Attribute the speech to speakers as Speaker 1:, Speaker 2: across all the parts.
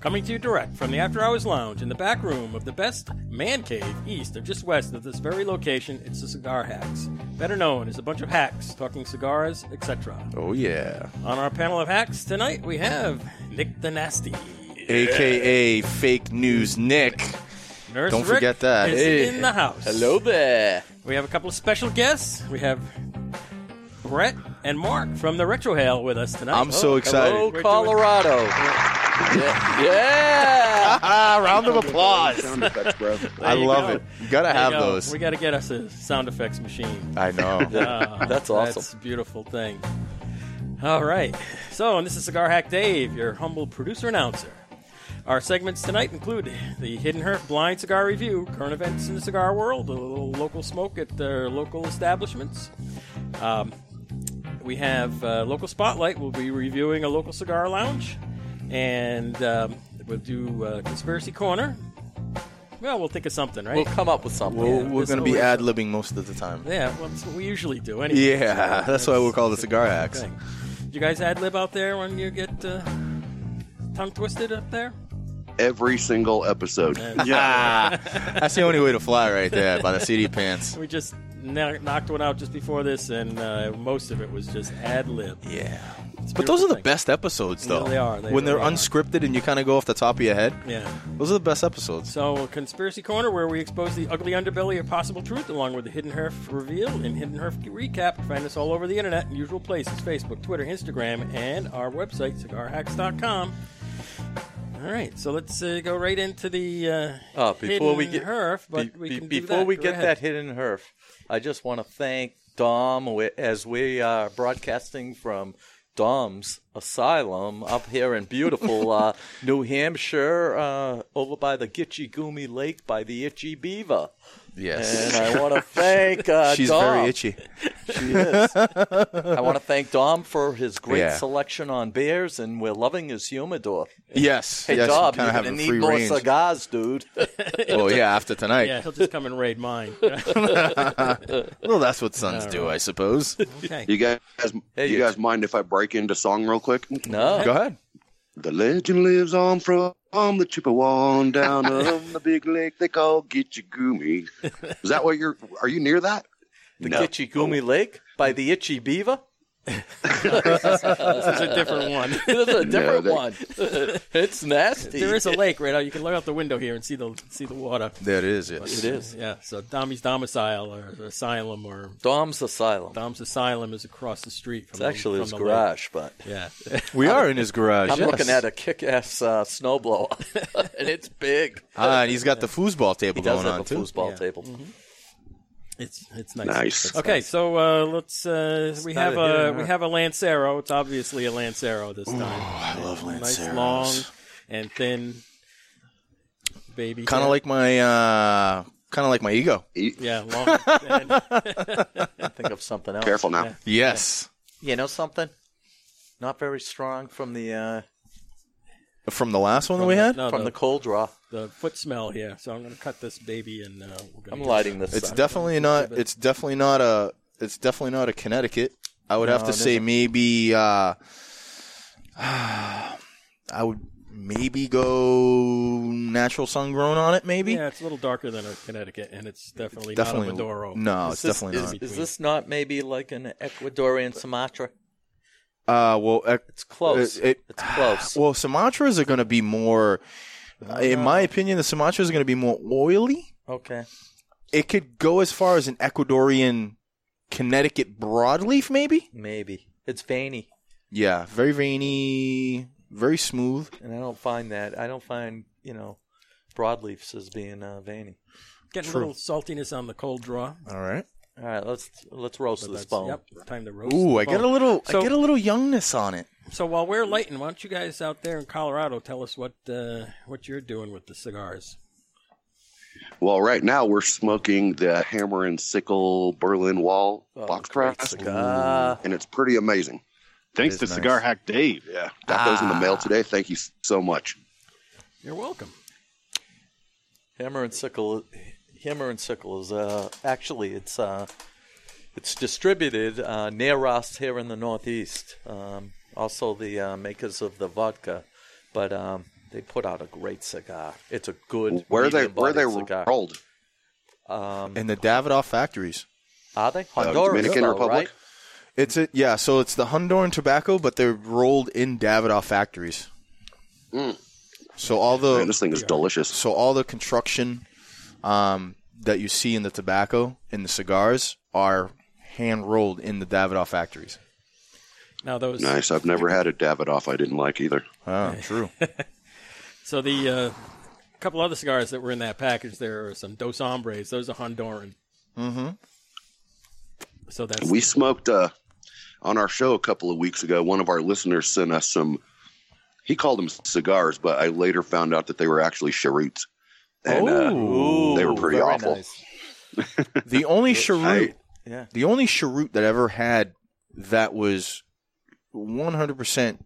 Speaker 1: Coming to you direct from the After Hours Lounge in the back room of the best man cave east or just west of this very location, it's the Cigar Hacks. Better known as a bunch of hacks talking cigars, etc.
Speaker 2: Oh yeah,
Speaker 1: On our panel of hacks tonight, we have Nick the Nasty.
Speaker 2: aka fake news Nick.
Speaker 1: Nurse
Speaker 2: Don't
Speaker 1: Rick
Speaker 2: forget that.
Speaker 1: is
Speaker 2: Hey.
Speaker 1: in the house.
Speaker 3: Hello there.
Speaker 1: We have a couple of special guests. We have Brett and Mark from the Retro Hail with us tonight. Oh,
Speaker 2: I'm so excited.
Speaker 3: Hello,
Speaker 1: We're doing-
Speaker 3: Colorado. yeah. yeah.
Speaker 2: Ah, round of applause.
Speaker 4: Sound effects, bro.
Speaker 1: There
Speaker 2: I
Speaker 1: you
Speaker 2: love
Speaker 1: go.
Speaker 2: it. You gotta
Speaker 1: There you
Speaker 2: have
Speaker 1: go.
Speaker 2: those.
Speaker 1: We got to get us a sound effects machine.
Speaker 2: I know.
Speaker 1: Ah,
Speaker 3: That's awesome.
Speaker 1: That's a beautiful thing. All right. So, and this is Cigar Hack Dave, your humble producer announcer. Our segments tonight include the Hidden Herf Blind Cigar Review, current events in the cigar world, a little local smoke at their local establishments. Um, we have uh, Local Spotlight. We'll be reviewing a local cigar lounge. And um, we'll do uh, Conspiracy Corner. Well, we'll think of something, right?
Speaker 3: We'll come up with something.
Speaker 2: We're, we're
Speaker 1: there's
Speaker 2: gonna
Speaker 1: always
Speaker 2: be ad
Speaker 1: something.
Speaker 2: libbing most of the time.
Speaker 1: Yeah, well, that's what we usually do anyway.
Speaker 2: Yeah, that's why we're called the Cigar Hacks.
Speaker 1: thing. You guys ad lib out there when you get uh, tongue twisted up there?
Speaker 4: Every single episode.
Speaker 2: Yeah, that's the only way to fly right there by the CD pants.
Speaker 1: We just kno- knocked one out just before this, and uh, most of it was just ad lib.
Speaker 2: Yeah, but those are the best episodes though.
Speaker 1: Yeah, they are. They
Speaker 2: when they're
Speaker 1: really are.
Speaker 2: unscripted and you kind of go off the top of your head.
Speaker 1: Yeah.
Speaker 2: Those are the best episodes.
Speaker 1: So, Conspiracy Corner, where we expose the ugly underbelly of possible truth, along with the Hidden Herf reveal and Hidden Herf recap. Find us all over the internet in usual places Facebook, Twitter, Instagram, and our website, cigarhacks.com. All right, so let's uh, go right into the uh,
Speaker 3: Uh, before we
Speaker 1: Hidden
Speaker 3: get
Speaker 1: Herf, but
Speaker 3: be-
Speaker 1: we
Speaker 3: be-
Speaker 1: can do
Speaker 3: before
Speaker 1: that.
Speaker 3: we
Speaker 1: Go
Speaker 3: get
Speaker 1: ahead.
Speaker 3: that hidden herf, I just want to thank Dom wi- as we are broadcasting from Dom's asylum up here in beautiful uh, New Hampshire, uh, over by the Gitche Gumi Lake by the Itchy Beaver. And
Speaker 2: Yes,
Speaker 3: I want to thank uh,
Speaker 2: she's
Speaker 3: Dom.
Speaker 2: very itchy.
Speaker 3: She is. I want to thank Dom for his great
Speaker 2: Yeah.
Speaker 3: selection on beers, and we're loving his humidor.
Speaker 2: Yes,
Speaker 3: Hey,
Speaker 2: yes,
Speaker 3: Dom,
Speaker 2: kind
Speaker 3: you're
Speaker 2: of
Speaker 3: gonna
Speaker 2: having
Speaker 3: need
Speaker 2: free
Speaker 3: more
Speaker 2: range.
Speaker 3: cigars, dude.
Speaker 2: Oh yeah, after tonight.
Speaker 1: Yeah, he'll just come and raid mine.
Speaker 2: Well, that's what sons do, I suppose.
Speaker 1: okay.
Speaker 4: You guys,
Speaker 3: Hey,
Speaker 4: you
Speaker 3: you-
Speaker 4: guys mind if I break into song real quick?
Speaker 3: no,
Speaker 2: Go ahead.
Speaker 4: The legend lives on from the Chippewa on down on the big lake they call Gitchagumi. Is that what you're? Are you near that?
Speaker 3: the Gitche Gumi Lake by the Itchy Beaver.
Speaker 1: This is a different one.
Speaker 3: This is a different
Speaker 4: they-
Speaker 3: one. it's nasty.
Speaker 1: there is a lake right out. You can look out the window here and see the see the water.
Speaker 2: There it is. Yes.
Speaker 3: It is.
Speaker 1: Yeah, so Dommy's domicile or asylum or
Speaker 3: Dom's asylum.
Speaker 1: Dom's asylum is across the street. From
Speaker 3: It's
Speaker 1: the-
Speaker 3: actually
Speaker 1: from
Speaker 3: his
Speaker 1: the
Speaker 3: garage, but
Speaker 1: lake. Yeah,
Speaker 2: We are in his garage.
Speaker 3: I'm
Speaker 2: yes.
Speaker 3: looking at a kick-ass uh, snowblower, and it's big.
Speaker 2: Ah, and he's got the foosball table
Speaker 3: He does
Speaker 2: going
Speaker 3: have
Speaker 2: on
Speaker 3: a
Speaker 2: too.
Speaker 3: foosball
Speaker 1: Yeah. Mm-hmm.
Speaker 3: table.
Speaker 1: it's it's nice.
Speaker 4: Nice.
Speaker 1: Okay, so uh, let's uh, we
Speaker 3: not
Speaker 1: have
Speaker 3: a
Speaker 1: a
Speaker 3: hidden
Speaker 1: we
Speaker 3: herb.
Speaker 1: have a lancero. It's obviously a lancero this time. I
Speaker 2: love
Speaker 1: nice,
Speaker 2: Lanceros.
Speaker 1: long and thin baby.
Speaker 2: Kind of
Speaker 1: head.
Speaker 2: like my, uh, kind of like my ego.
Speaker 4: E,
Speaker 1: yeah, long. And thin.
Speaker 3: I think of something else.
Speaker 4: Careful now.
Speaker 2: Yes,
Speaker 3: You know something? Not very strong from the uh,
Speaker 2: from the last one that we had.
Speaker 1: No,
Speaker 3: from
Speaker 1: Oh, no.
Speaker 3: the cold draw.
Speaker 1: the foot smell here. So I'm going to cut this baby and uh, we're going
Speaker 3: I'm lighting this.
Speaker 2: It's
Speaker 3: up.
Speaker 2: definitely not. It's definitely not a. It's definitely not a Connecticut. I would have
Speaker 3: No,
Speaker 2: to
Speaker 3: it
Speaker 2: say
Speaker 3: isn't.
Speaker 2: maybe. Uh, I would maybe go natural sun grown on it. Maybe
Speaker 1: Yeah, it's a little darker than a Connecticut, and it's definitely,
Speaker 2: definitely
Speaker 1: not a Maduro.
Speaker 2: No,
Speaker 3: Is
Speaker 2: it's
Speaker 3: this-
Speaker 2: definitely
Speaker 3: is,
Speaker 2: not.
Speaker 3: Is this not maybe like an Ecuadorian Sumatra?
Speaker 2: Uh, well, uh,
Speaker 3: It's close.
Speaker 2: It- it-
Speaker 3: it's close.
Speaker 2: Well, Sumatras are going to be more, in my opinion, the Sumatras are going to be more oily.
Speaker 3: okay.
Speaker 2: It could go as far as an Ecuadorian Connecticut broadleaf, maybe.
Speaker 3: Maybe. It's veiny.
Speaker 2: Yeah, very veiny, very smooth.
Speaker 3: And I don't find that. I don't find, you know, broadleafs as being uh, veiny.
Speaker 1: Getting
Speaker 2: True.
Speaker 1: a little saltiness on the cold draw.
Speaker 2: All right.
Speaker 3: All right, let's let's roast
Speaker 1: But
Speaker 3: this
Speaker 1: that's-
Speaker 3: bone.
Speaker 1: Yep, time to roast.
Speaker 2: Ooh,
Speaker 1: the
Speaker 2: I get a
Speaker 1: bone.
Speaker 2: little,
Speaker 1: So-
Speaker 2: I get a little youngness on it.
Speaker 1: So while we're lighting, why don't you guys out there in Colorado tell us what uh, what you're doing with the cigars?
Speaker 4: Well, right now we're smoking the Hammer and Sickle Berlin Wall
Speaker 3: Oh,
Speaker 4: box
Speaker 3: great
Speaker 4: press,
Speaker 3: cigar.
Speaker 4: and it's pretty amazing.
Speaker 5: Thanks
Speaker 2: It
Speaker 5: to
Speaker 2: is
Speaker 5: Cigar
Speaker 2: nice.
Speaker 5: Hack Dave.
Speaker 4: Yeah, that goes in the mail today. Thank you so much.
Speaker 1: You're welcome.
Speaker 3: Hammer and sickle. Hammer and sickle is uh, actually it's uh, it's distributed uh, near us here in the Northeast. Um, also the uh, makers of the vodka, but um, They put out a great cigar. It's a good
Speaker 4: Where they where
Speaker 3: medium-bodied
Speaker 4: they
Speaker 3: cigar.
Speaker 4: rolled?
Speaker 3: Um,
Speaker 2: And the Davidoff factories.
Speaker 3: are they
Speaker 4: Uh,
Speaker 3: Honduras?
Speaker 4: Dominican
Speaker 3: though,
Speaker 4: Republic?
Speaker 3: right?
Speaker 2: It's a yeah, so it's the Honduran tobacco, but they're rolled in Davidoff factories. So all the
Speaker 4: Man, this thing is delicious.
Speaker 2: so all the construction um, that you see in the tobacco in the cigars are hand rolled in the Davidoff factories.
Speaker 1: Now those.
Speaker 4: Nice. I've never had a Davidoff I didn't like either.
Speaker 2: Ah, true.
Speaker 1: So the uh, couple other cigars that were in that package, there are some Dos Hombres. Those are Honduran. Mm-hmm. So that's
Speaker 4: We smoked uh, on our show a couple of weeks ago. One of our listeners sent us some. He called them cigars, but I later found out that they were actually cheroots, and uh,
Speaker 3: Ooh,
Speaker 4: They were pretty
Speaker 3: very
Speaker 4: awful.
Speaker 3: nice.
Speaker 2: the only cheroot,
Speaker 3: Yeah.
Speaker 2: the only cheroot that I ever had that was 100%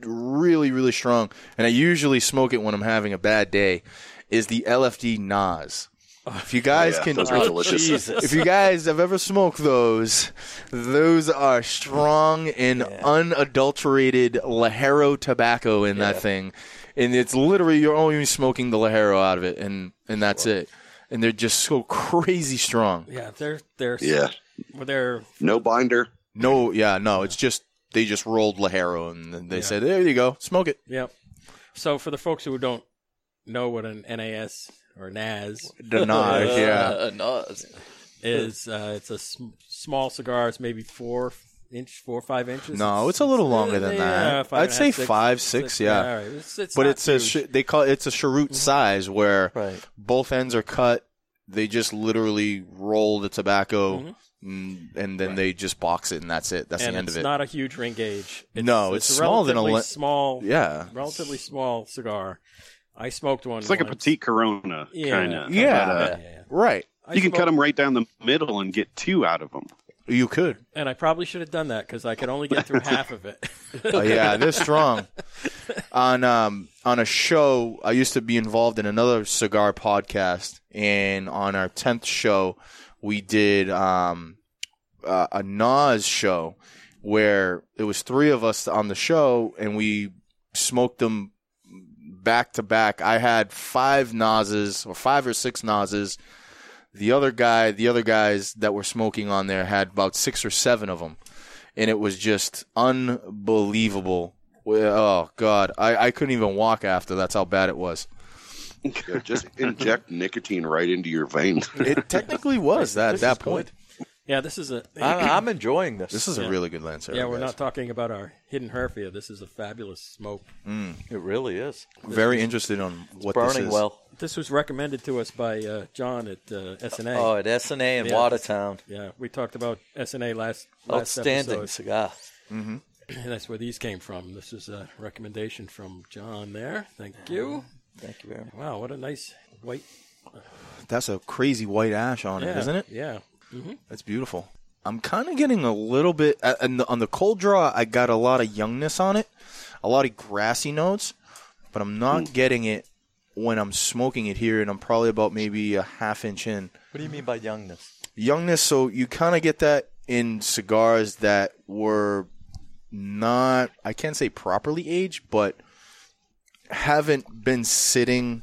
Speaker 2: really really strong, and I usually smoke it when I'm having a bad day, is the LFD Nas. If you guys
Speaker 4: Oh, yeah,
Speaker 2: can, Oh,
Speaker 4: those are delicious.
Speaker 2: if you guys have ever smoked those, those are strong and unadulterated Lajero tobacco in that thing, and it's literally you're only smoking the Lajero out of it, and and that's it. And they're just so crazy strong.
Speaker 1: yeah, they're they're
Speaker 4: Yeah,
Speaker 1: well, they're
Speaker 4: no binder.
Speaker 2: No, yeah, no, it's just they just rolled Lajero and then they said, "There you go, smoke it."
Speaker 1: yep. So for the folks who don't know what an NAS or NAS
Speaker 2: The Nas, yeah,
Speaker 3: Uh, Nas.
Speaker 1: is, uh, it's a sm- small cigar. It's maybe four inch, four or five inches.
Speaker 2: no, it's a little longer than
Speaker 1: Yeah,
Speaker 2: that.
Speaker 1: five and
Speaker 2: I'd
Speaker 1: a
Speaker 2: say
Speaker 1: half, six,
Speaker 2: five, six, yeah.
Speaker 1: all right. It's, it's
Speaker 2: but
Speaker 1: not
Speaker 2: it's a
Speaker 1: huge. Mm-hmm.
Speaker 2: sh- they call it's a cheroot size where
Speaker 3: Right.
Speaker 2: both ends are cut. They just literally roll the tobacco mm, and then they just box it and that's it. That's
Speaker 1: Mm-hmm. and
Speaker 2: the end
Speaker 1: it's
Speaker 2: of it.
Speaker 1: not a huge ring gauge.
Speaker 2: No, it's
Speaker 1: a
Speaker 2: smaller than a
Speaker 1: relatively
Speaker 2: le-
Speaker 1: small.
Speaker 2: yeah.
Speaker 1: relatively small cigar. I smoked one.
Speaker 5: It's like a
Speaker 1: once.
Speaker 5: petite Corona,
Speaker 1: Yeah.
Speaker 5: kind of.
Speaker 2: Yeah.
Speaker 1: Yeah, yeah, yeah.
Speaker 2: Right.
Speaker 1: I
Speaker 5: you can cut
Speaker 1: smoked-
Speaker 5: them right down the middle and get two out of them.
Speaker 2: You could.
Speaker 1: and I probably should have done that because I could only get through half of it.
Speaker 2: Uh, yeah, they're strong. on um on a show, I used to be involved in another cigar podcast, and on our tenth show, we did um uh, a Nas show where it was three of us on the show, and we smoked them back to back. I had five Nas's or five or six Nas's. The other guy, the other guys that were smoking on there had about six or seven of them and it was just unbelievable. Well, Oh God, I, I couldn't even walk after. That's how bad it was.
Speaker 4: Yeah, just inject nicotine right into your veins.
Speaker 2: It technically was that at that point.
Speaker 1: yeah, this is a.
Speaker 3: I'm, I'm enjoying this.
Speaker 2: This is a really good Lancer.
Speaker 1: yeah, we're not talking about our hidden herfia. This is a fabulous smoke.
Speaker 3: It really is.
Speaker 2: very interested on what this
Speaker 3: Burning
Speaker 2: is.
Speaker 3: well.
Speaker 1: This was recommended to us by uh, John at uh, SNA.
Speaker 3: Oh, at SNA in
Speaker 1: Yeah.
Speaker 3: Watertown.
Speaker 1: yeah, we talked about SNA last last
Speaker 3: Outstanding
Speaker 1: episode,
Speaker 3: cigar.
Speaker 1: and that's where these came from. This is a recommendation from John. There, thank you.
Speaker 3: Thank you very much.
Speaker 1: Wow, what a nice white.
Speaker 2: That's a crazy white ash on it,
Speaker 1: Yeah,
Speaker 2: isn't it?
Speaker 1: Yeah,
Speaker 2: That's beautiful. I'm kind of getting a little bit uh, and the, on the cold draw. I got a lot of youngness on it, a lot of grassy notes, but I'm not getting it when I'm smoking it here, and I'm probably about maybe a half inch in.
Speaker 3: What do you mean by youngness?
Speaker 2: youngness. So you kind of get that in cigars that were not, I can't say properly aged, but haven't been sitting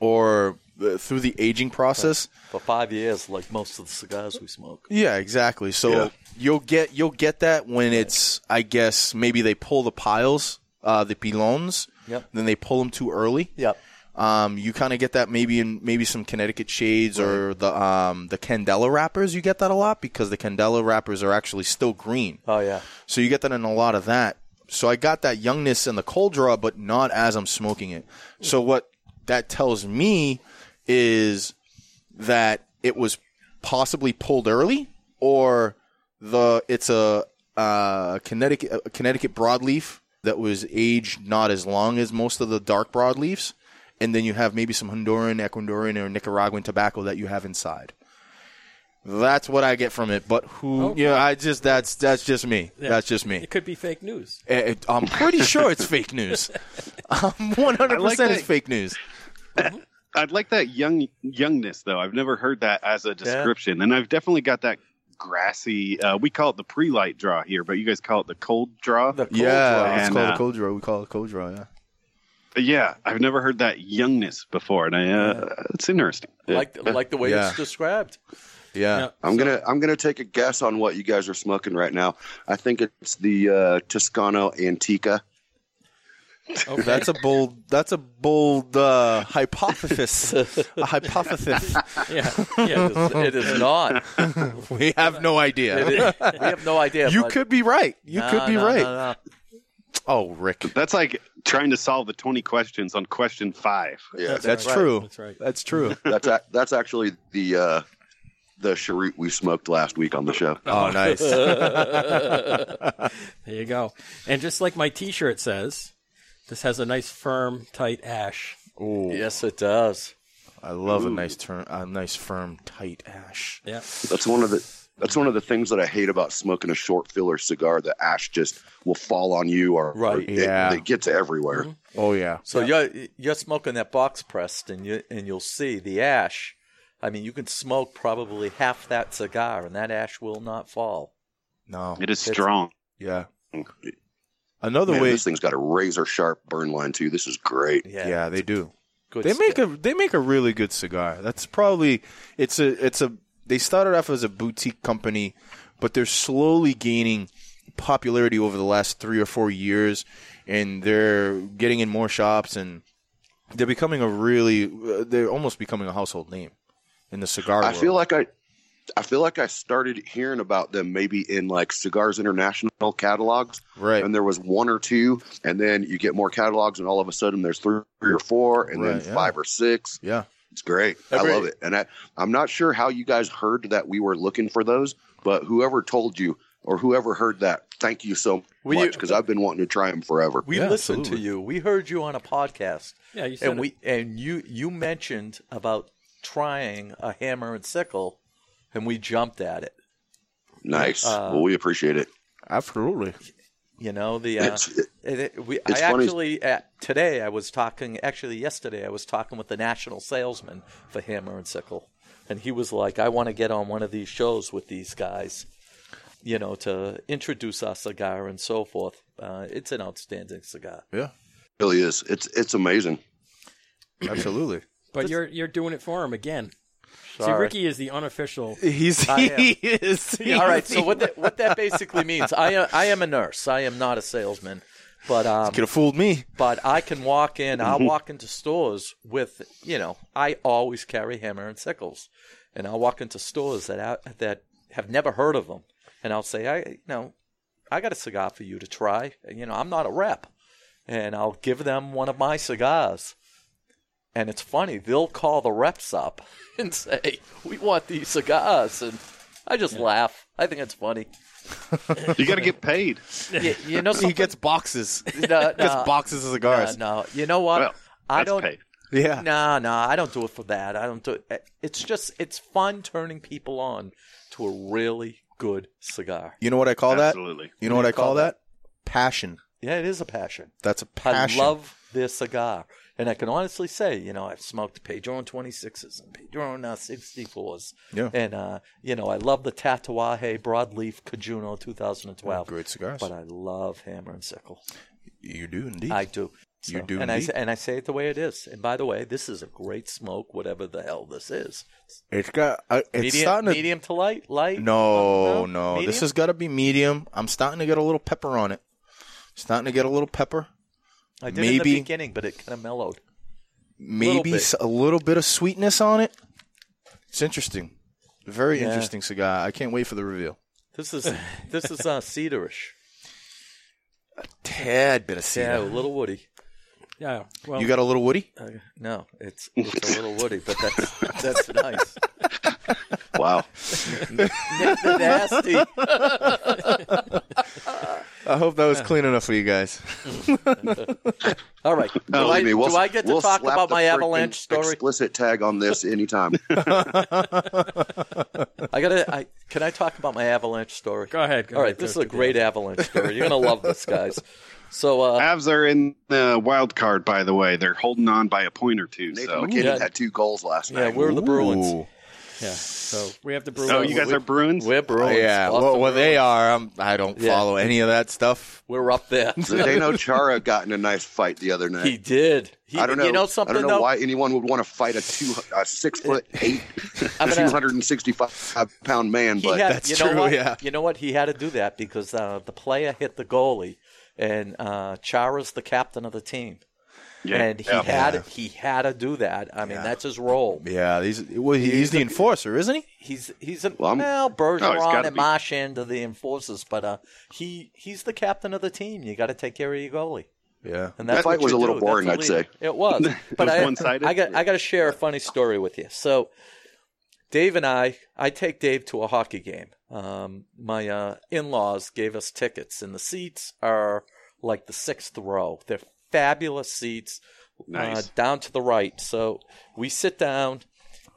Speaker 2: or uh, through the aging process.
Speaker 3: For five years, like most of the cigars we smoke.
Speaker 2: Yeah, exactly. So
Speaker 4: Yeah.
Speaker 2: you'll get you'll get that when it's, I guess, maybe they pull the piles, uh, the pilons.
Speaker 3: Yep.
Speaker 2: Then they pull them too early.
Speaker 3: Yep.
Speaker 2: Um, you kind of get that maybe in maybe some Connecticut shades or the um, the Candela wrappers. You get that a lot because the Candela wrappers are actually still green,
Speaker 3: Oh, yeah.
Speaker 2: so you get that in a lot of that. So I got that youngness in the cold draw, but not as I'm smoking it. So what that tells me is that it was possibly pulled early, or the it's a uh, Connecticut a Connecticut broadleaf that was aged not as long as most of the dark broadleafs, and then you have maybe some Honduran, Ecuadorian, or Nicaraguan tobacco that you have inside. That's what I get from it, but who?
Speaker 5: Oh.
Speaker 1: Okay.
Speaker 2: Yeah, I just that's that's just me.
Speaker 1: Yeah.
Speaker 2: That's just me.
Speaker 1: it could be fake news.
Speaker 2: Eh, it- I'm pretty sure it's fake news. I'm 100
Speaker 5: I like
Speaker 2: percent
Speaker 5: that-
Speaker 2: it's fake news.
Speaker 5: I'd like that young youngness though. I've never heard that as a description, and I've definitely got that grassy. Uh, we call it the pre-light draw here, but you guys call it the cold draw.
Speaker 3: The cold
Speaker 2: yeah,
Speaker 3: draw.
Speaker 2: it's
Speaker 5: And,
Speaker 2: called
Speaker 5: uh,
Speaker 2: a cold draw. We call it a cold draw. Yeah.
Speaker 5: yeah, I've never heard that youngness before, and I uh, it's interesting.
Speaker 3: like like the way
Speaker 2: Yeah.
Speaker 3: it's described.
Speaker 2: Yeah.
Speaker 1: Yeah.
Speaker 4: I'm gonna I'm gonna take a guess on what you guys are smoking right now. I think it's the uh, Toscano Antica.
Speaker 1: Okay.
Speaker 2: That's a bold. That's a bold uh, hypothesis. a hypothesis.
Speaker 1: yeah. Yeah.
Speaker 3: It is, it is not.
Speaker 2: We have no
Speaker 3: It
Speaker 2: idea.
Speaker 3: is- we have no idea.
Speaker 2: You
Speaker 3: but-
Speaker 2: could be right. You
Speaker 3: No,
Speaker 2: could be
Speaker 3: no,
Speaker 2: right.
Speaker 3: no, no.
Speaker 2: Oh, Rick.
Speaker 5: That's like trying to solve the twenty questions on question five.
Speaker 4: Yeah,
Speaker 2: That's
Speaker 1: right.
Speaker 2: true.
Speaker 1: That's right.
Speaker 2: That's true.
Speaker 4: that's ac that's actually the uh, the cheroot we smoked last week on the show.
Speaker 2: Oh, nice.
Speaker 1: There you go. And just like my T-shirt says, this has a nice, firm, tight ash.
Speaker 2: Ooh,
Speaker 3: Yes, it does.
Speaker 2: I love a nice turn. A nice firm, tight ash.
Speaker 1: Yeah.
Speaker 4: That's one of the that's one of the things that I hate about smoking a short filler cigar. The ash just will fall on you, or
Speaker 3: Right.
Speaker 4: or it,
Speaker 2: Yeah.
Speaker 4: it gets everywhere.
Speaker 2: Oh yeah.
Speaker 3: So you're you're smoking that box pressed, and you and you'll see the ash. I mean, you can smoke probably half that cigar, and that ash will not fall.
Speaker 2: No.
Speaker 5: It is strong.
Speaker 2: Yeah. Another
Speaker 4: Man,
Speaker 2: way.
Speaker 4: this thing's got a razor sharp burn line too. This is great.
Speaker 3: Yeah,
Speaker 2: yeah, they do.
Speaker 3: Good
Speaker 2: they make
Speaker 3: stuff.
Speaker 2: a they make a really good cigar. That's probably it's a it's a they started off as a boutique company, but they're slowly gaining popularity over the last three or four years, and they're getting in more shops and they're becoming a really uh, they're almost becoming a household name in the cigar
Speaker 4: I
Speaker 2: world.
Speaker 4: feel like I. I feel like I started hearing about them maybe in like Cigars International catalogs,
Speaker 2: right.
Speaker 4: and there was one or two, and then you get more catalogs, and all of a sudden there's three or four, and
Speaker 2: Right,
Speaker 4: then
Speaker 2: yeah.
Speaker 4: five or six.
Speaker 2: yeah,
Speaker 4: It's great.
Speaker 3: Every-
Speaker 4: I love it. And I, I'm not sure how you guys heard that we were looking for those, but whoever told you or whoever heard that, thank you so
Speaker 3: Will you-
Speaker 4: much because I've been wanting to try them forever.
Speaker 3: We
Speaker 2: Yeah,
Speaker 3: listened
Speaker 2: absolutely.
Speaker 3: to you. We heard you on a podcast,
Speaker 1: Yeah. You said
Speaker 3: and
Speaker 1: it.
Speaker 3: we and you you mentioned about trying a hammer and sickle, and we jumped at it.
Speaker 4: nice.
Speaker 3: Uh,
Speaker 4: well, we appreciate it.
Speaker 2: absolutely.
Speaker 3: You know the uh,
Speaker 4: It's- it-
Speaker 3: and it, we, I
Speaker 4: it's funny-
Speaker 3: actually uh, today I was talking actually yesterday I was talking with the national salesman for Hammer and Sickle, and he was like, I want to get on one of these shows with these guys, you know, to introduce our cigar and so forth. Uh, it's an outstanding cigar.
Speaker 2: Yeah,
Speaker 4: really is. It's it's amazing.
Speaker 2: absolutely.
Speaker 1: but you're you're doing it for him again. See,
Speaker 3: Sorry.
Speaker 1: Ricky is the unofficial.
Speaker 2: He's
Speaker 3: I am.
Speaker 2: he is.
Speaker 3: All right, so what that, what that basically means, I am, I am a nurse. I am not a salesman, but um,
Speaker 2: could have fooled me.
Speaker 3: but I can walk in. I'll
Speaker 5: Mm-hmm.
Speaker 3: walk into stores with you know. I always carry hammer and sickles, and I'll walk into stores that I, that have never heard of them, and I'll say, I you know, I got a cigar for you to try. You know, I'm not a rep, and I'll give them one of my cigars. And it's funny, they'll call the reps up and say, "We want these cigars," and I just laugh. I think it's funny.
Speaker 5: You got to get paid.
Speaker 3: You, you know,
Speaker 2: He
Speaker 3: something-
Speaker 2: gets boxes.
Speaker 3: no,
Speaker 2: gets
Speaker 3: no,
Speaker 2: boxes of
Speaker 3: no,
Speaker 2: cigars.
Speaker 3: no. You know what?
Speaker 5: Well, that's
Speaker 3: I don't.
Speaker 5: paid.
Speaker 2: Yeah.
Speaker 3: No, no, I don't do it for that. I don't do it. It's just it's fun turning people on to a really good cigar.
Speaker 2: You know what I call
Speaker 5: Absolutely.
Speaker 2: that? You know what I call that? Passion.
Speaker 3: Yeah, it is a passion.
Speaker 2: That's a passion.
Speaker 3: I love this cigar, and I can honestly say, you know, I've smoked Pedron 26s and Pedron uh, 64s.
Speaker 2: Yeah.
Speaker 3: and uh, you know, I love the Tatawahe Broadleaf Cajuno 2012.
Speaker 2: great cigars.
Speaker 3: But I love Hammer and Sickle.
Speaker 2: you do indeed.
Speaker 3: I do.
Speaker 2: You do
Speaker 3: and I
Speaker 2: indeed.
Speaker 3: say- and I say it the way it is. And by the way, this is a great smoke, whatever the hell this is.
Speaker 2: it's got. I it's
Speaker 3: medium,
Speaker 2: starting to.
Speaker 3: medium to light, light.
Speaker 2: No, no.
Speaker 3: Medium?
Speaker 2: This has got to be medium. I'm starting to get a little pepper on it. Starting to get a little pepper.
Speaker 3: I did in
Speaker 2: maybe-
Speaker 3: the beginning, but it kind of mellowed.
Speaker 2: Maybe
Speaker 3: bit.
Speaker 2: s- a little bit of sweetness on it. It's interesting. Very
Speaker 3: Yeah.
Speaker 2: interesting cigar. I can't wait for the reveal.
Speaker 3: This is this is uh, cedarish.
Speaker 2: Tad bit of
Speaker 3: Yeah, a little woody.
Speaker 1: Yeah. Well,
Speaker 2: You got a little woody?
Speaker 3: Uh, no, it's it's a little woody, but that's that's nice.
Speaker 4: Wow.
Speaker 3: Nick the nasty.
Speaker 2: I hope that was clean enough for you guys.
Speaker 3: All right. do, I,
Speaker 4: Believe me, we'll-
Speaker 3: do I get to
Speaker 4: we'll
Speaker 3: talk
Speaker 4: slap
Speaker 3: about
Speaker 4: the
Speaker 3: my
Speaker 4: freaking
Speaker 3: avalanche story?
Speaker 4: Explicit tag on this anytime.
Speaker 3: I gotta. I, can I talk about my avalanche story?
Speaker 1: Go ahead. Go
Speaker 3: All right,
Speaker 1: ahead,
Speaker 3: this is
Speaker 1: go
Speaker 3: a great avalanche story. You're gonna love this, guys. So uh,
Speaker 5: Avs are in the wild card, by the way. They're holding on by a point or two.
Speaker 4: Nathan
Speaker 5: So
Speaker 4: McKinnon
Speaker 3: Yeah.
Speaker 4: had two goals last
Speaker 3: yeah,
Speaker 4: night.
Speaker 3: we're the Bruins.
Speaker 2: Ooh.
Speaker 3: Yeah. So
Speaker 1: We have to brew.
Speaker 5: Oh,
Speaker 1: it.
Speaker 5: you guys are Bruins?
Speaker 3: we're Bruins.
Speaker 2: yeah,
Speaker 3: Off
Speaker 2: well,
Speaker 3: the
Speaker 2: well, they
Speaker 3: Bruins.
Speaker 2: are. I'm, I don't
Speaker 3: Yeah.
Speaker 2: follow any of that stuff.
Speaker 3: We're up there.
Speaker 4: Zdeno Chara got in a nice fight the other night.
Speaker 3: he did. He,
Speaker 4: I don't know.
Speaker 3: You know something
Speaker 4: I don't know
Speaker 3: though?
Speaker 4: why anyone would want to fight a two, a six foot eight,
Speaker 3: I'm gonna-
Speaker 4: two hundred and sixty five pound man.
Speaker 3: He
Speaker 4: But
Speaker 3: had,
Speaker 2: That's
Speaker 3: you know
Speaker 2: true,
Speaker 3: What?
Speaker 2: yeah.
Speaker 3: You know what? He had to do that because uh, the player hit the goalie, and uh, Chara's the captain of the team, and he had he had to do that. I mean, that's his role.
Speaker 2: Yeah, he's well, he- he's the enforcer, isn't he?
Speaker 3: He's he's an,
Speaker 4: Well,
Speaker 3: well,
Speaker 4: I'm-
Speaker 3: Bergeron
Speaker 5: gotta
Speaker 3: and
Speaker 5: be.
Speaker 3: Marchand are the enforcers, but uh, he he's the captain of the team. You got to take care of your goalie.
Speaker 2: Yeah.
Speaker 3: And that's
Speaker 4: That fight
Speaker 3: what
Speaker 4: was
Speaker 3: you
Speaker 4: a little
Speaker 3: do.
Speaker 4: boring,
Speaker 3: That's
Speaker 4: I'd
Speaker 3: elite. It was, but
Speaker 5: was
Speaker 3: I,
Speaker 5: one-sided.
Speaker 3: I got I got to share a funny story with you. So, Dave and I, I take Dave to a hockey game. Um, my uh, in-laws gave us tickets, and the seats are like the sixth row. They're fabulous seats,
Speaker 5: Nice.
Speaker 3: uh, down to the right. So we sit down,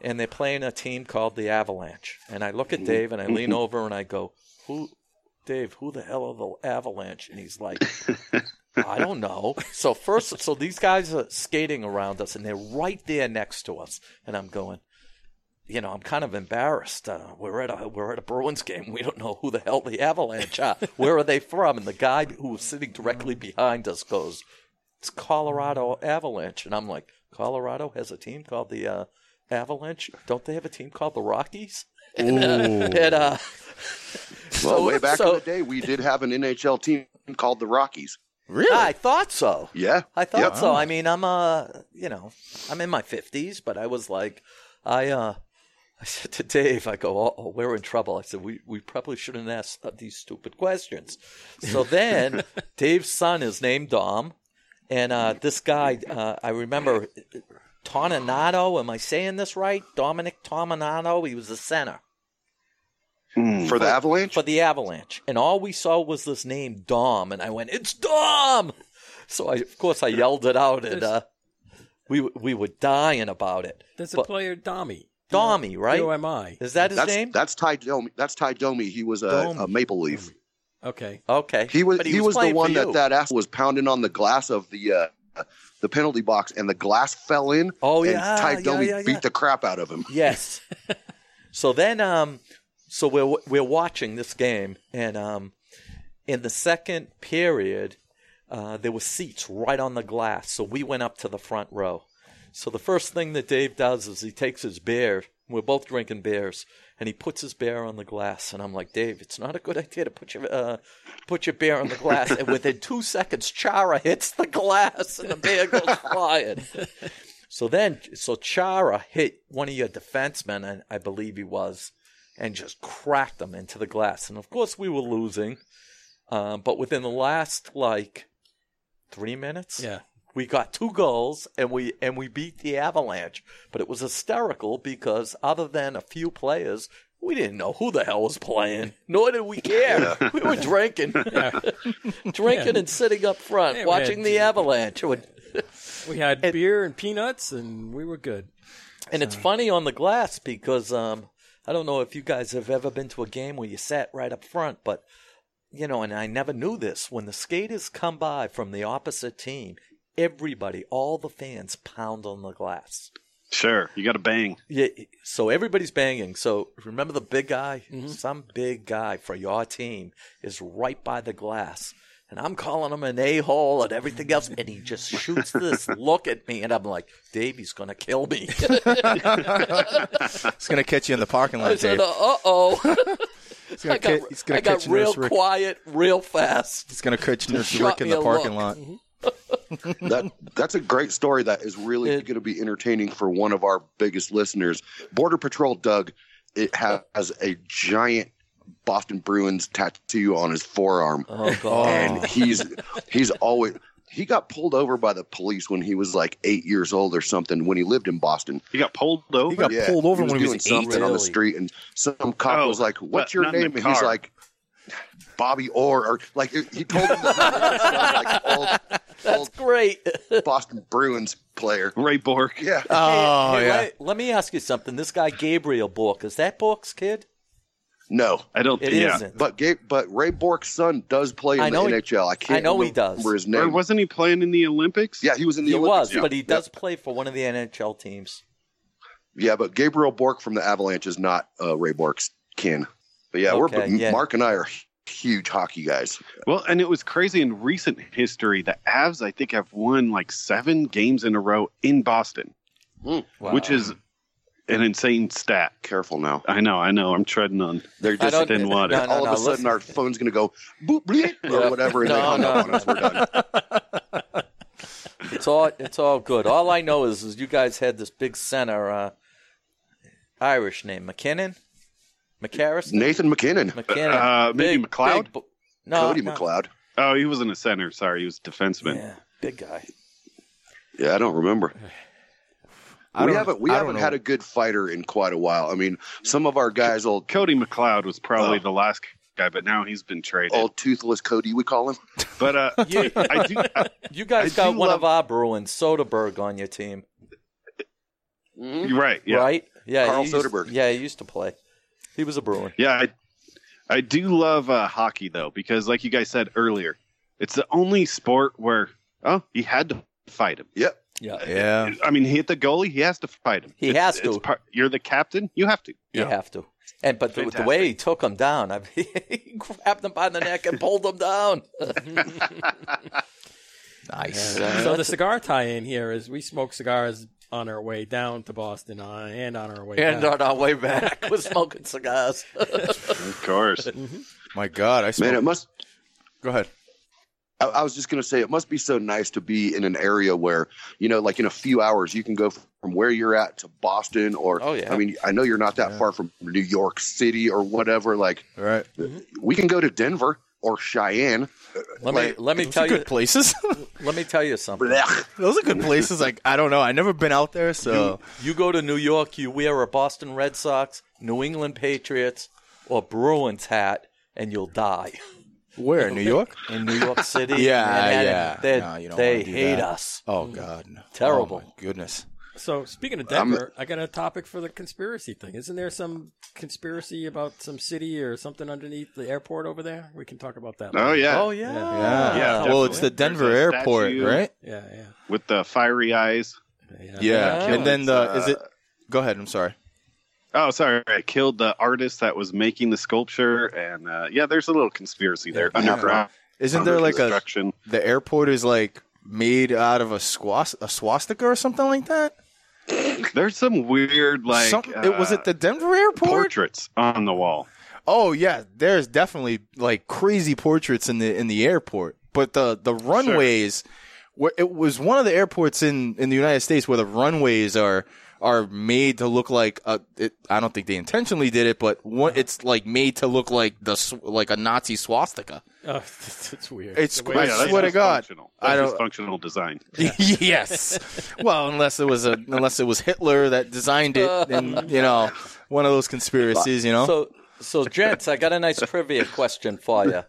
Speaker 3: and they're playing a team called the Avalanche. And I look at Dave, and I lean over, and I go, "Who, Dave? Who the hell are the Avalanche?" And he's like. I don't know. So first, so these guys are skating around us, and they're right there next to us, and I'm going. You know, I'm kind of embarrassed. Uh, we're at a we're at a Bruins game. We don't know who the hell the Avalanche are. Where are they from? And the guy who was sitting directly behind us goes, "It's Colorado Avalanche." And I'm like, "Colorado has a team called the uh, Avalanche. Don't they have a team called the Rockies?" And, uh, and, uh,
Speaker 4: well,
Speaker 3: so-
Speaker 4: way back
Speaker 3: so-
Speaker 4: in the day, we did have an NHL team called the Rockies.
Speaker 2: Really?
Speaker 3: I thought so.
Speaker 4: Yeah,
Speaker 3: I thought
Speaker 4: Yep.
Speaker 3: so. I mean, I'm uh, you know, I'm in my fifties, but I was like, I uh, I said to Dave, I go, oh, we're in trouble. I said, we we probably shouldn't ask these stupid questions. So then, Dave's son is named Dom, and uh, this guy, uh, I remember, Toninato. Am I saying this right? Dominic Toninato. He was the center
Speaker 4: for the Avalanche.
Speaker 3: for the Avalanche, and all we saw was this name Dom, and I went, "It's Dom!" So I, of course, I yelled it out, and uh, we w- we were dying about it.
Speaker 1: That's a
Speaker 3: But-
Speaker 1: player, Dommy.
Speaker 3: Dommy, right?
Speaker 1: D O M I.
Speaker 3: Is that his
Speaker 4: That's
Speaker 3: name?
Speaker 4: that's Ty Domi. That's Ty Domi. He was a,
Speaker 3: Domi.
Speaker 4: a Maple Leaf.
Speaker 1: Okay.
Speaker 3: okay,
Speaker 4: He was
Speaker 3: But
Speaker 4: he, was, the
Speaker 3: playing for
Speaker 4: one that
Speaker 3: you.
Speaker 4: that ass was pounding on the glass of the uh, the penalty box, and the glass fell in.
Speaker 3: Oh,
Speaker 4: and
Speaker 3: yeah,
Speaker 4: Ty
Speaker 3: yeah,
Speaker 4: Domi
Speaker 3: yeah, yeah.
Speaker 4: beat the crap out of him.
Speaker 3: Yes. so then, um, so we're we're watching this game, and um, in the second period, uh, there were seats right on the glass, so we went up to the front row. So the first thing that Dave does is he takes his beer. We're both drinking beers, and he puts his beer on the glass. And I'm like, Dave, it's not a good idea to put your uh, put your beer on the glass. and within two seconds, Chara hits the glass, and the beer goes flying. So then, so Chara hit one of your defensemen, and I believe he was, and just cracked him into the glass. And of course, we were losing. Um, but within the last like three minutes,
Speaker 1: Yeah.
Speaker 3: we got two goals and we and we beat the Avalanche. But it was hysterical because other than a few players, we didn't know who the hell was playing, nor did we care. We were drinking, drinking
Speaker 1: Yeah.
Speaker 3: and sitting up front
Speaker 1: Yeah, we
Speaker 3: watching
Speaker 1: had-
Speaker 3: the Avalanche. It would-
Speaker 1: We had beer and peanuts, and we were good.
Speaker 3: And it's funny on the glass because um, I don't know if you guys have ever been to a game where you sat right up front, but you know, and I never knew this when the skaters come by from the opposite team, everybody, all the fans, pound on the glass.
Speaker 5: Sure. You got to bang.
Speaker 3: Yeah, so everybody's banging. So remember the big guy?
Speaker 2: Mm-hmm.
Speaker 3: Some big guy for your team is right by the glass. And I'm calling him an a hole and everything else. And he just shoots this look at me. And I'm like, Davey's going to kill me.
Speaker 2: It's gonna catch you in the parking
Speaker 3: I
Speaker 2: lot,
Speaker 3: said,
Speaker 2: Dave.
Speaker 3: uh oh.
Speaker 2: It's
Speaker 3: I
Speaker 2: gonna,
Speaker 3: got,
Speaker 2: ca- it's
Speaker 3: I
Speaker 2: gonna
Speaker 3: got
Speaker 2: catch
Speaker 3: real
Speaker 2: Nurse Rick.
Speaker 3: quiet, real fast.
Speaker 2: It's gonna catch Nurse
Speaker 3: shot
Speaker 2: Rick in
Speaker 3: me
Speaker 2: the
Speaker 3: a
Speaker 2: parking
Speaker 3: look.
Speaker 2: lot.
Speaker 4: that that's a great story that is really
Speaker 3: It-
Speaker 4: going to be entertaining for one of our biggest listeners border patrol doug it has a giant boston bruins tattoo on his forearm
Speaker 3: Oh,
Speaker 4: and he's he's always he got pulled over by the police when he was like eight years old or something when he lived in boston
Speaker 5: You got pulled over?
Speaker 2: got pulled over
Speaker 4: he was
Speaker 2: when he
Speaker 4: doing
Speaker 2: was eight?
Speaker 4: something on the
Speaker 3: Really?
Speaker 4: street and some cop
Speaker 5: Oh,
Speaker 4: was like what's
Speaker 5: what-
Speaker 4: your
Speaker 5: not in
Speaker 4: name
Speaker 5: the
Speaker 4: and he's
Speaker 5: car.
Speaker 4: like bobby orr or like he told him that he was like old,
Speaker 3: Great.
Speaker 4: old boston bruins player
Speaker 5: Ray Bork.
Speaker 4: yeah
Speaker 2: Oh
Speaker 3: Hey, hey,
Speaker 2: yeah.
Speaker 3: Let, let me ask you something. This guy, Gabriel Bork, is that Bork's kid?
Speaker 4: No,
Speaker 5: I don't
Speaker 3: It
Speaker 5: think yeah.
Speaker 3: not
Speaker 4: but Gabe, but Ray Bork's son does play in
Speaker 3: I know
Speaker 4: the
Speaker 3: he-
Speaker 4: NHL. I can't
Speaker 3: I know he
Speaker 4: remember
Speaker 3: does.
Speaker 4: his
Speaker 5: Or
Speaker 4: name.
Speaker 5: wasn't he playing in the Olympics?
Speaker 4: yeah, he was in the
Speaker 3: he
Speaker 4: Olympics.
Speaker 3: was, but he
Speaker 4: Yeah.
Speaker 3: does play for one of the NHL teams.
Speaker 4: Yeah, but Gabriel Bork from the Avalanche is not uh, Ray Bork's kin. But yeah, we're
Speaker 3: Okay,
Speaker 4: but
Speaker 3: yeah.
Speaker 4: Mark and I are huge hockey guys.
Speaker 5: Well, and it was crazy in recent history. The Avs, I think, have won like seven games in a row in Boston,
Speaker 3: Wow.
Speaker 5: which is an insane stat.
Speaker 4: Careful now.
Speaker 5: I know, I know. I'm treading on.
Speaker 4: They're
Speaker 3: I
Speaker 4: just
Speaker 3: don't-
Speaker 5: in water.
Speaker 3: No, no,
Speaker 4: all
Speaker 3: no,
Speaker 4: of a sudden
Speaker 3: listen.
Speaker 4: our phone's going to go boop bleep or whatever and they
Speaker 3: No,
Speaker 4: hung
Speaker 3: no.
Speaker 4: up on us. We're done.
Speaker 3: It's all it's all good. All I know is, is you guys had this big center, uh, Irish name McKinnon, McCarris,
Speaker 4: Nathan McKinnon,
Speaker 3: McKinnon,
Speaker 5: Uh, maybe McLeod?
Speaker 3: bo- no,
Speaker 4: Cody
Speaker 3: no.
Speaker 4: McLeod.
Speaker 5: Oh, he wasn't a center. Sorry, he was a defenseman.
Speaker 3: Yeah, big guy.
Speaker 4: Yeah, I don't remember.
Speaker 2: I
Speaker 4: we
Speaker 2: don't-
Speaker 4: haven't we
Speaker 2: I don't
Speaker 4: haven't
Speaker 2: know.
Speaker 4: had a good fighter in quite a while. I mean, some of our guys, old
Speaker 5: Cody McLeod was probably
Speaker 4: Oh.
Speaker 5: the last guy, but now he's been traded.
Speaker 4: old toothless Cody, we call him.
Speaker 5: But uh,
Speaker 3: You,
Speaker 5: I do. I,
Speaker 3: you guys
Speaker 5: I
Speaker 3: got
Speaker 5: do
Speaker 3: one
Speaker 5: love-
Speaker 3: of our Bruins, Soderberg, on your team,
Speaker 4: Mhm.
Speaker 5: you're right. Yeah.
Speaker 3: right? Yeah,
Speaker 4: Carl
Speaker 3: he used-
Speaker 4: Soderberg.
Speaker 3: Yeah, he used to play. He was a Bruin.
Speaker 5: Yeah, I, I do love uh, hockey though because, like you guys said earlier, it's the only sport where oh, he had to fight him.
Speaker 4: Yep.
Speaker 3: Yeah,
Speaker 2: Yeah.
Speaker 5: I mean, he hit the goalie. He has to fight him.
Speaker 3: He
Speaker 5: It's-
Speaker 3: has to.
Speaker 5: it's Part, you're the captain. You have to.
Speaker 3: you
Speaker 2: Yeah.
Speaker 3: have to. And but the, the way he took him down, I mean, he grabbed him by the neck and pulled him down.
Speaker 2: Nice.
Speaker 1: So the cigar tie-in here is we smoke cigars on our way down to Boston uh, and on our way
Speaker 3: and
Speaker 1: down.
Speaker 3: on our way back, was smoking cigars.
Speaker 5: Of course.
Speaker 2: My God, I
Speaker 4: Man,
Speaker 2: smoked.
Speaker 4: it must.
Speaker 2: Go ahead.
Speaker 4: I, I was just going to say it must be so nice to be in an area where you know, like in a few hours, you can go from where you're at to Boston, or
Speaker 3: Oh, yeah.
Speaker 4: I mean, I know you're not that far from New York City or whatever. Like
Speaker 2: All right.
Speaker 4: we can go to Denver or Cheyenne.
Speaker 3: Let
Speaker 4: Like,
Speaker 3: me let me
Speaker 2: Those are
Speaker 3: tell you
Speaker 2: good places.
Speaker 3: let me tell you something.
Speaker 4: Blech.
Speaker 2: Those are good places. Like I don't know. I never been out there, so
Speaker 3: You go to New York, you wear a Boston Red Sox, New England Patriots, or Bruins hat, and you'll die
Speaker 2: where New York?
Speaker 3: in New York City.
Speaker 2: Yeah,
Speaker 3: Manhattan,
Speaker 2: yeah.
Speaker 3: They,
Speaker 2: No, you don't
Speaker 3: they
Speaker 2: wanna do
Speaker 3: hate
Speaker 2: that.
Speaker 3: us.
Speaker 2: Oh God, no.
Speaker 3: Terrible.
Speaker 2: Oh, my goodness.
Speaker 1: So speaking of
Speaker 4: I'm-
Speaker 1: Denver, i got a topic for the conspiracy thing. Isn't there some conspiracy about some city or something underneath the airport over there? We can talk about that.
Speaker 5: Oh
Speaker 1: later.
Speaker 5: yeah,
Speaker 3: Oh yeah,
Speaker 2: Yeah.
Speaker 5: Yeah,
Speaker 2: well, it's the
Speaker 5: definitely.
Speaker 2: Denver
Speaker 5: There's a
Speaker 2: airport,
Speaker 5: statue.
Speaker 2: right?
Speaker 1: yeah, yeah,
Speaker 5: with the fiery eyes.
Speaker 1: yeah.
Speaker 2: Yeah.
Speaker 3: Yeah.
Speaker 2: And then the is it? Go ahead. I'm sorry.
Speaker 5: Oh, sorry, I killed the artist that was making the sculpture, and uh, yeah, there's a little conspiracy there
Speaker 2: Yeah.
Speaker 5: underground.
Speaker 2: Isn't
Speaker 5: under
Speaker 2: there like a
Speaker 5: construction.
Speaker 2: the airport is like made out of a squas a swastika or something like that?
Speaker 5: There's some weird like
Speaker 2: Some- it was
Speaker 5: uh,
Speaker 2: it the Denver airport?
Speaker 5: portraits on the wall.
Speaker 2: Oh yeah, there's definitely like crazy portraits in the in the airport, but the the runways where it was one of the airports in in the United States where the runways are are made to look like a, it, I don't think they intentionally did it, but one, it's like made to look like the sw- like a Nazi swastica.
Speaker 1: Oh, it's, it's weird.
Speaker 2: It's
Speaker 1: The way-
Speaker 2: I
Speaker 5: Yeah, that's
Speaker 2: swear to God.
Speaker 5: dysfunctional.
Speaker 2: I
Speaker 5: That's
Speaker 2: don't-
Speaker 5: dysfunctional design.
Speaker 2: yes. Well, unless it was a unless it was Hitler that designed it, and you know one of those conspiracies, you know.
Speaker 3: So so gents, I got a nice trivia question for you.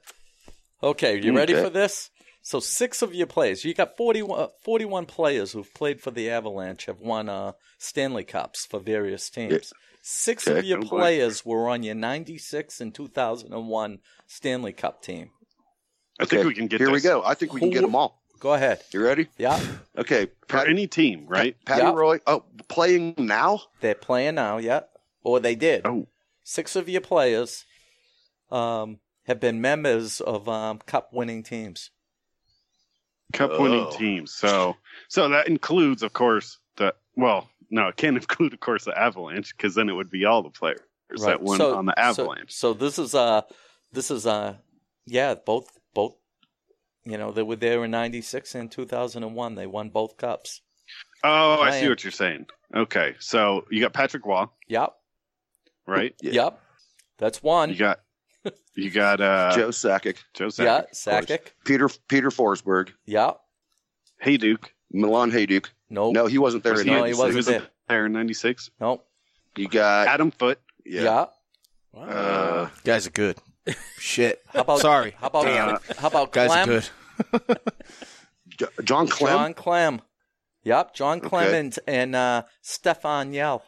Speaker 3: Okay, you ready
Speaker 4: Okay.
Speaker 3: for this? So six of your players, you got 41, uh, 41 players who've played for the Avalanche have won uh, Stanley Cups for various teams. Six of
Speaker 4: Okay,
Speaker 3: your
Speaker 5: oh boy.
Speaker 3: players were on your 96 and 2001 Stanley Cup team.
Speaker 5: I think we can get
Speaker 4: Here we
Speaker 5: this.
Speaker 4: go. I think we can get them all.
Speaker 3: Go ahead.
Speaker 4: You ready?
Speaker 3: Yeah,
Speaker 4: Okay.
Speaker 5: for
Speaker 4: Pat,
Speaker 5: any team, right?
Speaker 4: Patty
Speaker 3: Yeah.
Speaker 4: Roy. Oh, playing now?
Speaker 3: they're playing now, yeah. Or they did.
Speaker 5: Oh.
Speaker 3: Six of your players um, have been members of um, cup winning teams.
Speaker 5: Cup winning
Speaker 4: Oh.
Speaker 5: teams. So so that includes, of course, the well, no, it can't include, of course, the Avalanche because then it would be all the players that won
Speaker 3: So-
Speaker 5: on the
Speaker 3: so-
Speaker 5: Avalanche.
Speaker 3: So, this is uh this is uh yeah, both both you know, they were there in ninety six and two thousand and one. They won both cups.
Speaker 5: oh, I see
Speaker 3: Lion.
Speaker 5: what you're saying. Okay, so you got Patrick Waugh,
Speaker 3: Yep.
Speaker 5: right?
Speaker 4: Yeah.
Speaker 3: Yep. That's one.
Speaker 5: You got you got uh,
Speaker 4: Joe
Speaker 5: Joe,
Speaker 4: Sakic.
Speaker 5: Sakic.
Speaker 3: yeah,
Speaker 4: course.
Speaker 3: Sakic.
Speaker 4: Peter Peter Forsberg.
Speaker 3: Yep.
Speaker 5: Hey Duke.
Speaker 4: Milan Hayduke.
Speaker 3: Nope.
Speaker 4: No, he wasn't there.
Speaker 5: Oh. Was
Speaker 4: in
Speaker 3: he- no,
Speaker 4: 96.
Speaker 3: wasn't there.
Speaker 5: in '96.
Speaker 3: Nope.
Speaker 4: You got
Speaker 5: Adam Foote.
Speaker 4: yeah.
Speaker 3: Yep.
Speaker 1: Wow.
Speaker 5: Uh,
Speaker 2: guys are good. Shit.
Speaker 3: How about
Speaker 2: Sorry.
Speaker 3: How about
Speaker 2: Damn.
Speaker 3: how about
Speaker 2: guys
Speaker 3: Clem?
Speaker 2: are good.
Speaker 4: J- John Clem.
Speaker 3: John Clem. Yep, John
Speaker 4: Okay.
Speaker 3: Clement and uh, Stefan Yell.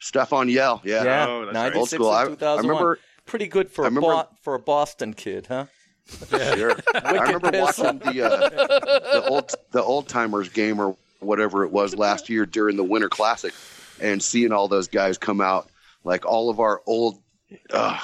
Speaker 4: Stefan Yell. Yeah.
Speaker 3: Yeah,
Speaker 5: Oh, that's right.
Speaker 3: ninety
Speaker 4: Old
Speaker 3: six
Speaker 4: school. I,
Speaker 3: and two
Speaker 4: I
Speaker 3: thousand one.
Speaker 4: remember.
Speaker 3: Pretty good for
Speaker 4: I
Speaker 3: a
Speaker 4: remember-
Speaker 3: Bo- for a Boston kid, huh?
Speaker 4: Sure. I remember
Speaker 3: piss.
Speaker 4: watching the uh, the old the old timers game or whatever it was last year during the Winter Classic, and seeing all those guys come out, like all of our old, uh,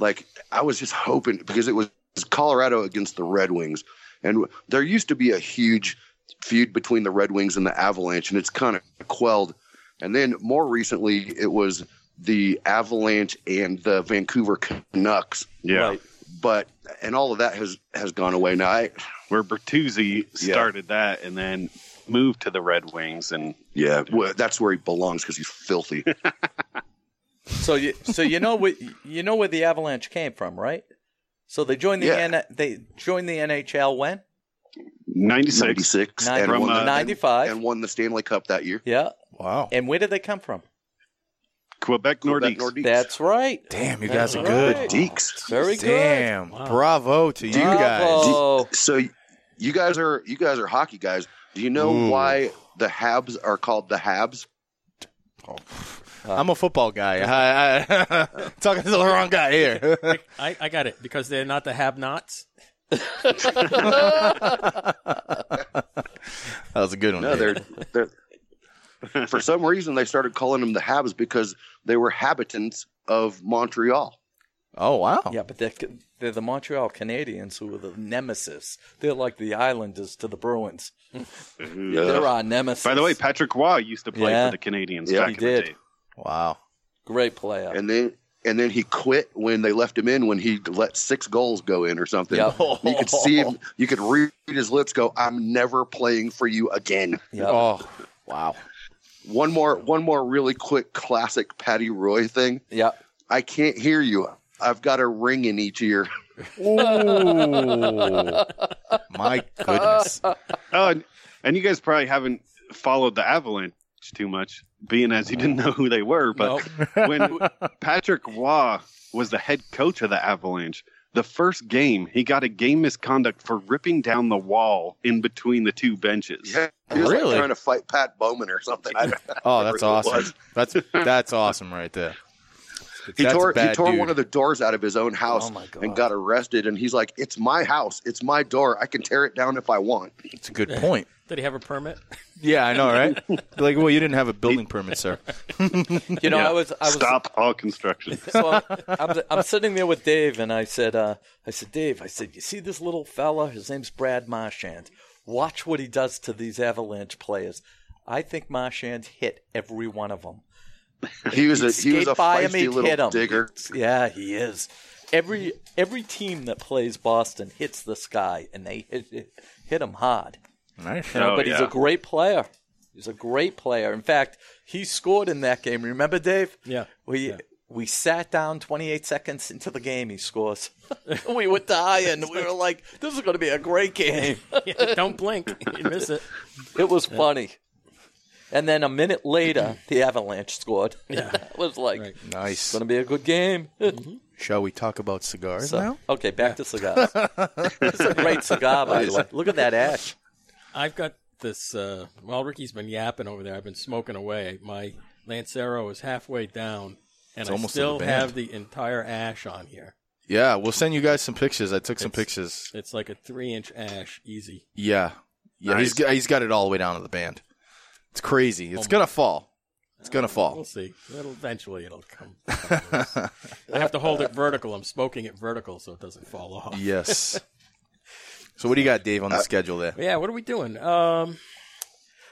Speaker 4: like I was just hoping because it was Colorado against the Red Wings, and there used to be a huge feud between the Red Wings and the Avalanche, and it's kind of quelled. And then more recently, it was the Avalanche and the Vancouver Canucks.
Speaker 5: Yeah.
Speaker 3: Right.
Speaker 4: But and all of that has has gone away now. I,
Speaker 5: Where Bertuzzi started that and then moved to the Red Wings and
Speaker 4: yeah, well, that's where he belongs because he's filthy.
Speaker 3: So you so you know what you know where the Avalanche came from, right? So they joined the
Speaker 4: Yeah.
Speaker 3: N, they joined the NHL when
Speaker 5: 96.
Speaker 4: Ninety six
Speaker 3: Nine-
Speaker 4: and
Speaker 5: from,
Speaker 4: won
Speaker 5: uh,
Speaker 4: the,
Speaker 3: ninety five.
Speaker 4: and won the Stanley Cup that year.
Speaker 3: yeah,
Speaker 2: Wow.
Speaker 3: and where did they come from?
Speaker 5: Quebec Nordiques.
Speaker 4: Quebec Nordiques.
Speaker 3: That's right.
Speaker 2: Damn, you
Speaker 3: That's
Speaker 2: guys are good.
Speaker 3: right.
Speaker 4: Deeks.
Speaker 3: Very good.
Speaker 2: Damn.
Speaker 1: Wow.
Speaker 2: Bravo to you guys.
Speaker 3: Bravo.
Speaker 4: So y- you guys are you guys are hockey guys. Do you know
Speaker 2: Ooh.
Speaker 4: why the Habs are called the Habs?
Speaker 2: Oh, I'm a football guy. I, I, talking to the wrong guy here.
Speaker 1: I, I got it because they're not the have-nots.
Speaker 2: That was a good one.
Speaker 4: No,
Speaker 2: Dave.
Speaker 4: they're they're for some reason they started calling them the Habs because they were habitants of Montreal.
Speaker 2: Oh wow.
Speaker 3: Yeah, but they're, they're the Montreal Canadiens who are the nemesis. They're like the Islanders to the Bruins. They're our nemesis.
Speaker 5: By the way, Patrick Waugh used to play
Speaker 3: Yeah.
Speaker 5: for the Canadians
Speaker 4: Yeah,
Speaker 5: back
Speaker 3: he
Speaker 5: in
Speaker 3: did.
Speaker 5: the day.
Speaker 2: Wow.
Speaker 3: great player.
Speaker 4: And then and then he quit when they left him in when he let six goals go in or something.
Speaker 3: Yep.
Speaker 4: You could see him you could read his lips go, I'm never playing for you again.
Speaker 3: Yeah.
Speaker 2: Oh wow.
Speaker 4: One more one more really quick classic Patty Roy thing.
Speaker 3: yeah.
Speaker 4: I can't hear you. I've got a ring in each ear.
Speaker 2: Ooh. My goodness.
Speaker 5: Oh, and, and you guys probably haven't followed the Avalanche too much, being as you didn't know who they were. But when Patrick Waugh was the head coach of the Avalanche, the first game he got a game misconduct for ripping down the wall in between the two benches.
Speaker 4: He was like
Speaker 2: Really?
Speaker 4: trying to fight Pat Bowman or something. I don't
Speaker 2: Oh, that's
Speaker 4: Whatever it
Speaker 2: awesome.
Speaker 4: was.
Speaker 2: That's that's awesome right there.
Speaker 4: He
Speaker 2: That's a
Speaker 4: tore he
Speaker 2: bad
Speaker 4: tore
Speaker 2: dude.
Speaker 4: one of the doors out of his own house
Speaker 3: Oh, my God.
Speaker 4: and got arrested. And he's like, "It's my house. It's my door. I can tear it down if I want."
Speaker 2: It's a good point.
Speaker 1: Did he have a permit?
Speaker 2: Yeah, I know, right? like, well, you didn't have a building permit, sir.
Speaker 3: You know,
Speaker 5: Yeah.
Speaker 3: I was I was
Speaker 5: Stop all construction.
Speaker 3: so I'm, I'm, I'm sitting there with Dave, and I said, uh, I said, Dave, I said, you see this little fella? His name's Brad Marchand. Watch what he does to these Avalanche players. I think Marchand hit every one of them.
Speaker 4: He was a he was a
Speaker 3: Skate by him,
Speaker 4: feisty
Speaker 3: he'd hit
Speaker 4: little
Speaker 3: 'em.
Speaker 4: digger.
Speaker 3: Yeah, he is. Every every team that plays Boston hits this guy, and they hit hit him hard.
Speaker 2: Nice.
Speaker 5: No. Oh,
Speaker 3: but he's
Speaker 5: yeah.
Speaker 3: a great player. He's a great player. In fact, he scored in that game. Remember, Dave?
Speaker 1: Yeah.
Speaker 3: We we sat down 28 seconds into the game. He scores. we were dying. we were like, "This is going to be a great game."
Speaker 1: Yeah, don't blink. You miss it.
Speaker 3: it was funny. And then a minute later, the Avalanche scored.
Speaker 1: Yeah.
Speaker 3: it was like,
Speaker 1: Right.
Speaker 3: "It's
Speaker 2: Nice.
Speaker 3: going to be a good game."
Speaker 4: um,
Speaker 2: Shall we talk about cigars
Speaker 3: So-
Speaker 2: now?
Speaker 3: okay, back to cigars. it's a great cigar, by the way. Look at that ash.
Speaker 1: I've got this. Uh, while Ricky's been yapping over there, I've been smoking away. My Lancero is halfway down, and I
Speaker 2: almost
Speaker 1: still
Speaker 2: like a band.
Speaker 1: have the entire ash on here.
Speaker 2: Yeah, we'll send you guys some pictures. I took some
Speaker 1: It's-
Speaker 2: pictures.
Speaker 1: It's like a three-inch ash, easy.
Speaker 2: Yeah. Yeah, he's got, he's got it all the way down to the band. It's crazy.
Speaker 4: Oh
Speaker 2: It's going to fall. It's going to
Speaker 1: We'll
Speaker 2: fall.
Speaker 1: see. It'll, eventually, it'll come. come loose. I have to hold it vertical. I'm smoking it vertical so it doesn't fall off.
Speaker 2: Yes. So what do you got, Dave, on
Speaker 4: Uh,
Speaker 2: the schedule there?
Speaker 1: Yeah, what are we doing? Um,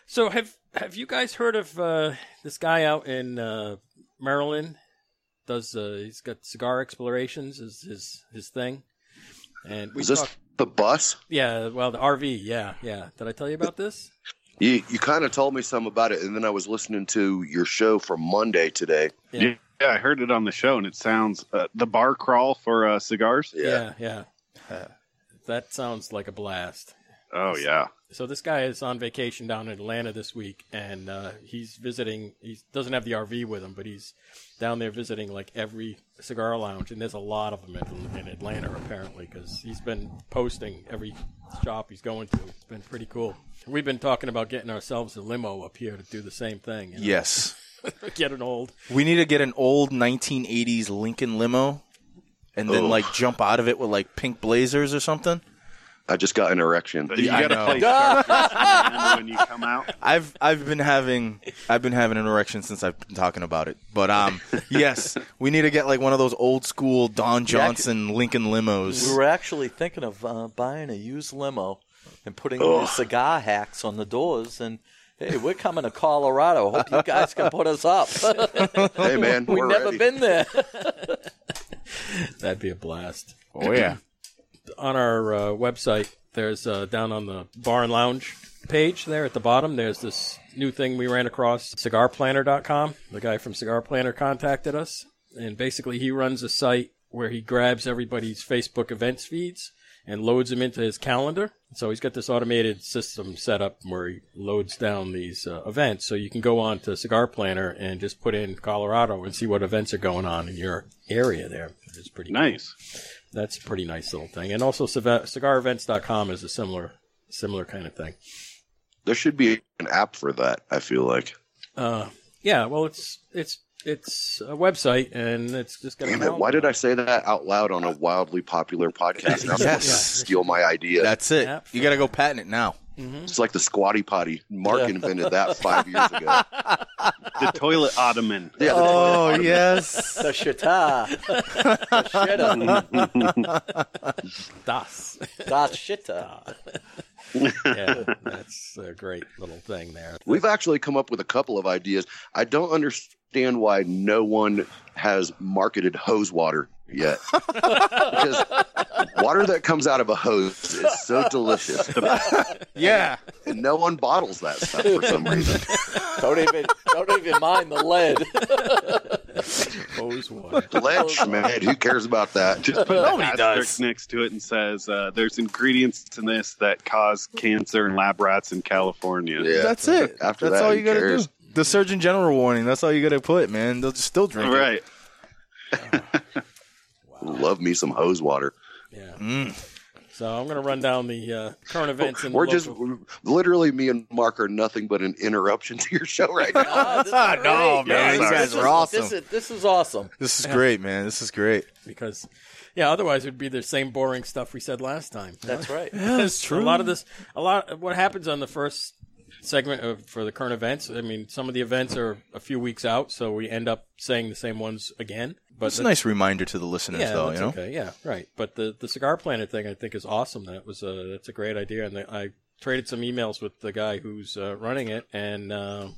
Speaker 1: so have have you guys heard of uh, this guy out in uh, Maryland? Does uh, he's got cigar explorations is his his thing? And we
Speaker 4: Is this
Speaker 1: talked-
Speaker 4: the bus?
Speaker 1: yeah, well the RV, yeah, yeah. Did I tell you about this?
Speaker 4: You you kind of told me some about it, and then I was listening to your show from Monday today.
Speaker 5: yeah. I heard it on the show, and it sounds uh, the bar crawl for uh, cigars.
Speaker 1: yeah.
Speaker 4: Uh.
Speaker 1: that sounds like a blast.
Speaker 5: Oh yeah,
Speaker 1: so this guy is on vacation down in Atlanta this week, and uh, he's visiting. He doesn't have the RV with him, but he's down there visiting like every cigar lounge, and there's a lot of them in, in Atlanta apparently because he's been posting every shop he's going to. It's been pretty cool. We've been talking about getting ourselves a limo up here to do the same thing. You know?
Speaker 2: Yes.
Speaker 1: get an old.
Speaker 2: We need to get an old 1980s
Speaker 4: Oh.
Speaker 2: Lincoln limo and then like jump out of it with like pink blazers or something.
Speaker 4: I just got an erection.
Speaker 5: But you
Speaker 2: I
Speaker 5: got to
Speaker 2: know.
Speaker 5: play Starfish Man when you come out.
Speaker 2: I've I've been having I've been having an erection since I've been talking about it. But um, yes, we need to get like one of those old school Don Johnson Lincoln
Speaker 3: We
Speaker 2: limos.
Speaker 3: were actually thinking of uh, buying a used limo and putting the cigar hacks on the doors. And hey, we're coming to Colorado. Hope you guys can put us up.
Speaker 4: Hey man,
Speaker 3: We've
Speaker 4: we're
Speaker 3: never
Speaker 4: ready.
Speaker 3: been there.
Speaker 1: That'd be a blast.
Speaker 2: Oh yeah,
Speaker 1: on our uh, website, there's uh, down on the bar and lounge page there at the bottom, there's this new thing we ran across cigarplanner.com. The guy from Cigar Planner contacted us, and basically, he runs a site where he grabs everybody's Facebook events feeds and loads them into his calendar. So he's got this automated system set up where he loads down these uh, events. So you can go on to Cigar Planner and just put in Colorado and see what events are going on in your area there. It's pretty cool
Speaker 5: Nice.
Speaker 1: that's a pretty nice little thing. And also civa- cigarevents.com is a similar similar kind of thing.
Speaker 4: There should be an app for that. I feel like.
Speaker 1: Uh, yeah, well it's it's it's a website and it's just got
Speaker 4: Damn it! Why did I say that out loud on a wildly popular podcast? Now I'm supposed to
Speaker 2: Yes.
Speaker 4: steal my idea.
Speaker 2: that's it.
Speaker 1: Yep.
Speaker 2: You gotta go patent it now.
Speaker 4: it's like the squatty potty. Mark invented that five years ago. Yeah,
Speaker 5: The toilet ottoman.
Speaker 4: the toilet
Speaker 2: Oh
Speaker 4: ottoman.
Speaker 2: yes,
Speaker 3: The shitta. The shitta.
Speaker 1: das?
Speaker 3: Das shitta.
Speaker 1: yeah, that's a great little thing there.
Speaker 4: We've actually come up with a couple of ideas. I don't understand why no one has marketed hose water yet. because water that comes out of a hose is so delicious.
Speaker 2: yeah.
Speaker 4: And no one bottles that stuff for some reason.
Speaker 3: Don't even, don't even mind the lead.
Speaker 1: Hose water.
Speaker 4: Ledge, man, who cares about that? Just
Speaker 5: Put an asterisk next to it and says uh, there's ingredients in this that cause cancer in lab rats in California.
Speaker 4: Yeah.
Speaker 2: That's it.
Speaker 4: After
Speaker 2: that's
Speaker 4: that,
Speaker 2: all
Speaker 4: who
Speaker 2: you gotta
Speaker 4: cares?
Speaker 2: do. The Surgeon General warning. That's all you gotta put, man. They'll just still drink. it.
Speaker 5: Right.
Speaker 4: love me some hose water.
Speaker 1: Yeah. So I'm gonna run down the uh, current events. and
Speaker 4: Mm. Oh, We're
Speaker 1: local-
Speaker 4: just literally me and Mark are nothing but an interruption to your show right now.
Speaker 3: Ah, this is
Speaker 2: Ah, no,
Speaker 3: great.
Speaker 2: man,
Speaker 5: you
Speaker 3: This
Speaker 2: guys
Speaker 3: is-
Speaker 2: are awesome.
Speaker 3: This is, this is awesome.
Speaker 2: This is great, man. This is great.
Speaker 1: because, yeah, otherwise it'd be the same boring stuff we said last time.
Speaker 3: That's right.
Speaker 2: That's true.
Speaker 1: A lot of this, a lot of what happens on the first segment of, for the current events. I mean, some of the events are a few weeks out, so we end up saying the same ones again. But
Speaker 2: It's a nice reminder to the listeners,
Speaker 1: yeah,
Speaker 2: though.
Speaker 1: that's
Speaker 2: You know,
Speaker 1: okay. Yeah, right. But the the cigar planet thing, I think, is awesome. That was a that's a great idea, and I traded some emails with the guy who's uh, running it, and. Uh,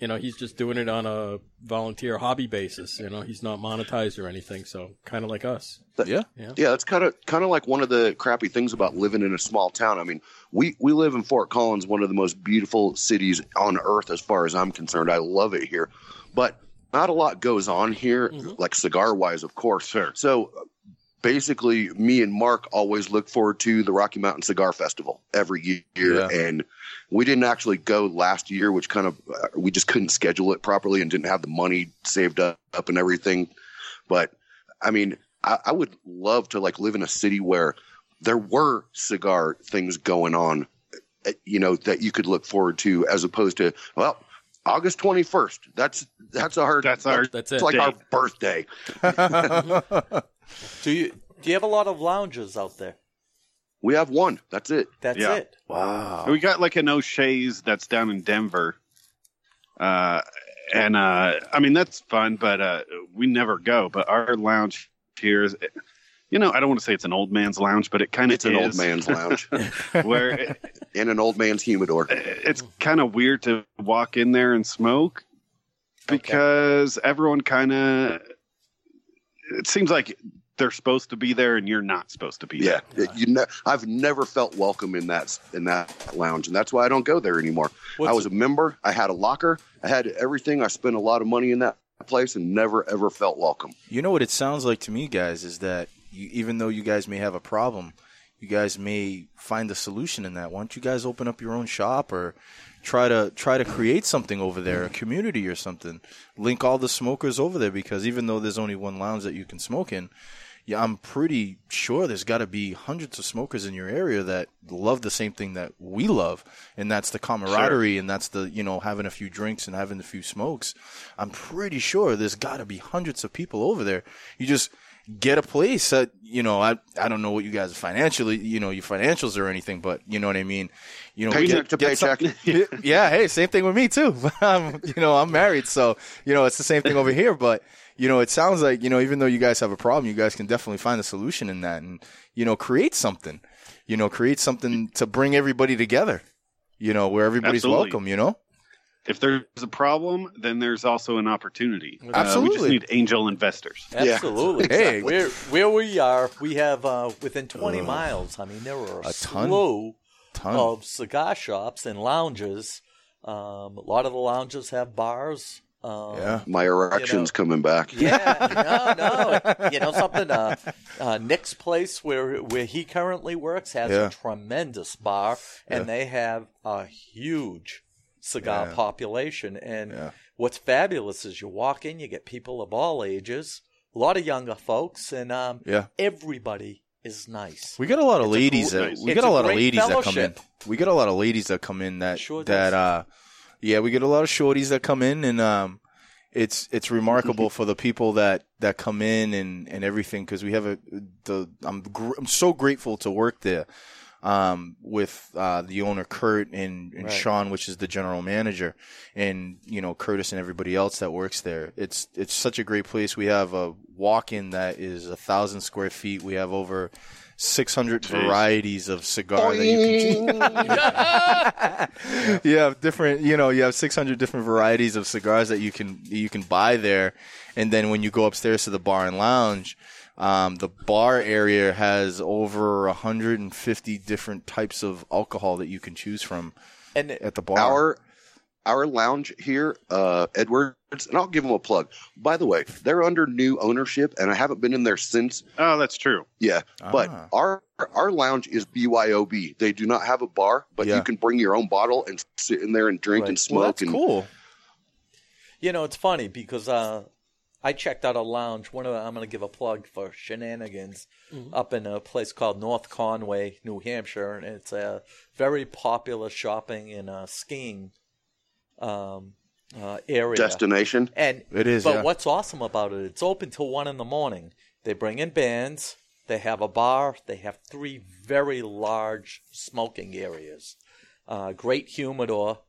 Speaker 1: you know, he's just doing it on a volunteer hobby basis. You know, he's not monetized or anything, so kind of like us.
Speaker 2: yeah.
Speaker 4: Yeah, that's kind of kind of like one of the crappy things about living in a small town. I mean, we we live in Fort Collins, one of the most beautiful cities on earth, as far as I'm concerned. I love it here, but not a lot goes on here, like cigar wise, of course.
Speaker 5: Sure.
Speaker 4: So uh, basically, me and Mark always look forward to the Rocky Mountain Cigar Festival every year,
Speaker 2: Yeah.
Speaker 4: and we didn't actually go last year, which kind of uh, we just couldn't schedule it properly and didn't have the money saved up, up and everything. But I mean, I, I would love to like live in a city where there were cigar things going on, eh, you know, that you could look forward to, as opposed to well, August twenty first. That's that's our
Speaker 5: That's our
Speaker 1: That's it.
Speaker 4: it's like our
Speaker 5: date.
Speaker 4: birthday.
Speaker 3: Do you do you have a lot of lounges out there?
Speaker 4: We have one. That's it.
Speaker 3: That's
Speaker 5: Yeah.
Speaker 3: it.
Speaker 2: Wow.
Speaker 5: We got like an O'Shea's that's down in Denver. Uh, and uh, I mean, that's fun, but uh, we never go. But our lounge here is, you know, I don't want to say it's an old man's lounge, but it kind of
Speaker 4: It's an old man's lounge
Speaker 5: Where it,
Speaker 4: and an old man's humidor.
Speaker 5: it's kind of weird to walk in there and smoke because everyone kind of, it seems like they're supposed to be there and you're not supposed to be
Speaker 4: Yeah,
Speaker 5: there.
Speaker 4: It- you know, I've never felt welcome in that in that lounge, and that's why I don't go there anymore.
Speaker 3: What's-
Speaker 4: I was a member. I had a locker. I had everything. I spent a lot of money in that place, and never ever felt welcome.
Speaker 2: You know what it sounds like to me, guys, is that you, even though you guys may have a problem, you guys may find a solution in that. Why don't you guys open up your own shop or try to try to create something over there, a community or something? Link all the smokers over there because even though there's only one lounge that you can smoke in, yeah, I'm pretty sure there's got to be hundreds of smokers in your area that love the same thing that we love, and that's the camaraderie, and that's the you know having a few drinks and having a few smokes. I'm pretty sure there's got to be hundreds of people over there. You just get a place. Uh, you know, I I don't know what you guys financially, you know, your financials or anything, but you know what I mean. You know,
Speaker 4: Paycheck
Speaker 2: get-
Speaker 4: to
Speaker 2: get some-
Speaker 4: paycheck.
Speaker 2: yeah, hey, same thing with me too. um, you know, I'm married, so you know it's the same thing over here. But you know, it sounds like you know, even though you guys have a problem, you guys can definitely find a solution in that, and you know, create something. You know, create something to bring everybody together. You know, where everybody's
Speaker 5: Absolutely.
Speaker 2: welcome. You know,
Speaker 5: If there's a problem, then there's also an opportunity. Uh, we just
Speaker 2: Absolutely.
Speaker 5: need angel investors.
Speaker 4: Yeah.
Speaker 3: Absolutely.
Speaker 2: Hey.
Speaker 3: Where where we are, we have uh, within 20 miles. I mean, there are a,
Speaker 2: A ton.
Speaker 3: slew
Speaker 2: ton.
Speaker 3: of cigar shops and lounges. Um, a lot of the lounges have bars. Um,
Speaker 2: yeah,
Speaker 4: My erection's coming back.
Speaker 3: Yeah, no, no. You know something? Uh, uh, Nick's place where where he currently works has
Speaker 2: Yeah.
Speaker 3: a tremendous bar, and
Speaker 2: Yeah.
Speaker 3: they have a huge cigar
Speaker 2: Yeah.
Speaker 3: population. And
Speaker 2: Yeah.
Speaker 3: what's fabulous is you walk in, you get people of all ages, a lot of younger folks, and um,
Speaker 2: yeah.
Speaker 3: everybody is nice.
Speaker 2: We got a lot of
Speaker 5: It's a
Speaker 2: ladies.
Speaker 5: gr-
Speaker 2: that,
Speaker 5: nice.
Speaker 2: We
Speaker 3: It's
Speaker 2: got a
Speaker 3: a
Speaker 2: lot of
Speaker 3: great
Speaker 2: ladies that come in.
Speaker 3: fellowship.
Speaker 2: We got a lot of ladies that come in that
Speaker 3: Sure does.
Speaker 2: that uh, yeah, we get a lot of shorties that come in, and um, it's it's remarkable for the people that that come in and and everything because we have a the I'm gr- I'm so grateful to work there. Um, with uh, the owner Kurt and, and
Speaker 3: Right.
Speaker 2: Sean, which is the general manager, and you know Curtis and everybody else that works there. It's it's such a great place. We have a walk-in that is a thousand square feet. We have over six hundred varieties of cigar that you can. you have different, you know, you have six hundred different varieties of cigars that you can you can buy there, and then when you go upstairs to the bar and lounge. Um, the bar area has over 150 different types of alcohol that you can choose from
Speaker 3: And
Speaker 2: at the bar.
Speaker 4: Our our lounge here, uh, Edwards, and I'll give them a plug. By the way, they're under new ownership, and I haven't been in there since.
Speaker 5: Oh, that's true.
Speaker 4: Yeah, but
Speaker 2: Ah.
Speaker 4: our our lounge is BYOB. They do not have a bar, but
Speaker 2: Yeah.
Speaker 4: you can bring your own bottle and sit in there and drink
Speaker 3: Right.
Speaker 4: and
Speaker 2: well,
Speaker 4: smoke.
Speaker 2: that's
Speaker 4: and
Speaker 2: cool.
Speaker 3: You know, it's funny because uh, I checked out a lounge. One of the, I'm going to give a plug for Shenanigans up in a place called North Conway, New Hampshire, and it's a very popular shopping and uh, skiing um, uh, area.
Speaker 4: destination.
Speaker 3: And
Speaker 2: It is,
Speaker 3: But
Speaker 2: yeah.
Speaker 3: what's awesome about it? It's open till one in the morning. They bring in bands. They have a bar. They have three very large smoking areas. Uh, great humidor,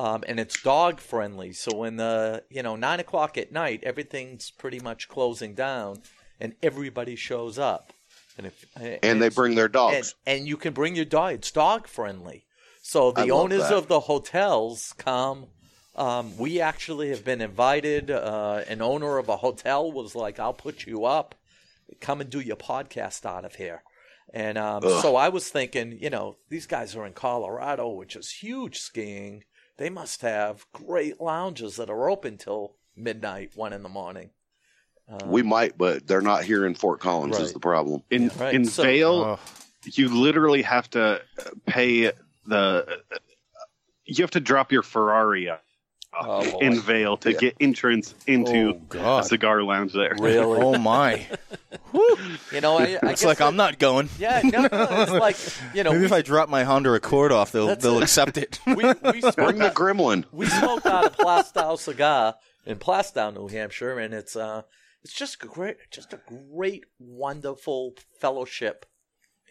Speaker 3: um, and it's dog friendly. So when the you know nine o'clock at night, everything's pretty much closing down, and everybody shows up. And if
Speaker 4: And they
Speaker 3: it's-
Speaker 4: bring their dogs.
Speaker 3: and, and you can bring your dog. It's dog friendly. So
Speaker 4: I
Speaker 3: the
Speaker 4: love
Speaker 3: owners
Speaker 4: that.
Speaker 3: of the hotels come. Um, we actually have been invited. Uh, an owner of a hotel was like, "I'll put you up. Come and do your podcast out of here." And um,
Speaker 4: Ugh.
Speaker 3: so I was thinking, you know, these guys are in Colorado, which is huge skiing. They must have great lounges that are open till midnight, one in the morning.
Speaker 4: we might, but they're not here in Fort Collins. Is
Speaker 3: Right.
Speaker 4: the problem?
Speaker 5: In
Speaker 3: right.
Speaker 5: in
Speaker 3: So-
Speaker 5: Vail,
Speaker 2: Oh,
Speaker 5: you literally have to uh, pay the. You have to drop your Ferrari off
Speaker 4: Uh,
Speaker 3: Oh, boy.
Speaker 5: in Vale to get entrance
Speaker 2: oh,
Speaker 5: into a
Speaker 2: God.
Speaker 5: cigar lounge there.
Speaker 3: Really,
Speaker 2: oh my!
Speaker 3: you know, I, I
Speaker 2: It's
Speaker 3: guess
Speaker 2: like
Speaker 3: that-
Speaker 2: I'm not going.
Speaker 3: Yeah, no, no, it's like you know,
Speaker 2: Maybe
Speaker 3: we
Speaker 2: if I drop my Honda Accord off, they'll
Speaker 3: That's
Speaker 2: they'll
Speaker 3: it.
Speaker 2: accept it.
Speaker 3: we, we
Speaker 4: Bring
Speaker 3: smoked
Speaker 4: the
Speaker 3: out,
Speaker 4: gremlin.
Speaker 3: we smoked out a Plastow cigar in Plastow, New Hampshire, and it's uh, it's just great, just a great, wonderful fellowship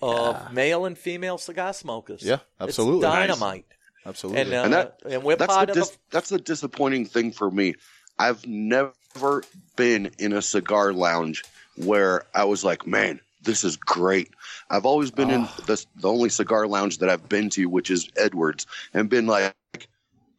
Speaker 3: of male and female cigar smokers.
Speaker 2: Yeah,
Speaker 3: It's
Speaker 2: absolutely. Nice.
Speaker 3: dynamite.
Speaker 2: Absolutely.
Speaker 3: And, uh,
Speaker 4: And that-
Speaker 3: and we're
Speaker 4: that's the
Speaker 3: part of.
Speaker 4: dis- that's the disappointing thing for me. I've never been in a cigar lounge where I was like, man, this is great. I've always been in the the only cigar lounge that I've been to, which is Edwards, and been like.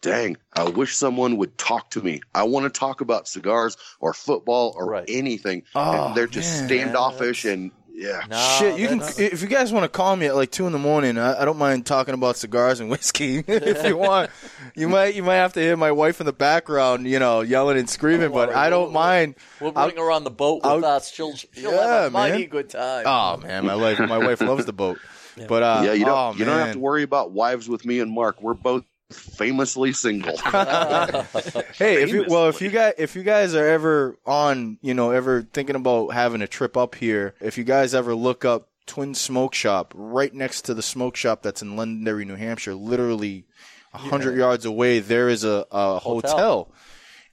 Speaker 4: Dang, I wish someone would talk to me. I want to talk about cigars or football or
Speaker 3: Right.
Speaker 4: anything.
Speaker 2: Oh,
Speaker 4: and they're just
Speaker 2: man.
Speaker 4: standoffish and yeah.
Speaker 3: a, no,
Speaker 2: Shit, you can
Speaker 3: that's-
Speaker 2: if you guys want to call me at like two in the morning. I, I don't mind talking about cigars and whiskey if you want. you might you might have to hear my wife in the background, you know, yelling and
Speaker 3: Oh,
Speaker 2: screaming, but I don't mind.
Speaker 3: We'll bring her on the boat with
Speaker 2: I'll-
Speaker 3: us. She'll she'll
Speaker 2: Yeah,
Speaker 3: have a mighty
Speaker 2: man.
Speaker 3: good time.
Speaker 2: Oh man, my wife my wife loves the boat, but uh,
Speaker 4: yeah, you don't
Speaker 2: oh,
Speaker 4: you don't have
Speaker 2: man.
Speaker 4: to worry about wives with me and Mark. We're both famously single.
Speaker 2: Hey, if you, well, if you guys if you guys are ever on, you know, ever thinking about having a trip up here, if you guys ever look up Twin Smoke Shop, right next to the smoke shop that's in Londonderry, New Hampshire, literally a hundred yards away, there is a, a hotel.
Speaker 3: Hotel.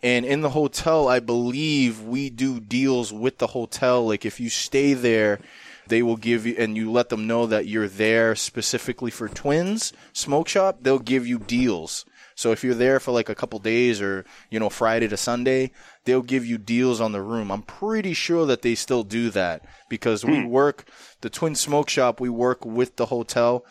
Speaker 2: And in the hotel, I believe we do deals with the hotel. Like if you stay there, they will give you, and you let them know that you're there specifically for Twins Smoke Shop. They'll give you deals. So if you're there for like a couple days or, you know, Friday to Sunday, they'll give you deals on the room. I'm pretty sure that they still do that because we work the Twin Smoke Shop, we work with the hotel.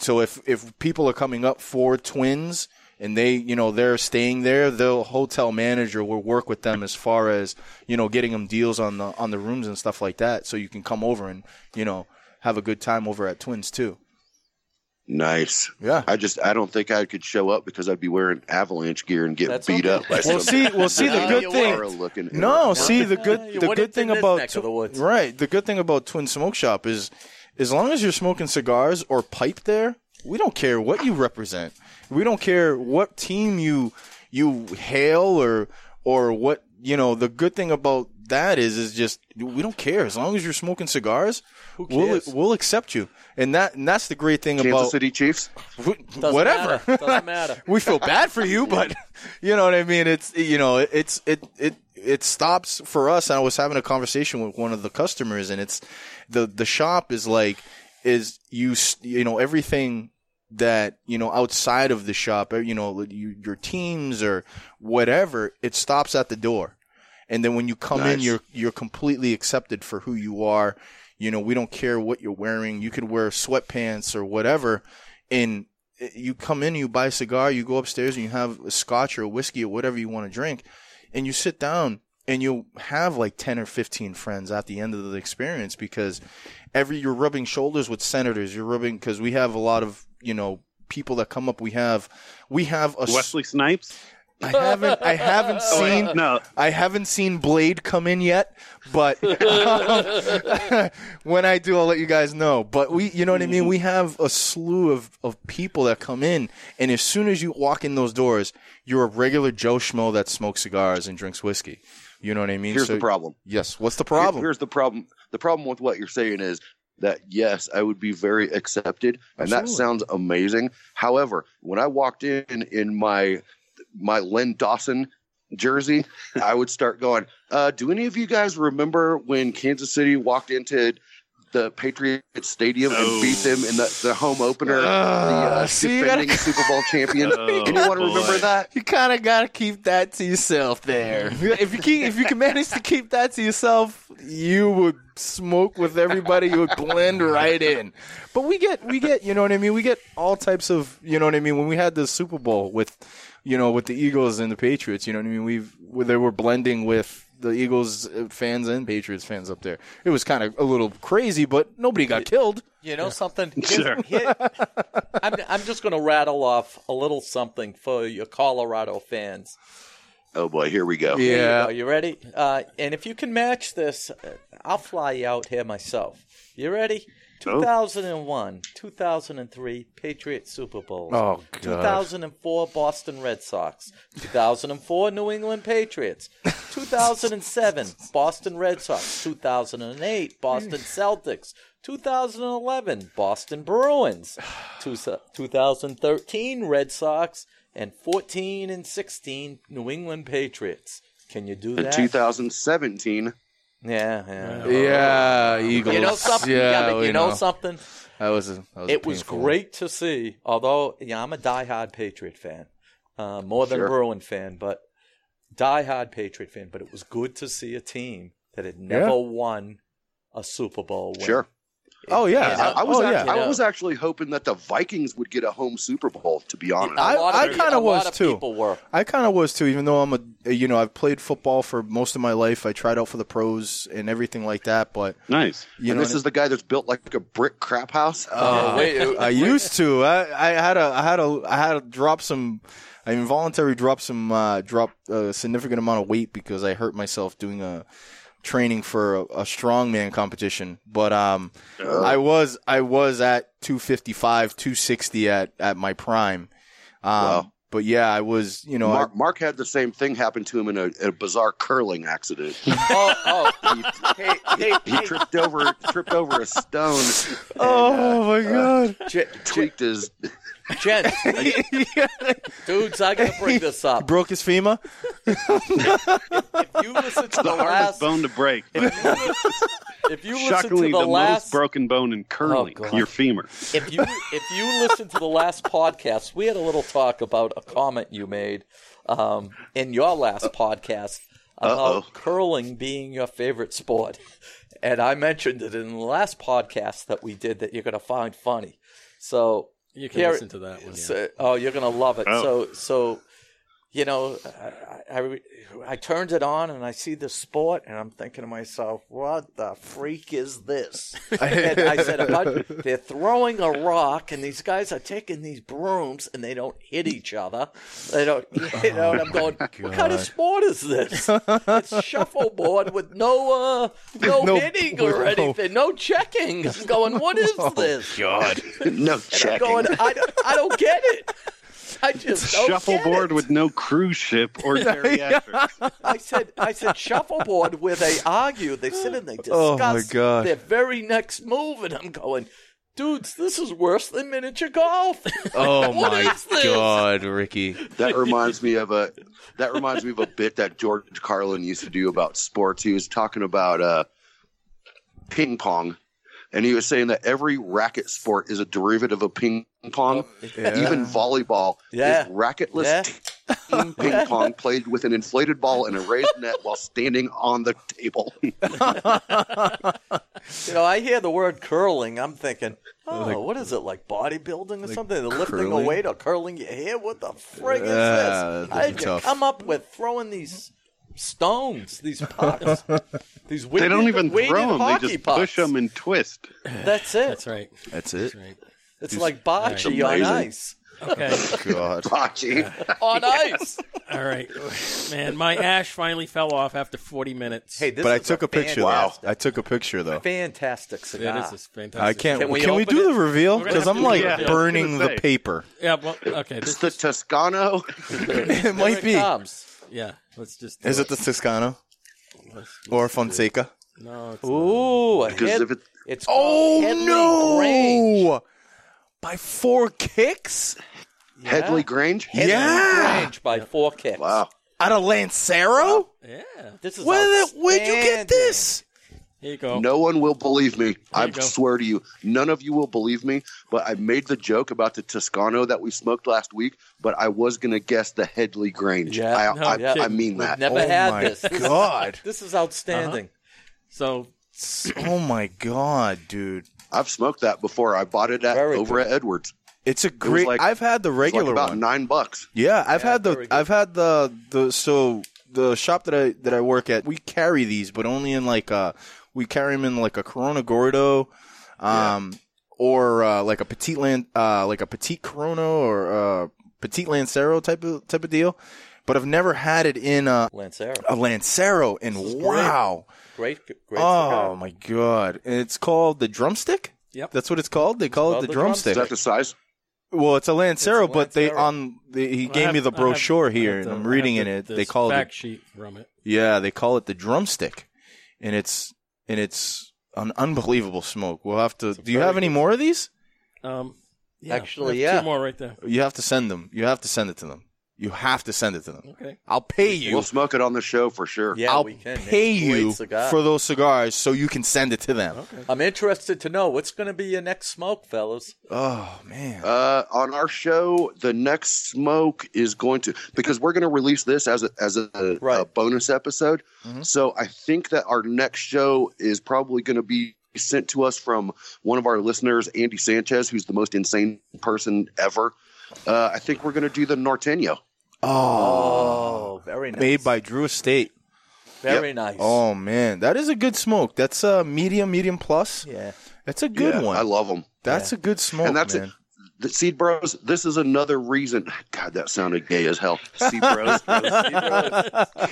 Speaker 2: So if if people are coming up for twins and they, you know, they're staying there, the hotel manager will work with them as far as, you know, getting them deals on the on the rooms and stuff like that so you can come over and, you know, have a good time over at Twins too.
Speaker 4: Nice.
Speaker 2: Yeah.
Speaker 4: I just I don't think I could show up because I'd be wearing avalanche gear and get
Speaker 3: That's
Speaker 4: beat
Speaker 3: okay.
Speaker 4: up. By
Speaker 2: Well,
Speaker 4: some
Speaker 2: see, well, see the
Speaker 3: No,
Speaker 2: good
Speaker 3: you
Speaker 2: thing.
Speaker 3: won't.
Speaker 4: looking.
Speaker 2: No, see the good
Speaker 3: You
Speaker 2: the
Speaker 3: wouldn't
Speaker 2: good
Speaker 3: in
Speaker 2: thing
Speaker 3: this
Speaker 2: about
Speaker 3: neck of the woods.
Speaker 2: right the good thing about Twin Smoke Shop is as long as you're smoking cigars or pipe there, we don't care what you represent. We don't care what team you you hail or or what you know. The good thing about that is is just we don't care as long as you're smoking cigars. We'll
Speaker 3: cares?
Speaker 2: we'll accept you, and that and that's the great thing
Speaker 4: Kansas
Speaker 2: about
Speaker 4: City Chiefs.
Speaker 2: wh-
Speaker 3: Doesn't
Speaker 2: whatever
Speaker 3: matter. Doesn't matter.
Speaker 2: we feel bad for you, but you know what I mean. It's you know, it's it it it stops for us. I was having a conversation with one of the customers, and it's the the shop is like is you s- you know everything that you know outside of the shop, uh, you know you, your teams or whatever, it stops at the door, and then when you come in,
Speaker 4: Nice.
Speaker 2: you're you're completely accepted for who you are. You know, we don't care what you're wearing. You could wear sweatpants or whatever, and eh, you come in, you buy a cigar, you go upstairs and you have a scotch or a whiskey or whatever you want to drink, and you sit down and you'll have like 10 or 15 friends at the end of the experience because every you're rubbing shoulders with senators you're rubbing because we have a lot of you know people that come up we have we have a s-
Speaker 5: Wesley Snipes?
Speaker 2: i haven't i haven't
Speaker 5: Oh, wait,
Speaker 2: seen
Speaker 5: no.
Speaker 2: I haven't seen Blade come in yet, but um, when I do, I'll let you guys know. But we, you know what I mean? We have a slew of, of people that come in, and as soon as you walk in those doors, you're a regular Joe Schmo that smokes cigars and drinks whiskey. You know what I mean?
Speaker 4: Here's
Speaker 2: So-
Speaker 4: the problem.
Speaker 2: Yes. What's the
Speaker 4: Here-
Speaker 2: problem?
Speaker 4: Here's the problem. The problem with what you're saying is that yes, I would be very accepted, and that
Speaker 2: Absolutely.
Speaker 4: sounds amazing. However, when I walked in in my my Len Dawson jersey, I would start going. Uh, do any of you guys remember when Kansas City walked into the Patriots Stadium and
Speaker 5: Oh.
Speaker 4: beat them in the, the home opener, the
Speaker 2: Ah,
Speaker 4: uh,
Speaker 2: see, you
Speaker 4: defending
Speaker 2: gotta-
Speaker 4: Super Bowl champion?
Speaker 5: Oh,
Speaker 4: Anyone remember
Speaker 5: boy.
Speaker 4: that?
Speaker 2: you kind of gotta keep that to yourself there. if you keep, if you can manage to keep that to yourself, you would smoke with everybody. You would blend right in. But we get, we get, you know what I mean. We get all types of, you know what I mean. When we had the Super Bowl with, you know, with the Eagles and the Patriots, you know what I mean. We've where they were blending with the Eagles uh, fans and Patriots fans up there. It was kind of a little crazy, but nobody got killed.
Speaker 3: You know something?
Speaker 5: Sure.
Speaker 3: Here- I'm, I'm just going to rattle off a little something for your Colorado fans.
Speaker 4: Oh boy, here we go.
Speaker 3: Here you go. You ready? Uh, and if you can match this, uh, I'll fly you out here myself. You ready? 2001, 2003, Patriot Super Bowl.
Speaker 2: Oh, God.
Speaker 3: 2004, Boston Red Sox. 2004, New England Patriots. 2007, Boston Red Sox. 2008, Boston Celtics. 2011, Boston Bruins. Two- 2013, Red Sox. And 14 and 16, New England Patriots. Can you do
Speaker 4: In
Speaker 3: that?
Speaker 4: 2017,
Speaker 3: Yeah, yeah.
Speaker 2: Yeah, Eagles.
Speaker 3: You know something?
Speaker 2: Yeah,
Speaker 3: Yeah, but
Speaker 2: we
Speaker 3: you know, something?
Speaker 2: That was a, that was a
Speaker 3: It was
Speaker 2: painful one.
Speaker 3: great to see. Although, yeah, I'm a diehard Patriot fan, uh, more than
Speaker 4: Sure.
Speaker 3: Bruin fan, but diehard Patriot fan. But it was good to see a team that had never
Speaker 2: Yeah.
Speaker 3: won a Super Bowl. Win.
Speaker 4: sure.
Speaker 2: Oh yeah,
Speaker 3: You know,
Speaker 4: I was
Speaker 2: oh,
Speaker 4: act-
Speaker 2: yeah.
Speaker 3: You
Speaker 4: I
Speaker 3: know.
Speaker 4: was actually hoping that the Vikings would get a home Super Bowl. To be honest,
Speaker 2: I-
Speaker 3: A lot
Speaker 2: I
Speaker 3: of-
Speaker 2: kinda
Speaker 3: a lot
Speaker 2: was
Speaker 3: of
Speaker 2: too.
Speaker 3: People were.
Speaker 2: I kind of was too, even though I'm a you know I've played football for most of my life. I tried out for the pros and everything like that, but
Speaker 5: Nice.
Speaker 2: you
Speaker 4: and
Speaker 2: know
Speaker 4: this is the guy that's built like a brick crap house. Uh,
Speaker 3: Oh, wait,
Speaker 2: I used to. I, I had a I had a I had to drop some. I involuntarily dropped some uh, drop a significant amount of weight because I hurt myself doing a training for a, a strongman competition. But um, I was I was at 255, 260 at at my prime. Um,
Speaker 4: Wow.
Speaker 2: But yeah, I was you know I-
Speaker 4: Mark, Mark had the same thing happen to him in a, a bizarre curling accident. He,
Speaker 3: oh, oh,
Speaker 4: hey, hey, he tripped over tripped over a stone. and,
Speaker 2: Oh my
Speaker 4: uh,
Speaker 2: god!
Speaker 4: tweaked his
Speaker 3: Gents, dudes, I gotta bring this up.
Speaker 2: Broke his femur.
Speaker 3: If you listen to the
Speaker 5: the hardest
Speaker 3: last,
Speaker 5: bone to break. But
Speaker 3: if you listen to
Speaker 5: shockingly,
Speaker 3: the
Speaker 5: the,
Speaker 3: last Oh,
Speaker 5: most broken bone in curling,
Speaker 3: God.
Speaker 5: your femur.
Speaker 3: if you if you listen to the last podcast, we had a little talk about a comment you made um, in your last podcast about
Speaker 4: Uh-oh.
Speaker 3: curling being your favorite sport, and I mentioned it in the last podcast that we did that you're going to find funny. So
Speaker 1: You can
Speaker 3: Here-
Speaker 1: listen to that one. Yeah.
Speaker 3: so, oh, you're gonna love it.
Speaker 5: Oh.
Speaker 3: So, so, you know, I, I re- I turned it on and I see this sport and I'm thinking to myself, what the freak is this? and I said, about, they're throwing a rock and these guys are taking these brooms and they don't hit each other. They don't, you know.
Speaker 1: Oh
Speaker 3: and I'm going, what kind of sport is this? It's shuffleboard with no, uh, no,
Speaker 2: No-
Speaker 3: hitting or
Speaker 2: with no-
Speaker 3: anything, no checking. I'm going, what is this?
Speaker 4: no
Speaker 3: I'm
Speaker 4: checking.
Speaker 3: going, I don't, I don't get it. I just don't get
Speaker 5: Shuffleboard
Speaker 3: it.
Speaker 5: with no cruise ship or geriatrics.
Speaker 3: I said, I said shuffleboard where they argue, they sit and they discuss
Speaker 2: Oh, my gosh.
Speaker 3: their very next move, and I'm going, dudes, this is worse than miniature golf.
Speaker 2: Oh
Speaker 3: What
Speaker 2: my
Speaker 3: is this?
Speaker 2: god, Ricky.
Speaker 4: That reminds me of a that reminds me of a bit that George Carlin used to do about sports. He was talking about uh, ping pong, and he was saying that every racket sport is a derivative of ping pong. Even volleyball
Speaker 3: Yeah.
Speaker 4: is racketless
Speaker 3: Yeah.
Speaker 4: team ping pong played with an inflated ball and a raised net while standing on the table.
Speaker 3: You know, I hear the word curling, I'm thinking, oh, what is it like bodybuilding or something? They're lifting a
Speaker 2: curling?
Speaker 3: weight or curling your hair? What the frig
Speaker 2: Yeah,
Speaker 3: is this?
Speaker 2: that'd
Speaker 3: How
Speaker 2: be
Speaker 3: did you
Speaker 2: tough.
Speaker 3: come up with throwing these stones, these pucks, these weighted,
Speaker 5: they don't even
Speaker 3: weighted
Speaker 5: throw them;
Speaker 3: hockey
Speaker 5: they just
Speaker 3: pucks.
Speaker 5: push them and twist.
Speaker 3: That's it.
Speaker 1: That's right.
Speaker 2: That's it.
Speaker 1: That's right.
Speaker 3: It's like bocce on
Speaker 4: Amazing.
Speaker 3: ice.
Speaker 1: Okay.
Speaker 2: God.
Speaker 4: Bocce.
Speaker 3: On ice.
Speaker 1: All right. Man, my ash finally fell off after 40 minutes.
Speaker 3: Hey, this
Speaker 2: but I
Speaker 3: is
Speaker 2: took a, picture. Wow.
Speaker 3: Fantastic,
Speaker 2: I took a picture though.
Speaker 3: fantastic cigar.
Speaker 1: that is is fantastic.
Speaker 2: I can't.
Speaker 3: Can
Speaker 2: Can
Speaker 3: we
Speaker 2: we,
Speaker 3: open
Speaker 2: do
Speaker 3: it?
Speaker 2: the reveal?
Speaker 1: gonna
Speaker 2: Because
Speaker 1: have
Speaker 2: I'm
Speaker 1: to-
Speaker 2: like
Speaker 1: yeah, I was
Speaker 2: burning
Speaker 5: gonna
Speaker 2: the
Speaker 5: say.
Speaker 2: paper.
Speaker 1: Yeah, well, okay.
Speaker 4: It's
Speaker 1: This,
Speaker 4: the Toscano.
Speaker 2: it
Speaker 3: Here
Speaker 2: might
Speaker 3: it
Speaker 2: be.
Speaker 3: comes.
Speaker 1: yeah, let's just. do
Speaker 2: Is it the Toscano
Speaker 1: Let's-
Speaker 2: or Fonseca?
Speaker 1: No, it's
Speaker 3: Ooh, a
Speaker 4: Because
Speaker 3: head-
Speaker 4: if it, Oh,
Speaker 3: it's called Henley Grange.
Speaker 2: Oh, By four kicks
Speaker 4: Headley Grange.
Speaker 3: Henley
Speaker 2: Yeah.
Speaker 3: Grange by four kicks.
Speaker 4: Wow.
Speaker 2: out of Lancero?
Speaker 1: not. Yeah.
Speaker 3: This is
Speaker 2: Where the, where'd you
Speaker 3: outstanding.
Speaker 2: get this?
Speaker 1: Here you go.
Speaker 4: No one will believe me. I
Speaker 1: Oh. you go.
Speaker 4: swear to you, none of you will believe me. But I made the joke about the Toscano that we smoked last week. But I was gonna guess the Headley Grange.
Speaker 3: Yeah,
Speaker 4: I,
Speaker 1: no
Speaker 4: I,
Speaker 1: kidding.
Speaker 4: I mean that.
Speaker 3: Never
Speaker 2: oh
Speaker 3: had
Speaker 2: my
Speaker 3: this. This is-
Speaker 2: god! Uh-huh.
Speaker 3: This is outstanding.
Speaker 1: So
Speaker 2: oh my god, dude!
Speaker 4: I've smoked that before. I bought it at
Speaker 3: Very
Speaker 4: over
Speaker 3: good.
Speaker 4: at Edwards.
Speaker 2: It's a great.
Speaker 4: like-
Speaker 2: I've had the
Speaker 4: It's like
Speaker 2: regular
Speaker 4: about
Speaker 2: one.
Speaker 4: nine bucks.
Speaker 2: Yeah, I've had
Speaker 3: very
Speaker 2: the
Speaker 3: good.
Speaker 2: I've had the the so the shop that I that I work at we carry these, but only in like uh we carry them in like a Corona Gordo, um or uh, like a petite land uh like a petite Corona or uh petite Lancero type of type of deal. But I've never had it in a,
Speaker 3: Lancero.
Speaker 2: a Lancero, and wow,
Speaker 3: Great, great
Speaker 2: oh
Speaker 3: cigar.
Speaker 2: my god! And it's called the drumstick.
Speaker 1: Yep.
Speaker 2: that's what it's called. They call it
Speaker 3: called
Speaker 2: the
Speaker 3: the
Speaker 4: Is
Speaker 2: drumstick.
Speaker 4: that the size?
Speaker 2: Well, it's a Lancero, but they
Speaker 3: Lancero.
Speaker 2: on the, he
Speaker 1: I
Speaker 2: gave me
Speaker 1: have-
Speaker 2: the
Speaker 1: I have-
Speaker 2: brochure
Speaker 1: I have
Speaker 2: here,
Speaker 1: the-
Speaker 2: and I'm
Speaker 1: I
Speaker 2: reading
Speaker 1: have
Speaker 2: in
Speaker 1: the-
Speaker 2: it.
Speaker 1: this
Speaker 2: They call
Speaker 1: fact
Speaker 2: it
Speaker 1: sheet from it.
Speaker 2: the, yeah, they call it the drumstick, and it's and it's an unbelievable smoke. We'll have to. Do you have any more of these?
Speaker 1: Um, yeah,
Speaker 3: Actually,
Speaker 1: we have
Speaker 3: yeah.
Speaker 1: two more right there.
Speaker 2: You have to send them. You have to send it to them. You have to send it to them.
Speaker 1: Okay,
Speaker 2: I'll pay you.
Speaker 4: We'll smoke it on the show for sure.
Speaker 3: Yeah,
Speaker 2: I'll
Speaker 3: we can. It's a
Speaker 2: pay
Speaker 3: great
Speaker 2: you
Speaker 3: cigar.
Speaker 2: for those cigars so you can send it to them.
Speaker 3: I'm interested to know what's going to be your next smoke, fellas.
Speaker 2: Oh man,
Speaker 4: Uh, on our show, the next smoke is going to because we're going to release this as a as a, a
Speaker 3: Right.
Speaker 4: bonus episode.
Speaker 2: Mm-hmm.
Speaker 4: So I think that our next show is probably going to be sent to us from one of our listeners, Andy Sanchez, who's the most insane person ever. Uh, I think we're going to do the Norteño.
Speaker 3: Oh, very nice.
Speaker 2: made by Drew Estate.
Speaker 3: very nice.
Speaker 2: Oh man, that is a good smoke. That's a medium, medium plus.
Speaker 3: yeah.
Speaker 2: That's a good
Speaker 4: Yeah,
Speaker 2: one.
Speaker 4: I love them.
Speaker 2: That's a good smoke,
Speaker 4: and that's
Speaker 2: man.
Speaker 4: it. The Seed Bros, this is another reason. God, that sounded gay as hell. Seed Bros.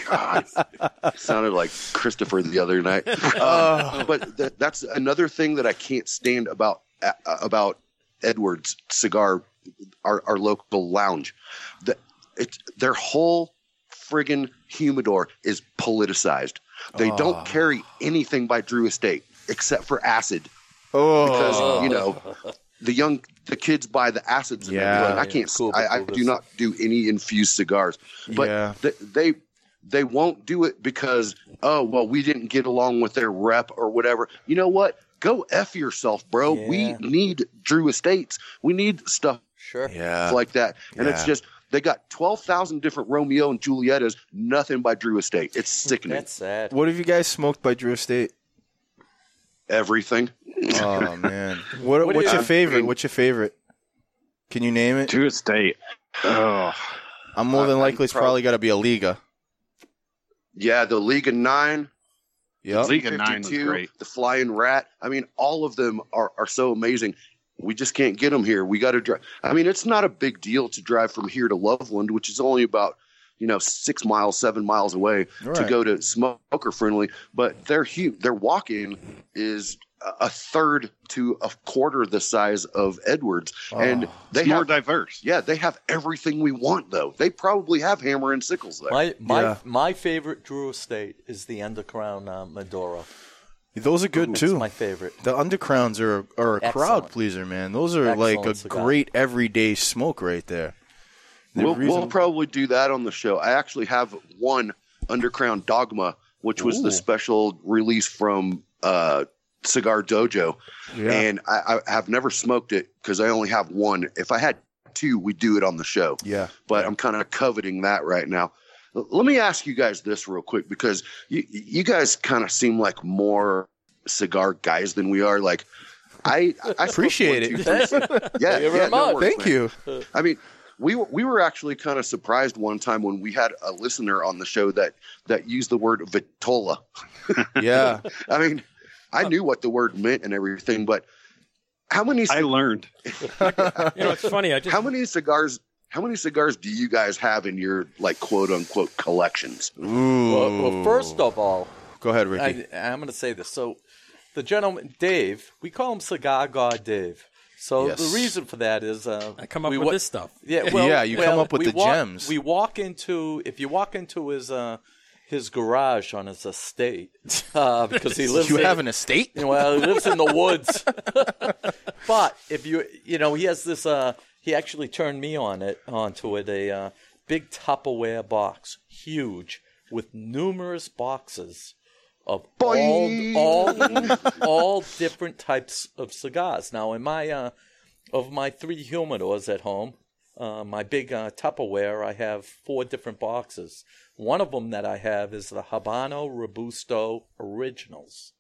Speaker 4: God, sounded like Christopher the other night. Uh, but th- that's another thing that I can't stand about uh, about Edwards Cigar, our, our local lounge. The, it's, their whole friggin' humidor is politicized. They don't carry anything by Drew Estate except for acid
Speaker 2: Oh,
Speaker 4: because you know the young the kids buy the acids. in it.
Speaker 2: Yeah.
Speaker 4: Like, I can't. s-
Speaker 3: Cool,
Speaker 4: I, I
Speaker 3: cool,
Speaker 4: do
Speaker 3: this-
Speaker 4: not do any infused cigars. But
Speaker 2: Yeah.
Speaker 4: th- they they won't do it because oh well we didn't get along with their rep or whatever. You know what? Go f yourself, bro.
Speaker 3: Yeah.
Speaker 4: We need Drew Estates. We need stuff
Speaker 3: Sure.
Speaker 2: Yeah.
Speaker 4: like that. And it's
Speaker 2: Yeah.
Speaker 4: just they got twelve thousand different Romeo and Julietas. Nothing by Drew Estate. It's sickening.
Speaker 3: That's sad.
Speaker 2: What have you guys smoked by Drew Estate?
Speaker 4: Everything.
Speaker 2: Oh man. What,
Speaker 1: What
Speaker 2: what's
Speaker 1: do
Speaker 2: your
Speaker 1: you-
Speaker 2: favorite? What's your favorite? Can you name it?
Speaker 5: Drew Estate. Oh,
Speaker 2: I'm more than
Speaker 4: I'm
Speaker 2: likely it's
Speaker 4: prob-
Speaker 2: probably got to be a Liga.
Speaker 4: Yeah, the League of Nine.
Speaker 2: Yep.
Speaker 5: Liga Nine was
Speaker 4: 52,
Speaker 5: great.
Speaker 4: The Flying Rat. I mean, all of them are, are so amazing. We just can't get them here. We got to drive. I mean, it's not a big deal to drive from here to Loveland, which is only about you know six miles, seven miles away, to
Speaker 2: Right.
Speaker 4: go to smoker friendly. But their hu Their walk in is a- a third to a quarter the size of Edwards, and they
Speaker 5: it's more
Speaker 4: have.
Speaker 5: diverse.
Speaker 4: yeah, they have everything we want, though. They probably have hammer and sickles there.
Speaker 3: My my
Speaker 2: Yeah.
Speaker 3: my favorite Drew Estate is the Underground um, Medora.
Speaker 2: Those are good
Speaker 3: It's
Speaker 2: too.
Speaker 3: my favorite.
Speaker 2: The undercrowns are are a crowd
Speaker 3: Excellent.
Speaker 2: pleaser, man. Those are like a
Speaker 3: Excellent cigar.
Speaker 2: great everyday smoke right there. The
Speaker 4: We'll,
Speaker 2: reason-
Speaker 4: we'll probably do that on the show. I actually have one Underground Dogma, which was the special release from uh, Cigar Dojo,
Speaker 2: Yeah.
Speaker 4: and I, I have never smoked it because I only have one. If I had two, we'd do it on the show.
Speaker 2: yeah.
Speaker 4: But I'm kind of coveting that right now. L- Let me ask you guys this real quick because you you guys kind of seem like more cigar guys than we are. Like I, I
Speaker 2: Appreciate it.
Speaker 4: Yeah,
Speaker 3: Thank you very
Speaker 4: yeah, no
Speaker 3: much.
Speaker 4: worries,
Speaker 2: Thank
Speaker 4: man.
Speaker 2: you.
Speaker 4: I mean, we were, we were actually kind of surprised one time when we had a listener on the show that that used the word vitola.
Speaker 2: Yeah.
Speaker 4: I mean, I knew what the word meant and everything, but how many
Speaker 5: I learned.
Speaker 1: You know, it's funny. I just
Speaker 4: how many cigars how many cigars do you guys have in your like quote unquote collections?
Speaker 2: Ooh.
Speaker 3: Well, well, first of all,
Speaker 2: go ahead, Ricky.
Speaker 3: I, I'm going to say this. So, the gentleman Dave, we call him Cigar God Dave. So
Speaker 2: Yes.
Speaker 3: the reason for that is uh,
Speaker 1: I come up
Speaker 3: we
Speaker 1: with
Speaker 3: wa-
Speaker 1: this stuff.
Speaker 3: Yeah, well,
Speaker 2: Yeah, you come
Speaker 3: well,
Speaker 2: up with
Speaker 3: we
Speaker 2: the
Speaker 3: walk-
Speaker 2: gems.
Speaker 3: We walk into if you walk into his uh, his garage on his estate uh, because he lives.
Speaker 2: you
Speaker 3: in,
Speaker 2: have an estate?
Speaker 3: well, he lives in the woods. but if you you know, he has this uh he actually turned me on it onto it a uh, big Tupperware box, huge, with numerous boxes of
Speaker 4: Boing.
Speaker 3: all all all different types of cigars. Now in my uh of my three humidors at home, uh, my big uh, Tupperware, I have four different boxes. One of them that I have is the Habano Robusto Originals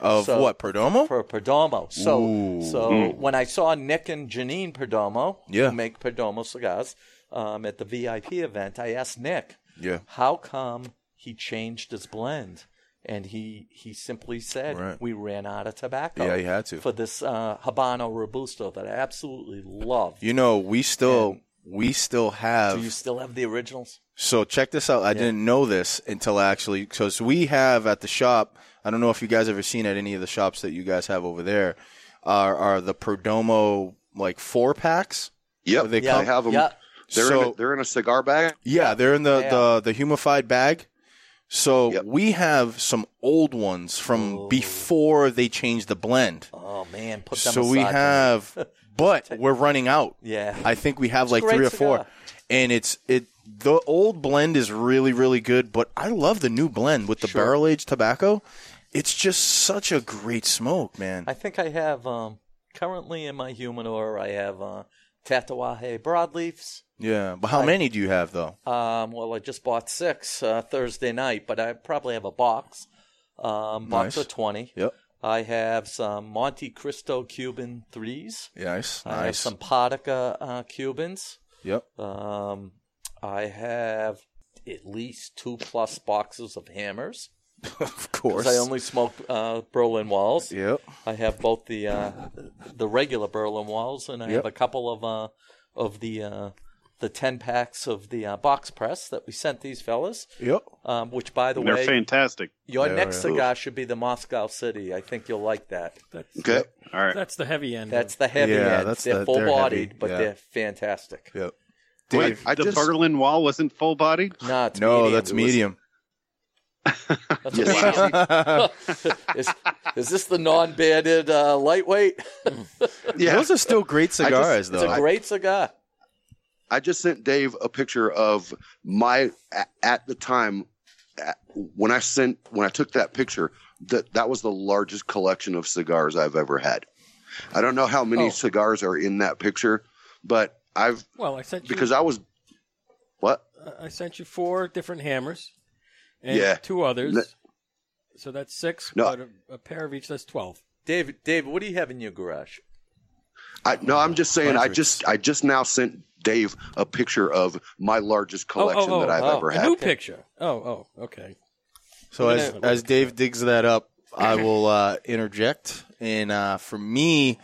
Speaker 2: Of
Speaker 3: so-
Speaker 2: what? Perdomo?
Speaker 3: for Perdomo. So
Speaker 2: Ooh. Mm.
Speaker 3: so when I saw Nick and Janine Perdomo
Speaker 2: Yeah.
Speaker 3: who make Perdomo cigars um, at the VIP event, I asked Nick
Speaker 2: yeah.
Speaker 3: how come he changed his blend, and he he simply said
Speaker 2: Right.
Speaker 3: we ran out of tobacco.
Speaker 2: Yeah, he had to.
Speaker 3: for this uh, Habano Robusto that I absolutely love.
Speaker 2: You know, we still we still have
Speaker 3: Do you still have the originals?
Speaker 2: So check this out. I didn't know this until I actually. So, so we have at the shop. I don't know if you guys ever seen at any of the shops that you guys have over there. Are are the Perdomo like four packs?
Speaker 4: Yep,
Speaker 2: They
Speaker 4: I
Speaker 2: come-
Speaker 4: have them.
Speaker 3: Yeah.
Speaker 4: They're in
Speaker 2: So-
Speaker 4: a, they're in a cigar bag.
Speaker 2: Yeah, they're in the
Speaker 3: Yeah.
Speaker 2: the, the humified bag. So
Speaker 4: Yep.
Speaker 2: we have some old ones from before they changed the blend.
Speaker 3: Oh man, put them
Speaker 2: So we
Speaker 3: aside for me.
Speaker 2: have, but we're running out.
Speaker 3: Yeah.
Speaker 2: I think we have like
Speaker 3: great
Speaker 2: three or four.
Speaker 3: cigar.
Speaker 2: And it's it the old blend is really really good, but I love the new blend with the barrel aged tobacco. It's just such a great smoke, man.
Speaker 3: I think I have um, currently in my humidor. I have uh, Tatawahe broadleafs.
Speaker 2: yeah, but how many do you have though?
Speaker 3: Um, well, I just bought six uh, Thursday night, but I probably have a box, um,
Speaker 2: Nice.
Speaker 3: box of twenty.
Speaker 2: Yep.
Speaker 3: I have some Monte Cristo Cuban threes.
Speaker 2: Nice,
Speaker 3: I have
Speaker 2: nice.
Speaker 3: some Podica uh, Cubans.
Speaker 2: Yep.
Speaker 3: Um, I have at least two plus boxes of hammers.
Speaker 2: of course.
Speaker 3: 'cause I only smoke uh, Berlin Walls.
Speaker 2: Yep.
Speaker 3: I have both the uh, the regular Berlin walls, and I
Speaker 2: Yep.
Speaker 3: have a couple of uh, of the uh, the ten packs of the uh, box press that we sent these fellas.
Speaker 2: Yep.
Speaker 3: Um, which, by the
Speaker 5: They're
Speaker 3: way,
Speaker 5: fantastic.
Speaker 3: your
Speaker 2: Yeah,
Speaker 3: next
Speaker 2: yeah.
Speaker 3: cigar should be the Moscow City. I think you'll like that.
Speaker 1: that's,
Speaker 4: Okay.
Speaker 5: All right.
Speaker 1: that's the heavy end.
Speaker 3: That's the heavy
Speaker 2: Yeah,
Speaker 3: end.
Speaker 2: that's
Speaker 3: they're
Speaker 2: the-
Speaker 3: full
Speaker 2: they're
Speaker 3: bodied,
Speaker 2: heavy,
Speaker 3: but
Speaker 2: yeah.
Speaker 3: they're fantastic.
Speaker 2: Yep.
Speaker 5: Wait,
Speaker 4: Dave, I
Speaker 5: the
Speaker 4: just-
Speaker 5: Berlin Wall wasn't full bodied.
Speaker 3: No, it's
Speaker 2: No,
Speaker 3: medium.
Speaker 2: that's medium.
Speaker 3: That's
Speaker 4: Yes.
Speaker 3: amazing. is, is this the non-banded uh, lightweight?
Speaker 4: Yeah.
Speaker 2: Those are still great cigars,
Speaker 3: It's
Speaker 2: though.
Speaker 3: a great cigar.
Speaker 4: I just sent Dave a picture of my a- at the time a- when I sent when I took that picture that that was the largest collection of cigars I've ever had. I don't know how many
Speaker 3: Oh.
Speaker 4: cigars are in that picture, but I've
Speaker 1: Well, I sent you
Speaker 4: because I was what
Speaker 1: I sent you four different hammers, and
Speaker 4: Yeah.
Speaker 1: two others.
Speaker 4: Le-
Speaker 1: so that's six.
Speaker 4: No.
Speaker 1: But a, a pair of each. That's twelve.
Speaker 3: Dave, Dave, what do you have in your garage?
Speaker 4: I no I'm just saying I
Speaker 2: Hundreds.
Speaker 4: just I just now sent Dave a picture of my largest
Speaker 1: Oh, oh,
Speaker 4: collection
Speaker 1: oh,
Speaker 4: that I've
Speaker 3: oh,
Speaker 4: ever
Speaker 1: A
Speaker 4: had.
Speaker 1: new picture. Oh, oh, okay.
Speaker 2: So as as Dave digs that up, I will uh, interject. And uh, for me,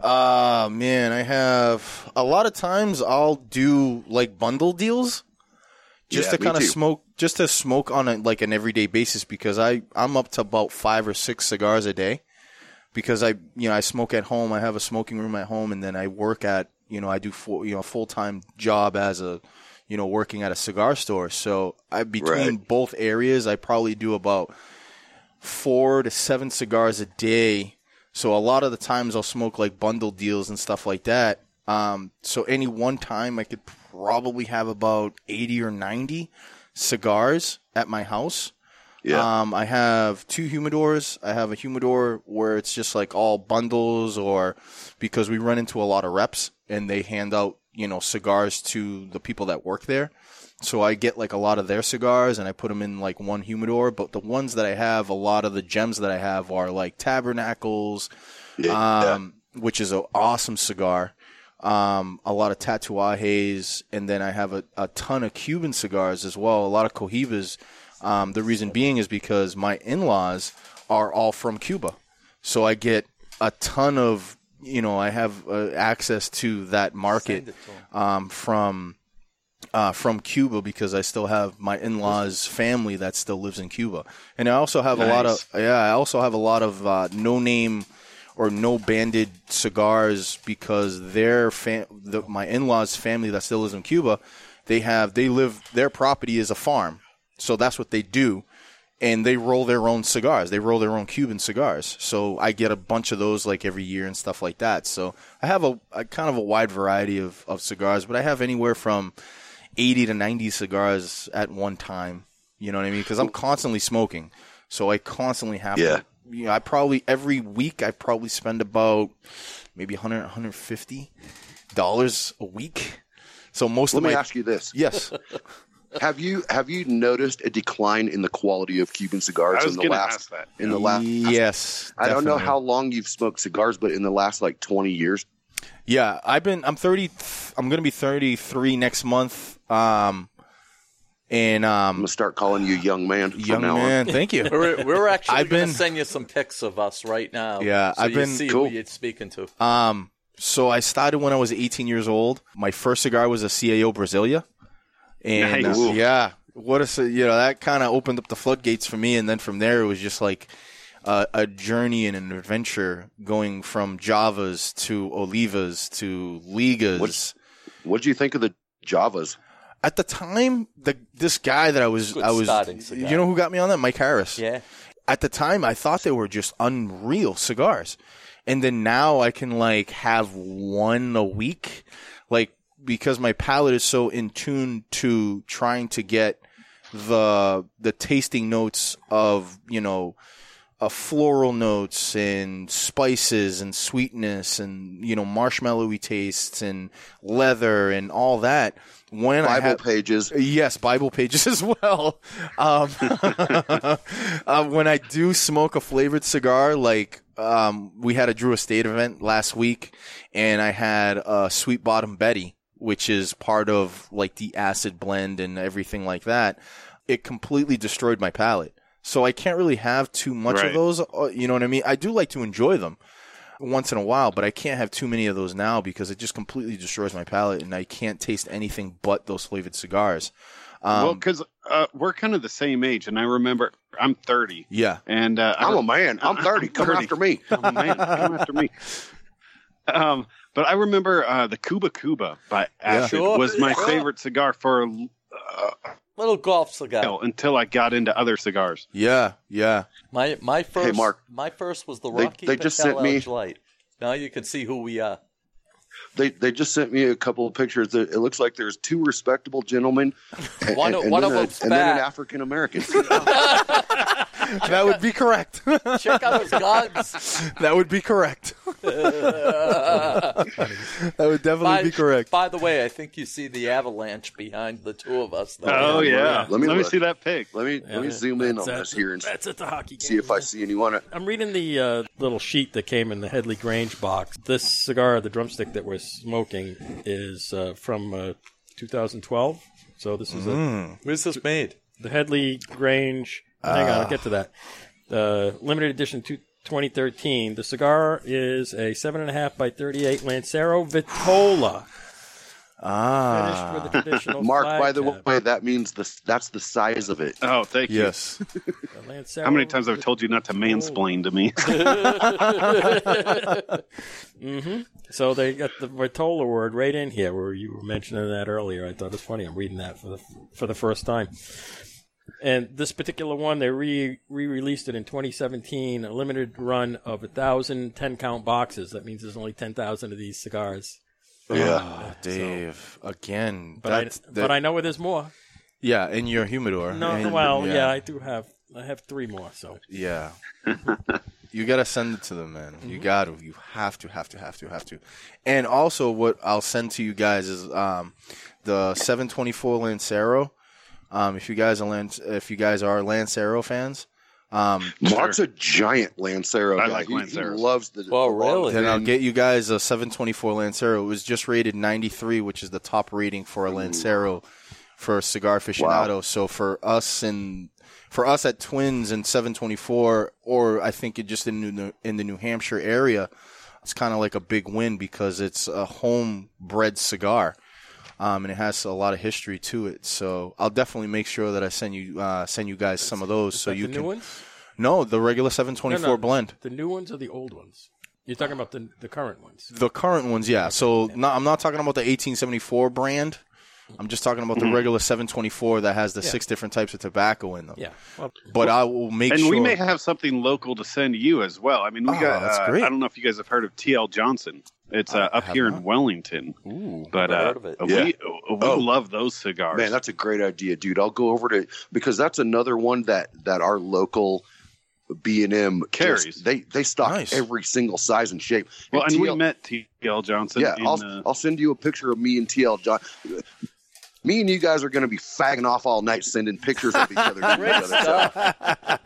Speaker 2: uh, man, I have a lot of times I'll do like bundle deals just
Speaker 4: Yeah,
Speaker 2: to
Speaker 4: me
Speaker 2: kind of
Speaker 4: too.
Speaker 2: smoke, just to smoke on a, like an everyday basis because I I'm up to about five or six cigars a day because I you know I smoke at home. I have a smoking room at home, and then I work at you know I do full you know full time job as a you know working at a cigar store. So I between both areas, I probably do about four to seven cigars a day. So a lot of the times I'll smoke like bundle deals and stuff like that. Um, so any one time I could probably have about eighty or ninety cigars at my house.
Speaker 4: Yeah,
Speaker 2: Um, I have two humidors. I have a humidor where it's just like all bundles, or because we run into a lot of reps and they hand out, you know, cigars to the people that work there. So I get like a lot of their cigars and I put them in like one humidor. But the ones that I have, a lot of the gems that I have are like Tabernacles,
Speaker 4: yeah, yeah.
Speaker 2: um, which is an awesome cigar. Um, a lot of Tatuajes, and then I have a, a ton of Cuban cigars as well. A lot of Cohibas. Um, the reason being is because my in laws are all from Cuba, so I get a ton of you know I have uh, access to that market um, from uh, from Cuba because I still have my in-laws' family that still lives in Cuba, and I also have a lot of yeah, I also have a lot of uh, no-name or no-banded cigars because their fa- the, my in-laws' family that still lives in Cuba, they have they live their property is a farm, so that's what they do. And they roll their own cigars. They roll their own Cuban cigars. So I get a bunch of those like every year and stuff like that. So I have a, a kind of a wide variety of, of cigars, but I have anywhere from 80 to 90 cigars at one time. You know what I mean? Because I'm constantly smoking. So I constantly have
Speaker 4: Yeah.
Speaker 2: to. You know, I probably, every week, I probably spend about maybe 100, 150 dollars a week. So most
Speaker 4: Let
Speaker 2: of
Speaker 4: me
Speaker 2: my.
Speaker 4: ask you this:
Speaker 2: yes.
Speaker 4: Have you have you noticed a decline in the quality of Cuban cigars
Speaker 5: I
Speaker 4: in
Speaker 5: was
Speaker 4: the
Speaker 5: going to
Speaker 4: last
Speaker 5: ask that.
Speaker 4: in the last?
Speaker 2: Yes.
Speaker 4: I don't know
Speaker 2: definitely.
Speaker 4: how long you've smoked cigars, but in the last like twenty years,
Speaker 2: Yeah, I've been. I'm thirty. I'm gonna be thirty three next month. Um, and
Speaker 4: I'm
Speaker 2: um,
Speaker 4: gonna start calling you young man from
Speaker 2: young
Speaker 4: now
Speaker 2: man, thank you.
Speaker 3: We're, we're actually
Speaker 2: I've
Speaker 3: going
Speaker 2: been-
Speaker 3: to send you some pics of us right now.
Speaker 2: Yeah,
Speaker 3: so
Speaker 2: I've
Speaker 3: you
Speaker 2: been-
Speaker 3: see
Speaker 4: Cool.
Speaker 3: who you're speaking to.
Speaker 2: Um, so I started when I was 18 years old. My first cigar was a CAO Brasilia, and
Speaker 5: Nice.
Speaker 2: uh, yeah, what a ci- you know that kind of opened up the floodgates for me. And then from there, it was just like a, a journey and an adventure going from Javas to Olivas to Ligas.
Speaker 4: What's- on. What do you think of the Javas?
Speaker 2: at the time, the this guy that I was,
Speaker 3: Good
Speaker 2: I was,
Speaker 3: starting cigar.
Speaker 2: you know who got me on that? Mike Harris.
Speaker 3: Yeah.
Speaker 2: At the time, I thought they were just unreal cigars, and then now I can like have one a week, like because my palate is so in tune to trying to get the the tasting notes of you know uh, floral notes and spices and sweetness and you know marshmallowy tastes and leather and all that when I
Speaker 4: Bible
Speaker 2: have
Speaker 4: pages.
Speaker 2: Yes, Bible pages as well. Um, uh, when I do smoke a flavored cigar, like um, we had a Drew Estate event last week, and I had uh, Sweet Bottom Betty, which is part of like the acid blend and everything like that. It completely destroyed my palate, so I can't really have too much of
Speaker 5: Right.
Speaker 2: those. uh, You know what I mean? I do like to enjoy them once in a while, but I can't have too many of those now because it just completely destroys my palate and I can't taste anything but those flavored cigars. Um,
Speaker 5: well, because uh, we're kind of the same age, and I remember I'm 30,
Speaker 2: yeah.
Speaker 5: and uh, I
Speaker 4: I'm a man. I'm thirty. Come
Speaker 5: 30.
Speaker 4: after me.
Speaker 5: oh man, come after me. Um, but I remember uh, the Cuba Cuba by Acid
Speaker 3: Sure.
Speaker 5: was my
Speaker 3: Yeah.
Speaker 5: favorite cigar for uh,
Speaker 3: little golf cigar.
Speaker 5: until I got into other cigars.
Speaker 2: Yeah, yeah.
Speaker 3: My my first
Speaker 4: Mark.
Speaker 3: my first was the
Speaker 4: They-
Speaker 3: Rocky
Speaker 4: they just sent
Speaker 3: Patel
Speaker 4: me-
Speaker 3: Lounge Light. Now you can see who we are.
Speaker 4: They they just sent me a couple of pictures. That it looks like there's two respectable gentlemen, and,
Speaker 3: One- one
Speaker 4: then
Speaker 3: of
Speaker 4: a-
Speaker 3: them's
Speaker 4: and then an
Speaker 3: fat.
Speaker 4: African American.
Speaker 2: That would be correct.
Speaker 3: Check out his guns.
Speaker 2: that would be correct. that would definitely
Speaker 3: by,
Speaker 2: be correct.
Speaker 3: by the way, I think you see the avalanche behind the two of us. there.
Speaker 5: Oh, yeah.
Speaker 4: Let me
Speaker 5: Let me
Speaker 4: look.
Speaker 5: see that pic.
Speaker 4: let me let me zoom in on this here and
Speaker 1: That's at the hockey game.
Speaker 4: see if I see anyone.
Speaker 1: I'm reading the uh, little sheet that came in the Headley Grange box. This cigar, the drumstick that we're smoking, is uh, from uh, 2012. So this is a,
Speaker 3: Where's this made?
Speaker 1: the Headley Grange. Hang on, I'll get to that. Uh, limited edition two, 2013. The cigar is a 7.5 by 38 Lancero Vitola.
Speaker 2: Ah,
Speaker 1: Finished with a traditional
Speaker 4: Mark,
Speaker 1: flag
Speaker 4: by the
Speaker 1: cap.
Speaker 4: way, that means the that's the size of it.
Speaker 5: Oh, thank you.
Speaker 2: yes.
Speaker 1: A Lancero
Speaker 5: How many times I've told you not to mansplain to me?
Speaker 1: So they got the Vitola word right in here where you were mentioning that earlier. I thought it's funny. I'm reading that for the for the first time. And this particular one, they re re released it in 2017, a limited run of a thousand ten count boxes. That means there's only ten thousand of these cigars.
Speaker 2: Yeah, Dave. Again,
Speaker 1: Ah, But
Speaker 2: that's
Speaker 1: I
Speaker 2: that-
Speaker 1: but I know where there's more.
Speaker 2: yeah, in your humidor.
Speaker 1: No,
Speaker 2: And-
Speaker 1: well, yeah. I do have I have three more. So
Speaker 2: Yeah. you got to send it to them, man. You got to. You have to, have to, have to, have to. And also, what I'll send to you guys is um, the 724 Lancero. Um, if you guys are Lan- if you guys are Lancero fans, um,
Speaker 4: Mark's a giant Lancero
Speaker 5: I
Speaker 4: guy.
Speaker 5: like
Speaker 4: He- he
Speaker 5: Lanceros.
Speaker 4: loves the.
Speaker 3: Oh,
Speaker 4: the long
Speaker 3: really?
Speaker 2: then I'll
Speaker 4: thin-
Speaker 2: get you guys a 724 Lancero. It was just rated 93, which is the top rating for a Lancero for a cigar aficionado. So for us and for us at Twins and 724, or I think it just in New, in the New Hampshire area, it's kind of like a big win because it's a homebred cigar. Um, and it has a lot of history to it, so I'll definitely make sure that I send you uh, send you guys some of those, so
Speaker 1: But
Speaker 2: you
Speaker 1: the
Speaker 2: can
Speaker 1: new ones,
Speaker 2: no the regular 724
Speaker 1: No, no.
Speaker 2: blend.
Speaker 1: the new ones or the old ones? You're talking about the the current ones.
Speaker 2: The current ones, yeah. So not, I'm not talking about the 1874 brand. I'm just talking about
Speaker 5: Mm-hmm.
Speaker 2: the regular 724 that has the six different types of tobacco in them.
Speaker 1: Yeah. Well,
Speaker 2: But I will make
Speaker 5: and
Speaker 2: sure.
Speaker 5: we may have something local to send you as well. I mean, we
Speaker 2: Oh,
Speaker 5: got.
Speaker 2: that's
Speaker 5: uh,
Speaker 2: great.
Speaker 5: I don't know if you guys have heard of TL Johnson. It's uh, up
Speaker 2: have
Speaker 5: here
Speaker 2: not.
Speaker 5: in Wellington,
Speaker 2: Ooh.
Speaker 5: but
Speaker 3: Never
Speaker 5: uh,
Speaker 3: heard of it.
Speaker 5: we
Speaker 4: Yeah.
Speaker 5: we
Speaker 4: Oh.
Speaker 5: love those cigars.
Speaker 4: Man, that's a great idea, dude. I'll go over to because that's another one that that our local B and M
Speaker 5: Carries.
Speaker 4: They they stock
Speaker 2: Nice.
Speaker 4: every single size and shape.
Speaker 5: well, and we
Speaker 4: TL
Speaker 5: met TL Johnson.
Speaker 4: yeah,
Speaker 5: in,
Speaker 4: I'll
Speaker 5: uh,
Speaker 4: I'll send you a picture of me and TL John. Me and you guys are going to be fagging off all night, sending pictures of each other. to each other. So,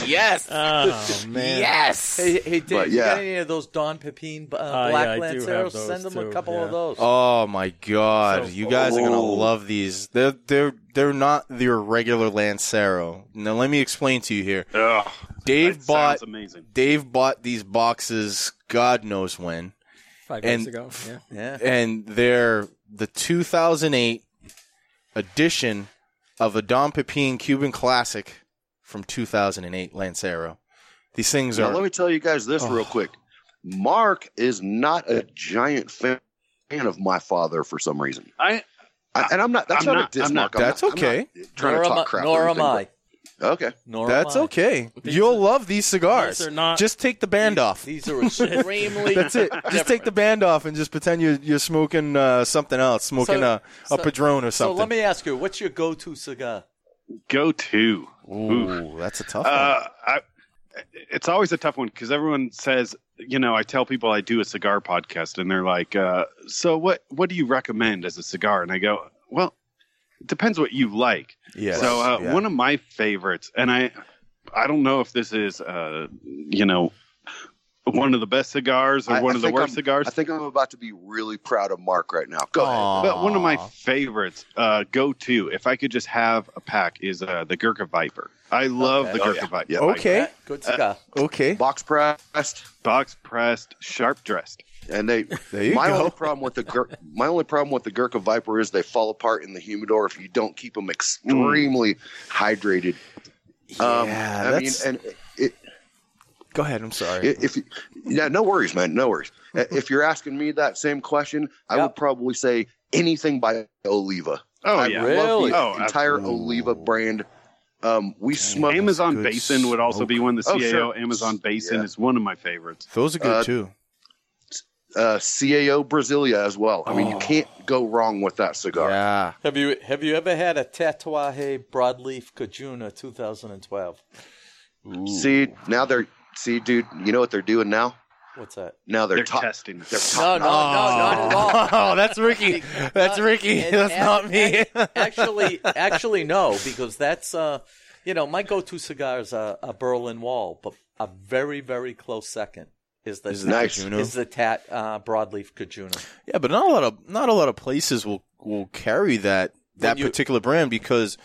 Speaker 1: oh man.
Speaker 3: Hey, hey, Dave,
Speaker 4: But,
Speaker 3: you
Speaker 4: yeah.
Speaker 3: got any of those Don Pepin uh,
Speaker 1: yeah, I
Speaker 3: Black
Speaker 1: do
Speaker 3: Lancero?
Speaker 1: have those
Speaker 3: Send them
Speaker 1: too,
Speaker 3: a couple
Speaker 1: yeah.
Speaker 3: of those.
Speaker 2: Oh my God! you guys are gonna
Speaker 4: Oh.
Speaker 2: love these. They're they're they're not your regular Lancero. Now let me explain to you here.
Speaker 5: ugh, that
Speaker 2: Dave
Speaker 5: sounds
Speaker 2: bought
Speaker 5: amazing.
Speaker 2: Dave bought these boxes. God knows when.
Speaker 1: Five
Speaker 2: And-
Speaker 1: years ago. Yeah.
Speaker 3: yeah.
Speaker 2: and they're the 2008 edition of a Don Pepin Cuban classic from 2008 Lancero. These things
Speaker 4: now,
Speaker 2: are
Speaker 4: let me tell you guys this
Speaker 2: Oh.
Speaker 4: real quick. Mark is not a giant fan of my father for some reason,
Speaker 5: I
Speaker 4: I, and I'm not. That's
Speaker 5: I'm
Speaker 4: not,
Speaker 5: not-
Speaker 4: a diss,
Speaker 5: I'm
Speaker 4: Mark.
Speaker 5: not-
Speaker 4: I'm
Speaker 2: that's
Speaker 4: not- I'm
Speaker 2: okay.
Speaker 4: not Trying
Speaker 3: nor
Speaker 4: to
Speaker 3: am I.
Speaker 4: talk crap. or
Speaker 3: Nor am
Speaker 4: anything,
Speaker 3: I.
Speaker 4: but- Okay.
Speaker 3: Nor
Speaker 2: that's
Speaker 3: am I.
Speaker 2: okay. You'll love these cigars.
Speaker 1: These are not-
Speaker 2: Just take the band off.
Speaker 3: These are extremely.
Speaker 2: That's it. Just take the band off and just pretend you're you're smoking uh, something else, smoking
Speaker 3: So-
Speaker 2: a, a
Speaker 3: so-
Speaker 2: Padron or
Speaker 3: So
Speaker 2: something.
Speaker 3: let me ask you, what's your go-to cigar?
Speaker 5: go to.
Speaker 2: Ooh, that's a tough one.
Speaker 5: Uh, I, it's always a tough one because everyone says, you know, I tell people I do a cigar podcast, and they're like, uh, "So what? What do you recommend as a cigar?" And I go, "Well, it depends what you like."
Speaker 2: Yes.
Speaker 5: So uh,
Speaker 2: yeah.
Speaker 5: one of my favorites, and I, I don't know if this is, uh, you know, one of the best cigars or
Speaker 4: I-
Speaker 5: one
Speaker 4: I
Speaker 5: of the
Speaker 4: think
Speaker 5: worst
Speaker 4: I'm-
Speaker 5: cigars,
Speaker 4: I think I'm about to be really proud of Mark right now. Go ahead.
Speaker 2: Aw.
Speaker 5: but one of my favorites, uh, go to if I could just have a pack is uh, the Gurkha Viper. I love
Speaker 3: Okay.
Speaker 5: the Gurkha
Speaker 4: Oh,
Speaker 5: Viper.
Speaker 4: yeah.
Speaker 2: okay.
Speaker 3: Yeah,
Speaker 4: Uh,
Speaker 3: good cigar.
Speaker 2: Okay.
Speaker 4: Box pressed,
Speaker 5: box pressed, sharp dressed.
Speaker 4: and they.
Speaker 2: There you
Speaker 4: my
Speaker 2: go.
Speaker 4: only problem with the Gur- my only problem with the Gurkha Viper is they fall apart in the humidor if you don't keep them extremely hydrated. Um,
Speaker 2: yeah,
Speaker 4: I mean,
Speaker 2: that's-
Speaker 4: and it,
Speaker 2: go ahead. I'm sorry.
Speaker 4: it, if you, yeah, no worries, man, no worries. Uh, if you're asking me that same question, I
Speaker 3: Yeah.
Speaker 4: would probably say anything by Oliva.
Speaker 5: Oh
Speaker 4: I
Speaker 5: yeah,
Speaker 4: love
Speaker 3: Really?
Speaker 4: the
Speaker 5: Oh,
Speaker 4: entire
Speaker 2: absolutely.
Speaker 4: Oliva brand. Um, we smoked.
Speaker 5: Amazon
Speaker 2: good
Speaker 5: Basin would also be one. The CAO
Speaker 4: smoke. Oh, sure.
Speaker 5: Amazon Basin
Speaker 4: Yeah.
Speaker 5: is one of my favorites.
Speaker 2: Those are good
Speaker 4: Uh,
Speaker 2: too.
Speaker 4: uh, CAO Brasilia as well. I mean, you can't go wrong with that cigar.
Speaker 2: Yeah.
Speaker 3: Have you have you ever had a Tatuaje Broadleaf Cajuna 2012?
Speaker 4: See, now they're see, dude. You know what they're doing now?
Speaker 3: What's that?
Speaker 4: Now they're,
Speaker 5: They're
Speaker 4: top-
Speaker 5: testing.
Speaker 4: They're
Speaker 3: No, no,
Speaker 4: top.
Speaker 3: no, not at all.
Speaker 2: Oh, that's Ricky. That's Ricky.
Speaker 3: And
Speaker 2: That's
Speaker 3: ac-
Speaker 2: not me.
Speaker 3: ac- actually, actually, no, because that's uh, you know, my go-to cigars are a Berlin Wall, but a very, very close second is the
Speaker 2: Is
Speaker 4: the Nice.
Speaker 2: Cajuna.
Speaker 3: is the Tat uh, Broadleaf Cajuna.
Speaker 2: Yeah, but not a lot of not a lot of places will will carry that that
Speaker 3: When you-
Speaker 2: particular brand because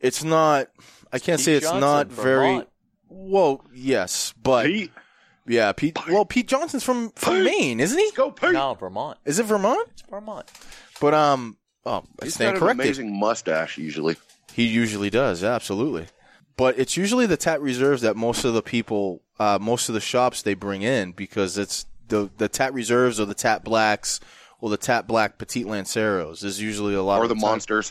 Speaker 2: it's not. I can't say
Speaker 3: Pete
Speaker 2: it's
Speaker 3: Johnson,
Speaker 2: not very.
Speaker 3: Vermont.
Speaker 2: Whoa, yes, but
Speaker 5: Pete,
Speaker 2: yeah, Pete. Well, Pete Johnson's from from Maine, isn't he?
Speaker 4: Go Pete.
Speaker 3: No, Vermont.
Speaker 2: Is it Vermont?
Speaker 3: It's Vermont.
Speaker 2: But um, oh, I
Speaker 4: He's
Speaker 2: stand
Speaker 4: got an
Speaker 2: corrected.
Speaker 4: amazing mustache usually.
Speaker 2: He usually does, absolutely. But it's usually the tat reserves that most of the people, uh, most of the shops they bring in because it's the the tat reserves or the tat blacks or the tat black petite lanceros. There's usually a lot
Speaker 4: Or
Speaker 2: of
Speaker 4: the
Speaker 2: time-
Speaker 4: monsters.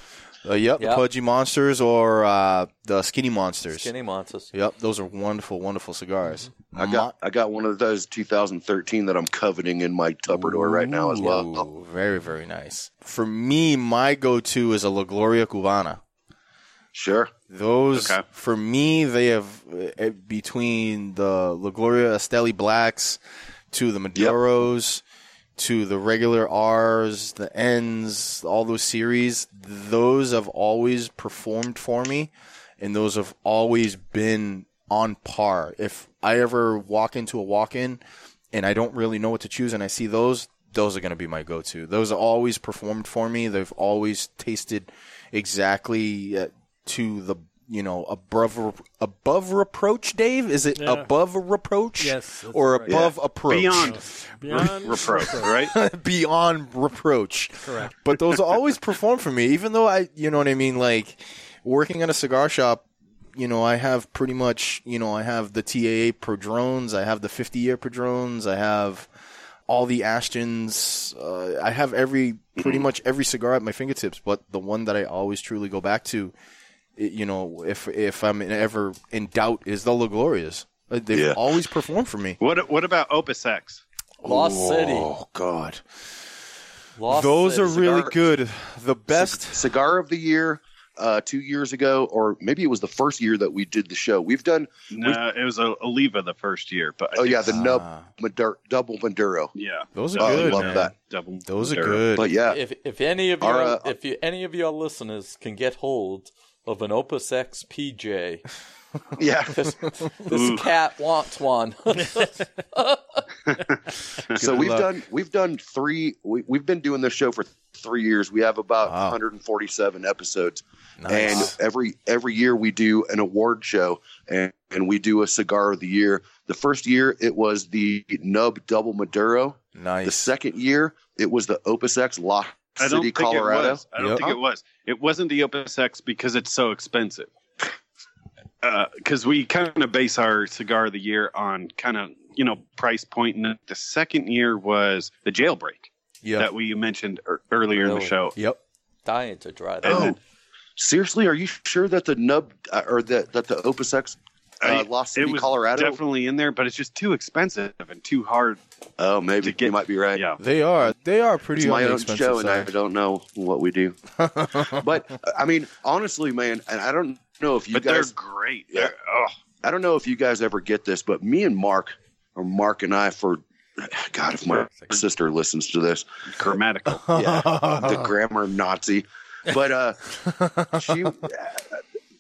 Speaker 2: Uh, yep, the
Speaker 3: Yep.
Speaker 2: pudgy monsters or uh, the skinny monsters.
Speaker 3: Skinny Monsters.
Speaker 2: Yep, those are wonderful, wonderful cigars.
Speaker 4: I got I got one of those 2013 that I'm coveting in my Tupperware right now as well.
Speaker 2: Ooh, very, very nice. For me, my go-to is a La Gloria Cubana.
Speaker 4: Sure.
Speaker 2: Those
Speaker 5: Okay.
Speaker 2: for me, they have uh, between the La Gloria Esteli Blacks to the Maduros to the regular R's, the N's, all those series. Those have always performed for me, and those have always been on par. If I ever walk into a walk-in and I don't really know what to choose, and I see those, those are going to be my go-to. Those are always performed for me. They've always tasted exactly uh, to the you know above above reproach. Dave, is it
Speaker 1: Yeah.
Speaker 2: above reproach?
Speaker 1: Yes, that's
Speaker 2: or
Speaker 1: right.
Speaker 2: above approach?
Speaker 5: beyond
Speaker 1: Beyond
Speaker 5: reproach, right?
Speaker 2: beyond reproach.
Speaker 1: Correct.
Speaker 2: But those always perform for me, even though I, you know what I mean. Like working at a cigar shop, you know, I have pretty much, you know, I have the TAA Prodrones, I have the 50 year Prodrones, I have all the Ashtons, uh, I have every pretty much every cigar at my fingertips. But the one that I always truly go back to, it- you know, if if I'm in- ever in doubt, is the La Glorias. Uh, They've
Speaker 4: Yeah.
Speaker 2: always performed for me.
Speaker 5: What What about Opus X?
Speaker 3: Lost City.
Speaker 2: Oh God.
Speaker 3: Lost
Speaker 2: Those
Speaker 3: City.
Speaker 2: are really
Speaker 4: cigar-
Speaker 2: good. The best.
Speaker 4: Cigar of the year uh, 2 years ago or maybe it was the first year that we did the show. We've done
Speaker 5: No, it was a Oliva the first year, but I
Speaker 4: Oh
Speaker 5: think-
Speaker 4: yeah, the
Speaker 2: Ah.
Speaker 4: nub Maduro, double Maduro.
Speaker 5: yeah,
Speaker 2: Those are
Speaker 4: Oh, I
Speaker 2: good.
Speaker 4: love
Speaker 2: man.
Speaker 4: that.
Speaker 5: double.
Speaker 2: Those are
Speaker 5: Maduro.
Speaker 2: good.
Speaker 4: But yeah,
Speaker 3: if if any of your
Speaker 4: Our, uh,
Speaker 3: if you, any of your listeners can get hold of an Opus X PJ,
Speaker 4: yeah.
Speaker 3: this cat wants one.
Speaker 4: so we've
Speaker 2: luck.
Speaker 4: done we've done three we, we've been doing this show for three years we have about
Speaker 2: Wow.
Speaker 4: 147 episodes
Speaker 2: Nice.
Speaker 4: and every every year we do an award show and, and we do a cigar of the year the first year it was the nub double maduro the
Speaker 2: nice.
Speaker 4: second year it was the opus x lost
Speaker 5: I
Speaker 4: city
Speaker 5: don't think it
Speaker 4: colorado
Speaker 5: was. I don't
Speaker 2: Yep.
Speaker 5: think it was. It wasn't the Opus X because it's so expensive. Because we kind of base our cigar of the year on kind of you know price point, and the second year was the jailbreak
Speaker 2: Yep. Oh.
Speaker 5: that we mentioned er- earlier in the
Speaker 3: Really?
Speaker 5: show.
Speaker 2: Yep.
Speaker 3: Dying to try that.
Speaker 4: Oh,
Speaker 5: And
Speaker 2: Oh.
Speaker 5: then-
Speaker 4: seriously are you sure that the nub uh, or that that the opus x uh,
Speaker 5: I-
Speaker 4: lost
Speaker 5: it
Speaker 4: city
Speaker 5: was
Speaker 4: colorado
Speaker 5: definitely in there, but it's just too expensive and too hard.
Speaker 4: oh maybe
Speaker 5: get-
Speaker 4: you might be right
Speaker 5: Yeah,
Speaker 2: They are. They are pretty
Speaker 4: it's my own
Speaker 2: inexpensive.
Speaker 4: show, and I
Speaker 2: size.
Speaker 4: don't know what we do. but I mean, honestly, man, and I don't know if you
Speaker 5: but
Speaker 4: guys,
Speaker 5: they're great.
Speaker 4: Yeah.
Speaker 5: They're- oh,
Speaker 4: I don't know if you guys ever get this, but me and Mark, or Mark and I, for God, if my sister listens to this,
Speaker 5: grammatical.
Speaker 4: yeah, the grammar Nazi. But uh, she,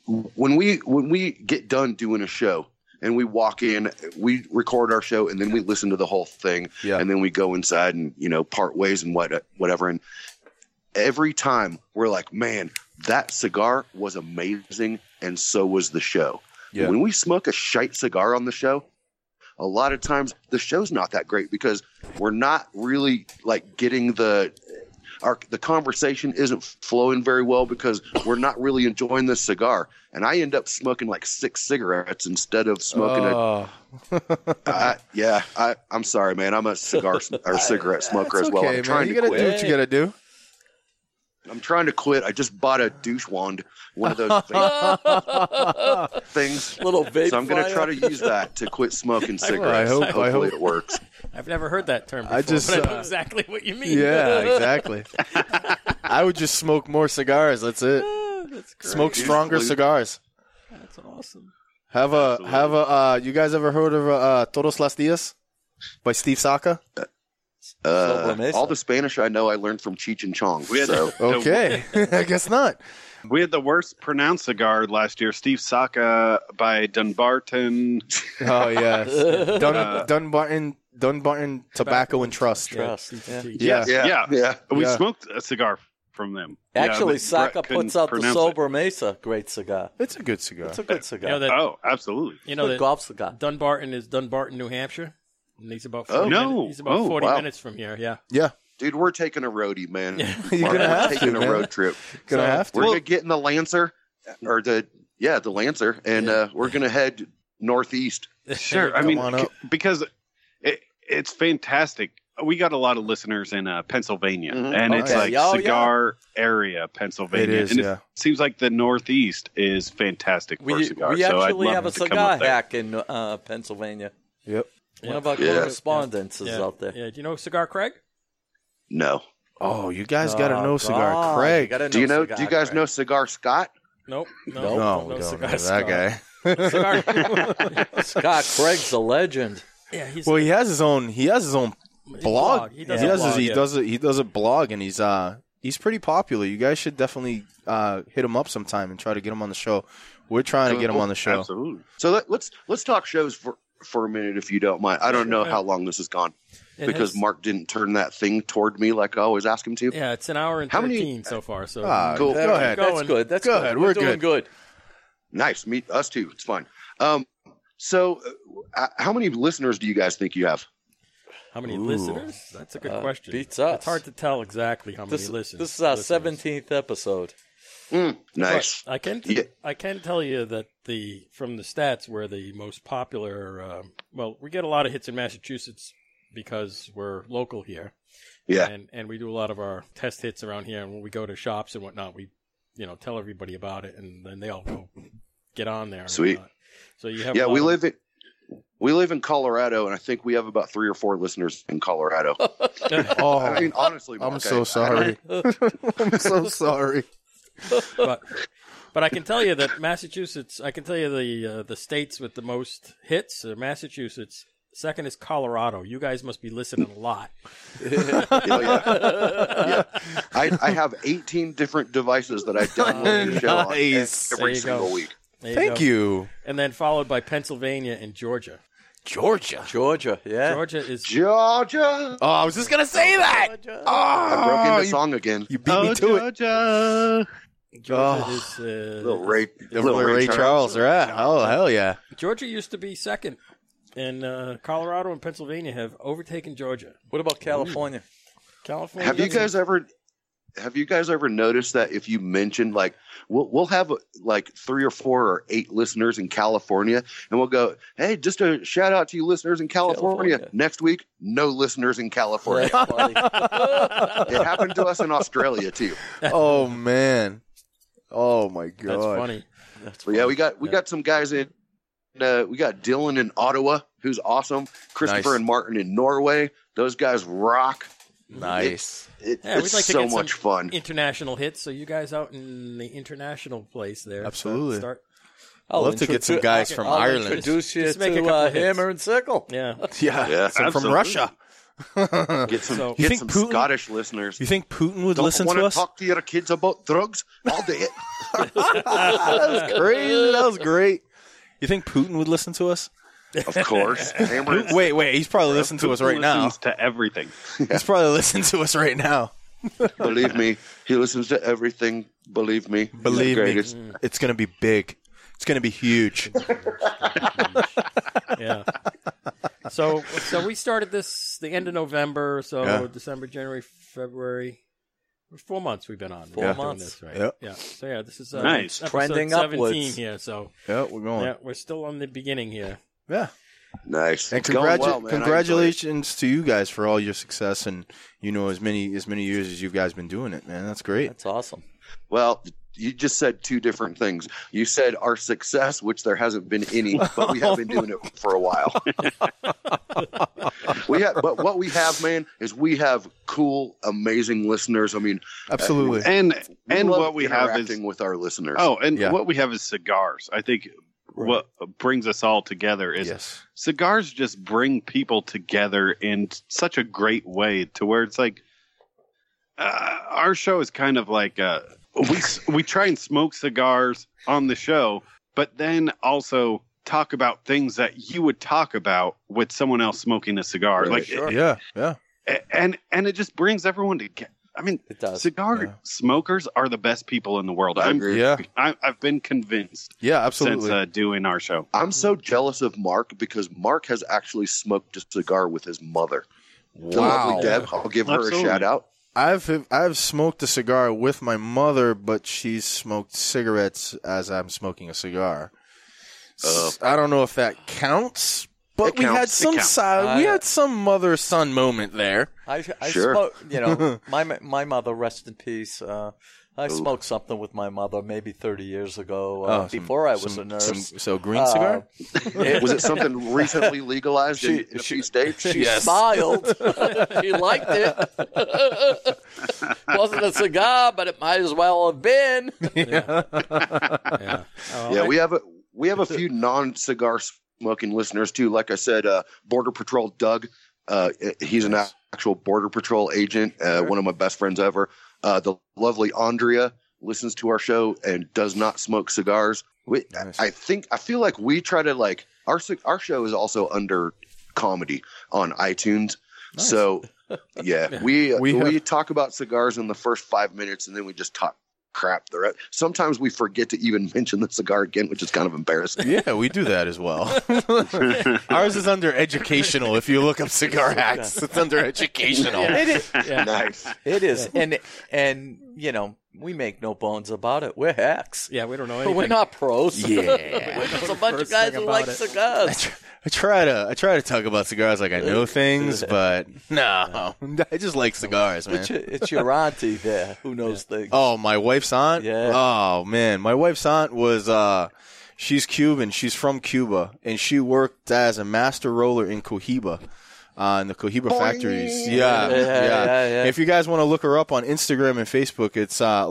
Speaker 4: when we when we get done doing a show and we walk in, we record our show and then we listen to the whole thing,
Speaker 2: Yeah.
Speaker 4: and then we go inside and you know part ways and what whatever. And every time we're like, man, that cigar was amazing, and so was the show.
Speaker 2: Yeah.
Speaker 4: When we smoke a shite cigar on the show, a lot of times the show's not that great because we're not really like getting the our the conversation isn't flowing very well because we're not really enjoying this cigar and i end up smoking like six cigarettes instead of smoking
Speaker 2: Oh,
Speaker 4: a I, yeah i i'm sorry man i'm a cigar sm- or cigarette smoker
Speaker 2: that's
Speaker 4: as well
Speaker 2: okay,
Speaker 4: i'm
Speaker 2: man.
Speaker 4: trying
Speaker 2: You
Speaker 4: to
Speaker 2: gotta
Speaker 4: quit
Speaker 2: do what you gotta do.
Speaker 4: I'm trying to quit. I just bought a douche wand, one of those thing- things.
Speaker 3: Little vape.
Speaker 4: So I'm going to
Speaker 3: flyer.
Speaker 4: try to use that to quit smoking cigarettes.
Speaker 2: hope- I
Speaker 4: Hopefully
Speaker 2: hope-
Speaker 4: it works.
Speaker 1: I've never heard that term before,
Speaker 2: I just,
Speaker 1: but I know
Speaker 2: uh,
Speaker 1: exactly what you mean.
Speaker 2: Yeah, exactly. I would just smoke more cigars. That's it.
Speaker 1: That's great.
Speaker 2: Smoke stronger
Speaker 4: Absolutely.
Speaker 2: cigars.
Speaker 1: That's awesome.
Speaker 2: Have a have a. Uh, you guys ever heard of uh, Todos las Dias by Steve Saka?
Speaker 4: Uh,
Speaker 3: Silver Mesa.
Speaker 4: all the Spanish I know I learned from Cheech and Chong.
Speaker 5: We had,
Speaker 4: So
Speaker 5: the,
Speaker 2: Okay, I guess not.
Speaker 5: we had the worst pronounced cigar last year. Steve Saka by Dunbarton.
Speaker 2: Oh yes, Dun,
Speaker 5: Uh,
Speaker 2: Dunbarton Dunbarton Tobacco and Trust.
Speaker 3: Trust. yeah.
Speaker 2: Yeah.
Speaker 5: Yeah.
Speaker 4: yeah, yeah.
Speaker 5: We
Speaker 2: Yeah.
Speaker 5: smoked a cigar from them.
Speaker 3: Actually,
Speaker 5: Yeah, but Brett
Speaker 3: Saka
Speaker 5: couldn't
Speaker 3: puts out the
Speaker 5: pronounce it.
Speaker 3: Sober Mesa. Great cigar.
Speaker 2: It's a good cigar.
Speaker 3: It's a good cigar.
Speaker 1: You know that.
Speaker 5: Oh, absolutely.
Speaker 1: you know
Speaker 3: Good
Speaker 1: that.
Speaker 3: golf cigar.
Speaker 1: Dunbarton is Dunbarton, New Hampshire. And he's about 40
Speaker 5: no.
Speaker 1: minutes, he's about
Speaker 5: Oh,
Speaker 1: 40
Speaker 4: wow.
Speaker 1: minutes from here. Yeah.
Speaker 2: yeah,
Speaker 4: Dude, we're taking a roadie, man.
Speaker 2: you're
Speaker 4: We're
Speaker 2: gonna have
Speaker 4: taking
Speaker 2: to.
Speaker 4: a
Speaker 2: man.
Speaker 4: road trip.
Speaker 2: Gonna
Speaker 1: So-
Speaker 2: have to.
Speaker 4: We're gonna get in the Lancer or the yeah, the Lancer, and uh, we're gonna head northeast.
Speaker 5: Sure. I
Speaker 2: Come
Speaker 5: mean,
Speaker 2: on
Speaker 5: c-
Speaker 2: up.
Speaker 5: because it, it's fantastic. We got a lot of listeners in uh, Pennsylvania,
Speaker 4: Mhm.
Speaker 5: and
Speaker 2: Oh,
Speaker 5: it's
Speaker 2: yeah.
Speaker 5: like
Speaker 3: Oh, yeah.
Speaker 5: cigar area, Pennsylvania.
Speaker 2: It is,
Speaker 5: and
Speaker 2: yeah.
Speaker 5: It seems like the Northeast is fantastic for
Speaker 3: We,
Speaker 5: cigars.
Speaker 3: we
Speaker 5: so I'd
Speaker 3: actually
Speaker 5: love
Speaker 3: have a
Speaker 5: to come
Speaker 3: cigar
Speaker 5: up there.
Speaker 3: hack in uh, Pennsylvania.
Speaker 2: Yep.
Speaker 3: One of our
Speaker 4: Yeah.
Speaker 3: correspondents is
Speaker 1: Yeah.
Speaker 3: out there.
Speaker 1: Yeah. Do you know Cigar Craig?
Speaker 4: No,
Speaker 2: Oh, you guys got to
Speaker 3: Oh,
Speaker 2: know cigar,
Speaker 3: God.
Speaker 2: Craig.
Speaker 3: gotta
Speaker 4: do you know?
Speaker 3: Cigar
Speaker 4: do you guys
Speaker 3: Craig.
Speaker 4: know Cigar Scott?
Speaker 1: Nope. No.
Speaker 3: Nope.
Speaker 2: No, we don't know that guy.
Speaker 1: Cigar. Cigar-
Speaker 3: Scott Craig's a legend.
Speaker 1: yeah. He's
Speaker 2: Well, he has his own. He has his own
Speaker 1: he's
Speaker 2: blog.
Speaker 1: He
Speaker 2: He
Speaker 1: does. a
Speaker 2: does. He does,
Speaker 1: blog,
Speaker 2: he
Speaker 1: yeah.
Speaker 2: does a, he does a blog, and he's uh he's pretty popular. You guys should definitely uh hit him up sometime and try to get him on the show. We're trying to get him on the show.
Speaker 5: Absolutely.
Speaker 4: So let, let's let's talk shows for for a minute, if you don't mind. I don't know how long this has gone
Speaker 1: It
Speaker 4: because
Speaker 1: has-
Speaker 4: Mark didn't turn that thing toward me like I always ask him to.
Speaker 1: Yeah, it's an hour and
Speaker 4: How
Speaker 1: 13
Speaker 4: many-
Speaker 1: so far. So
Speaker 2: Ah,
Speaker 4: Cool.
Speaker 2: Go ahead.
Speaker 1: Go
Speaker 3: That's
Speaker 1: on.
Speaker 3: good. That's
Speaker 2: Go
Speaker 3: good.
Speaker 2: ahead.
Speaker 3: We're,
Speaker 2: We're
Speaker 3: doing good.
Speaker 4: Nice, meet us too. It's fine. Um, so uh, h- how many listeners do you guys think you have?
Speaker 1: How many
Speaker 2: Ooh.
Speaker 1: listeners? That's a good
Speaker 3: Uh,
Speaker 1: question.
Speaker 3: beats us.
Speaker 1: It's hard to tell exactly how
Speaker 3: This,
Speaker 1: many listens.
Speaker 3: this is our
Speaker 1: listeners.
Speaker 3: seventeenth episode.
Speaker 4: Mm,
Speaker 1: But
Speaker 4: nice.
Speaker 1: I can
Speaker 4: Yeah.
Speaker 1: I can tell you that the from the stats where the most popular. Um, well, we get a lot of hits in Massachusetts because we're local here.
Speaker 4: Yeah.
Speaker 1: and and we do a lot of our test hits around here. And when we go to shops and whatnot, we you know tell everybody about it, and then they all go get on there. and
Speaker 4: Sweet.
Speaker 1: whatnot. So you have a
Speaker 4: yeah,
Speaker 1: lot
Speaker 4: we
Speaker 1: of-
Speaker 4: live in we live in Colorado, and I think we have about three or four listeners in Colorado.
Speaker 2: Oh,
Speaker 4: I mean, honestly,
Speaker 2: I'm
Speaker 4: Mark, I-
Speaker 2: so sorry. I'm so sorry.
Speaker 1: but but I can tell you that Massachusetts. I can tell you the uh, the states with the most hits are Massachusetts. Second is Colorado. You guys must be listening a lot.
Speaker 4: I, oh, yeah. Yeah. I, I have 18 different devices that I download the show on e-,
Speaker 2: Nice.
Speaker 1: There
Speaker 4: every
Speaker 1: you go.
Speaker 4: single week.
Speaker 1: There
Speaker 2: Thank
Speaker 1: go.
Speaker 2: you,
Speaker 1: And then followed by Pennsylvania and Georgia.
Speaker 2: Georgia.
Speaker 3: Georgia, yeah.
Speaker 1: Georgia is
Speaker 4: Georgia.
Speaker 2: Oh, I was just gonna say that. Oh.
Speaker 4: I broke into
Speaker 2: Ah, you,
Speaker 4: song again.
Speaker 2: you beat me
Speaker 5: Oh,
Speaker 2: to it.
Speaker 5: Georgia.
Speaker 1: Georgia
Speaker 2: Oh.
Speaker 1: is uh,
Speaker 4: Little Ray,
Speaker 2: Little Ray, Charles, right? Oh hell yeah!
Speaker 1: Georgia used to be second, and uh, Colorado and Pennsylvania have overtaken Georgia.
Speaker 3: What about California?
Speaker 1: California.
Speaker 4: Have you guys ever? Have you guys ever noticed that if you mention like we'll we'll have like three or four or eight listeners in California, and we'll go, hey, just a shout out to you listeners in California.
Speaker 3: California.
Speaker 4: Next week, no listeners in California.
Speaker 3: That's funny.
Speaker 4: it happened to us in Australia too.
Speaker 2: Oh man! Oh my god!
Speaker 1: That's funny.
Speaker 4: But yeah, we got we got some guys in. Uh, we got Dylan in Ottawa, who's awesome. Christopher
Speaker 2: Nice.
Speaker 4: and Martin in Norway. Those guys rock.
Speaker 2: Nice.
Speaker 4: It,
Speaker 1: Yeah,
Speaker 4: it's
Speaker 1: we'd like to
Speaker 4: so
Speaker 1: get some
Speaker 4: much fun.
Speaker 1: International hits. So you guys out in the international place there.
Speaker 2: Absolutely.
Speaker 1: Start.
Speaker 3: I'll
Speaker 2: love to get some
Speaker 3: introdu-
Speaker 2: guys from
Speaker 3: I'll
Speaker 2: Ireland.
Speaker 3: Introduce you
Speaker 1: Just make a
Speaker 3: to
Speaker 1: couple
Speaker 3: uh,
Speaker 1: of hits.
Speaker 3: Hammer and Sickle.
Speaker 1: Yeah.
Speaker 2: Yeah,
Speaker 4: Yeah,
Speaker 2: some from
Speaker 5: absolutely.
Speaker 2: Russia.
Speaker 4: Get some,
Speaker 1: So-
Speaker 2: You
Speaker 4: get
Speaker 2: think
Speaker 4: some
Speaker 2: Putin-
Speaker 4: Scottish listeners.
Speaker 2: You think Putin would
Speaker 4: Don't
Speaker 2: listen
Speaker 4: wanna
Speaker 2: to us?
Speaker 4: talk to your kids about drugs all day.
Speaker 2: that was crazy. That was great. You think Putin would listen to us?
Speaker 4: of course. Hammer and-
Speaker 2: Wait, wait. He's probably listening to us right now.
Speaker 5: Listens to everything.
Speaker 2: He's probably listening to us right now.
Speaker 4: believe me, he listens to everything. Believe me. He's the
Speaker 2: Believe
Speaker 4: greatest.
Speaker 2: me, it's going to be big. It's going to be huge.
Speaker 1: yeah. So so we started this the end of November, so
Speaker 2: Yeah.
Speaker 1: December, January, February. Four months we've been on.
Speaker 3: Four
Speaker 1: We've been doing
Speaker 3: months.
Speaker 1: This, right?
Speaker 2: Yep.
Speaker 1: Yeah. So yeah, this is uh,
Speaker 5: Nice.
Speaker 1: episode
Speaker 3: Trending
Speaker 1: 17
Speaker 3: upwards.
Speaker 1: here. So
Speaker 2: Yeah, we're going.
Speaker 1: yeah, we're still on the beginning here.
Speaker 2: Yeah.
Speaker 4: Nice.
Speaker 2: And
Speaker 4: It's
Speaker 2: congratu-
Speaker 4: going well, man. I enjoy it.
Speaker 2: congratulations to you guys for all your success and you know as many as many years as you guys been doing it, man. That's great.
Speaker 3: That's awesome.
Speaker 4: Well, you just said two different things. You said our success, which there hasn't been any, but we have been doing it for a while. we have, but what we have, man, is we have cool, amazing listeners. I mean,
Speaker 2: Absolutely.
Speaker 5: And
Speaker 4: we
Speaker 5: and
Speaker 4: love
Speaker 5: what we have is
Speaker 4: interacting with our listeners.
Speaker 5: oh, and
Speaker 2: Yeah.
Speaker 5: what we have is cigars. I think what brings us all together is
Speaker 2: yes.
Speaker 5: cigars just bring people together in such a great way to where it's like uh, our show is kind of like uh, we we try and smoke cigars on the show, but then also talk about things that you would talk about with someone else smoking a cigar.
Speaker 4: Right,
Speaker 5: like
Speaker 3: sure.
Speaker 2: Yeah. Yeah.
Speaker 5: a- and and it just brings everyone together. I mean,
Speaker 3: It does.
Speaker 5: cigar
Speaker 2: yeah.
Speaker 5: smokers are the best people in the world.
Speaker 4: I
Speaker 5: I'm,
Speaker 4: agree.
Speaker 2: Yeah.
Speaker 5: I, I've been convinced
Speaker 2: Yeah. Absolutely.
Speaker 5: since uh, doing our show.
Speaker 3: Hmm.
Speaker 4: I'm so jealous of Mark because Mark has actually smoked a cigar with his mother. The
Speaker 2: wow.
Speaker 4: lovely Deb. I'll give her
Speaker 5: Absolutely.
Speaker 4: a shout out.
Speaker 2: I've I've smoked a cigar with my mother, but she's smoked cigarettes as I'm smoking a cigar. S- I don't know if that counts, but
Speaker 4: Uh, It
Speaker 2: we had
Speaker 4: counts. It
Speaker 2: some
Speaker 5: counts.
Speaker 2: side, we
Speaker 3: I- uh,
Speaker 2: had some mother son moment there.
Speaker 3: I, I
Speaker 4: Sure.
Speaker 3: smoke, you know, my my mother, rest in peace. Uh, I smoked something with my mother maybe 30 years ago uh,
Speaker 2: Oh, some-
Speaker 3: before I was
Speaker 2: some-
Speaker 3: a nurse.
Speaker 2: some- so green
Speaker 3: Uh,
Speaker 2: cigar.
Speaker 3: it-
Speaker 4: Was it something recently legalized in, in a few states?
Speaker 3: She smiled. she liked it. Wasn't a cigar, but it might as well have been.
Speaker 1: Yeah. Oh,
Speaker 4: yeah,
Speaker 1: I-
Speaker 4: we have a we have a few non-cigar smoking listeners too. Like I said, uh, Border Patrol Doug, uh, he's an actual Border Patrol agent, uh, one of my best friends ever. Uh, the lovely Andrea listens to our show and does not smoke cigars. We,
Speaker 2: Nice.
Speaker 4: I think I feel like we try to like our ci- our show is also under comedy on iTunes,
Speaker 2: Nice.
Speaker 4: so. Yeah, we
Speaker 2: We
Speaker 4: we,
Speaker 2: have-
Speaker 4: talk about cigars in the first five minutes, and then we just talk crap. The rest. Sometimes we forget to even mention the cigar again, which is kind of embarrassing.
Speaker 2: Yeah, we do that as well. Ours is under educational. If you look up cigar hacks, it's under educational.
Speaker 3: It is.
Speaker 1: yeah.
Speaker 4: nice.
Speaker 3: It is. And, and, you know, we make no bones about it. We're hacks.
Speaker 1: Yeah, we don't know
Speaker 3: But
Speaker 1: anything.
Speaker 3: we're not pros.
Speaker 2: Yeah.
Speaker 3: we're just a
Speaker 1: the
Speaker 3: bunch of
Speaker 1: first
Speaker 3: guys
Speaker 1: thing
Speaker 3: who like
Speaker 1: about it.
Speaker 3: cigars.
Speaker 2: I try to I try to talk about cigars like I know things, but no, I just like cigars, man.
Speaker 3: It's your, it's your auntie there who knows things.
Speaker 2: Oh, my wife's aunt.
Speaker 3: Yeah.
Speaker 2: Oh man, my wife's aunt was uh, she's Cuban. She's from Cuba, and she worked as a master roller in Cohiba. Uh, in the Cohiba factories, yeah, yeah.
Speaker 3: Yeah, yeah, yeah.
Speaker 2: If you guys want to look her up on Instagram and Facebook, it's uh,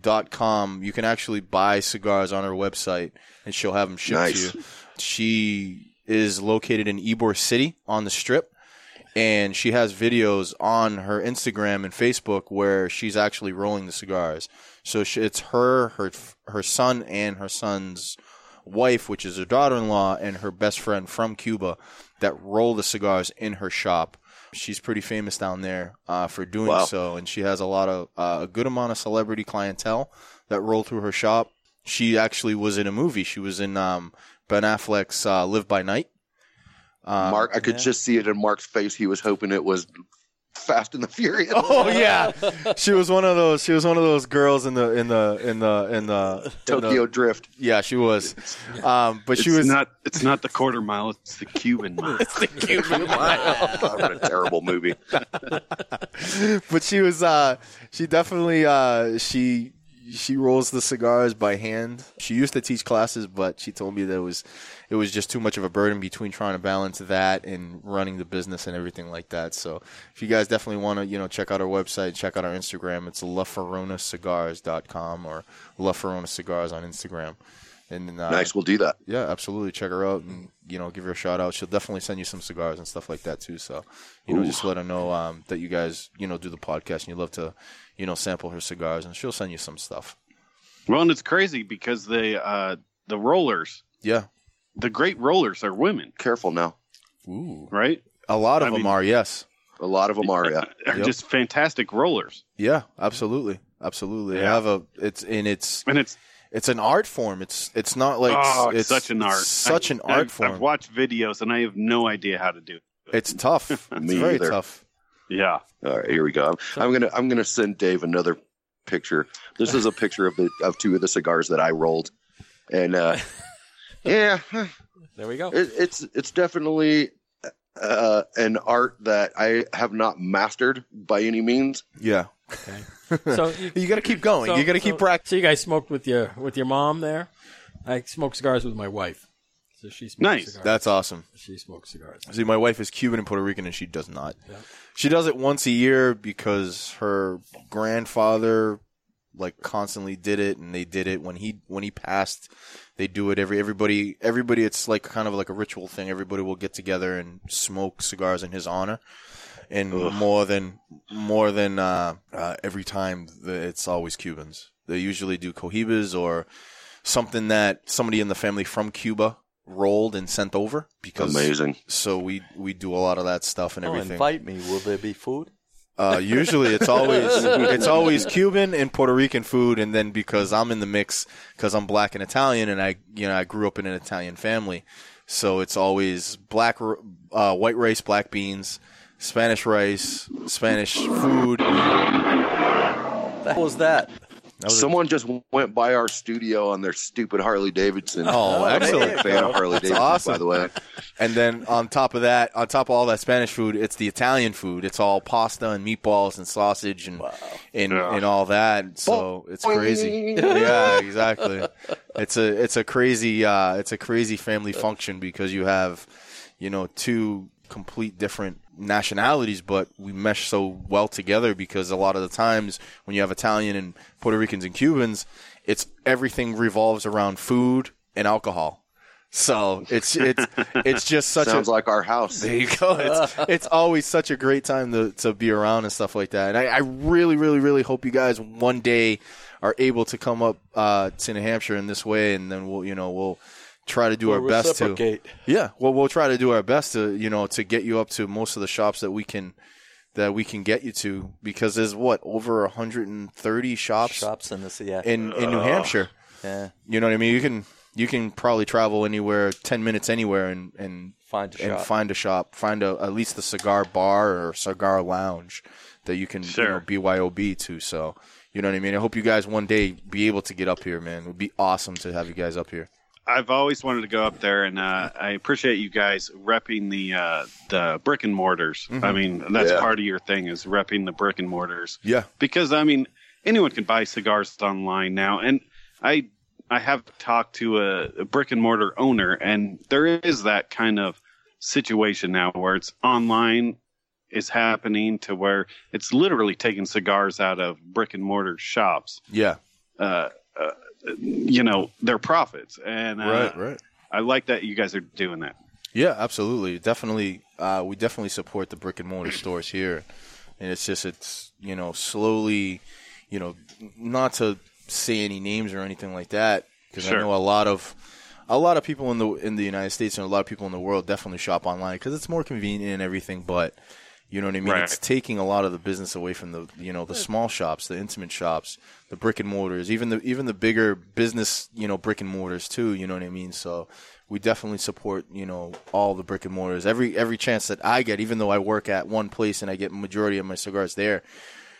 Speaker 2: laferronacigars.com. You can actually buy cigars on her website, and she'll have them shipped
Speaker 4: Nice.
Speaker 2: to you. She is located in Ybor City on the Strip and she has videos on her Instagram and Facebook where she's actually rolling the cigars. So she, it's her, her, her son, and her son's wife, which is her daughter-in-law, and her best friend from Cuba that roll the cigars in her shop. She's pretty famous down there uh, for doing
Speaker 4: Wow.
Speaker 2: so, and she has a lot of uh, a good amount of celebrity clientele that roll through her shop. She actually was in a movie. She was in um, Ben Affleck's uh, Live by Night. Um,
Speaker 4: Mark, I could just see it in Mark's face. He was hoping it was Fast and the Furious.
Speaker 2: Oh yeah, she was one of those. She was one of those girls in the in the in the in the in
Speaker 4: Tokyo
Speaker 2: the-
Speaker 4: Drift.
Speaker 2: yeah, she was. Um, but she
Speaker 5: it's
Speaker 2: was
Speaker 5: not. It's not the quarter mile. It's the Cuban mile.
Speaker 4: what a terrible movie.
Speaker 2: Uh, but she was. Uh, she definitely. Uh, she she rolls the cigars by hand. She used to teach classes, but she told me that it was it was just too much of a burden between trying to balance that and running the business and everything like that. So if you guys definitely want to, you know, check out our website, check out our Instagram. It's laferronacigars.com or laferronacigars on Instagram. And then, uh,
Speaker 4: Nice, we'll do that.
Speaker 2: yeah, absolutely. Check her out and you know give her a shout out. She'll definitely send you some cigars and stuff like that too. So you know, just let her know um, that you guys you know do the podcast and you love to you know sample her cigars and she'll send you some stuff.
Speaker 5: well, and it's crazy because the uh, the rollers,
Speaker 2: Yeah.
Speaker 5: the great rollers, are women,
Speaker 4: Careful now.
Speaker 2: Ooh.
Speaker 5: right?
Speaker 2: A lot of
Speaker 5: I
Speaker 2: them
Speaker 5: mean-
Speaker 2: are. Yes.
Speaker 4: A lot of them are. Yeah.
Speaker 5: They're
Speaker 2: Yep.
Speaker 5: just fantastic rollers,
Speaker 2: Yeah. Absolutely. Absolutely. I
Speaker 5: Yeah.
Speaker 2: have a. It's and it's
Speaker 5: and it's
Speaker 2: it's an art form. It's it's not like
Speaker 5: oh, it's, such an
Speaker 2: it's
Speaker 5: art,
Speaker 2: such
Speaker 5: I-
Speaker 2: an art
Speaker 5: I've,
Speaker 2: form.
Speaker 5: I've watched videos, and I have no idea how to do it.
Speaker 2: it's tough. It's
Speaker 4: Me
Speaker 2: very
Speaker 4: either.
Speaker 2: tough.
Speaker 5: Yeah,
Speaker 4: All right, here we go. I'm, I'm gonna I'm gonna send Dave another picture. This is a picture of the of two of the cigars that I rolled, and uh, yeah,
Speaker 1: There we go.
Speaker 4: It, it's it's definitely uh, an art that I have not mastered by any means.
Speaker 2: Yeah.
Speaker 1: So you,
Speaker 2: You got to keep going.
Speaker 1: so-
Speaker 2: you got to
Speaker 1: so-
Speaker 2: keep practicing.
Speaker 1: So you guys smoked with your with your mom there. I smoke cigars with my wife. So she smokes
Speaker 5: Nice.
Speaker 1: cigars.
Speaker 2: That's awesome.
Speaker 1: she smokes cigars.
Speaker 2: See, my wife is Cuban and Puerto Rican, and she does not.
Speaker 1: Yeah.
Speaker 2: She does it once a year because her grandfather like constantly did it, and they did it when he when he passed. They do it every everybody everybody. It's like kind of like a ritual thing. Everybody will get together and smoke cigars in his honor. And more than more than uh, uh, every time, the, it's always Cubans. They usually do cohibas or something that somebody in the family from Cuba rolled and sent over because
Speaker 4: Amazing.
Speaker 2: so we we do a lot of that stuff and
Speaker 3: Oh,
Speaker 2: everything.
Speaker 3: invite me. Will there be food?
Speaker 2: uh, usually, it's always it's always Cuban and Puerto Rican food, and then because I'm in the mix because I'm black and Italian, and I you know I grew up in an Italian family, so it's always black r- uh, white rice, black beans, Spanish rice, Spanish food. That
Speaker 3: That was that.
Speaker 2: was a-
Speaker 4: Someone just went by our studio on their stupid Harley Davidson.
Speaker 2: Oh,
Speaker 4: I'm a big
Speaker 2: excellent.
Speaker 4: fan of Harley Davidson,
Speaker 2: awesome.
Speaker 4: by the way.
Speaker 2: And then on top of that, on top of all that Spanish food, it's the Italian food. It's all pasta and meatballs and sausage and and,
Speaker 5: Yeah.
Speaker 2: and all that. So it's crazy. yeah, exactly. It's a it's a crazy uh, it's a crazy family function because you have you know two complete different nationalities, but we mesh so well together because a lot of the times when you have Italian and Puerto Ricans and Cubans, it's everything revolves around food and alcohol. So it's it's it's just such
Speaker 4: Sounds
Speaker 2: a
Speaker 4: like our house.
Speaker 2: there you go. It's, it's always such a great time to, to be around and stuff like that. And I, I really, really, really hope you guys one day are able to come up uh, to New Hampshire in this way, and then we'll you know we'll try to do our best to
Speaker 3: reciprocate.
Speaker 2: yeah. Well, we'll try to do our best to you know to get you up to most of the shops that we can that we can get you to because there's what over 130 shops
Speaker 3: Shops in this, yeah.
Speaker 2: in in New Hampshire.
Speaker 3: yeah.
Speaker 2: You know what I mean? You can you can probably travel anywhere, ten minutes anywhere, and and
Speaker 3: Find a
Speaker 2: and
Speaker 3: shop.
Speaker 2: find a shop, find a at least a cigar bar or cigar lounge that you can
Speaker 5: Sure.
Speaker 2: you know, BYOB to. So you know what I mean. I hope you guys one day be able to get up here, man. It would be awesome to have you guys up here.
Speaker 5: I've always wanted to go up there, and uh, I appreciate you guys repping the uh, the brick and mortars.
Speaker 2: Mm-hmm.
Speaker 5: I mean, that's
Speaker 4: Yeah.
Speaker 5: part of your thing is repping the brick and mortars
Speaker 2: Yeah,
Speaker 5: because I mean anyone can buy cigars online now, and I I have talked to a, a brick and mortar owner, and there is that kind of situation now where it's online is happening to where it's literally taking cigars out of brick and mortar shops.
Speaker 2: yeah,
Speaker 5: Uh, uh, you know their profits, and uh,
Speaker 2: right.
Speaker 5: I like that you guys are doing that.
Speaker 2: Yeah, absolutely. Definitely, uh, we definitely support the brick and mortar stores here, and it's just it's you know slowly, you know, not to say any names or anything like that because I
Speaker 5: Sure.
Speaker 2: know a lot of a lot of people in the in the United States and a lot of people in the world definitely shop online because it's more convenient and everything, but. You know what I mean?
Speaker 5: Right.
Speaker 2: It's taking a lot of the business away from the you know the small shops, the intimate shops, the brick and mortars, even the even the bigger business you know brick and mortars too. You know what I mean? So we definitely support you know all the brick and mortars. Every every chance that I get, even though I work at one place and I get majority of my cigars there,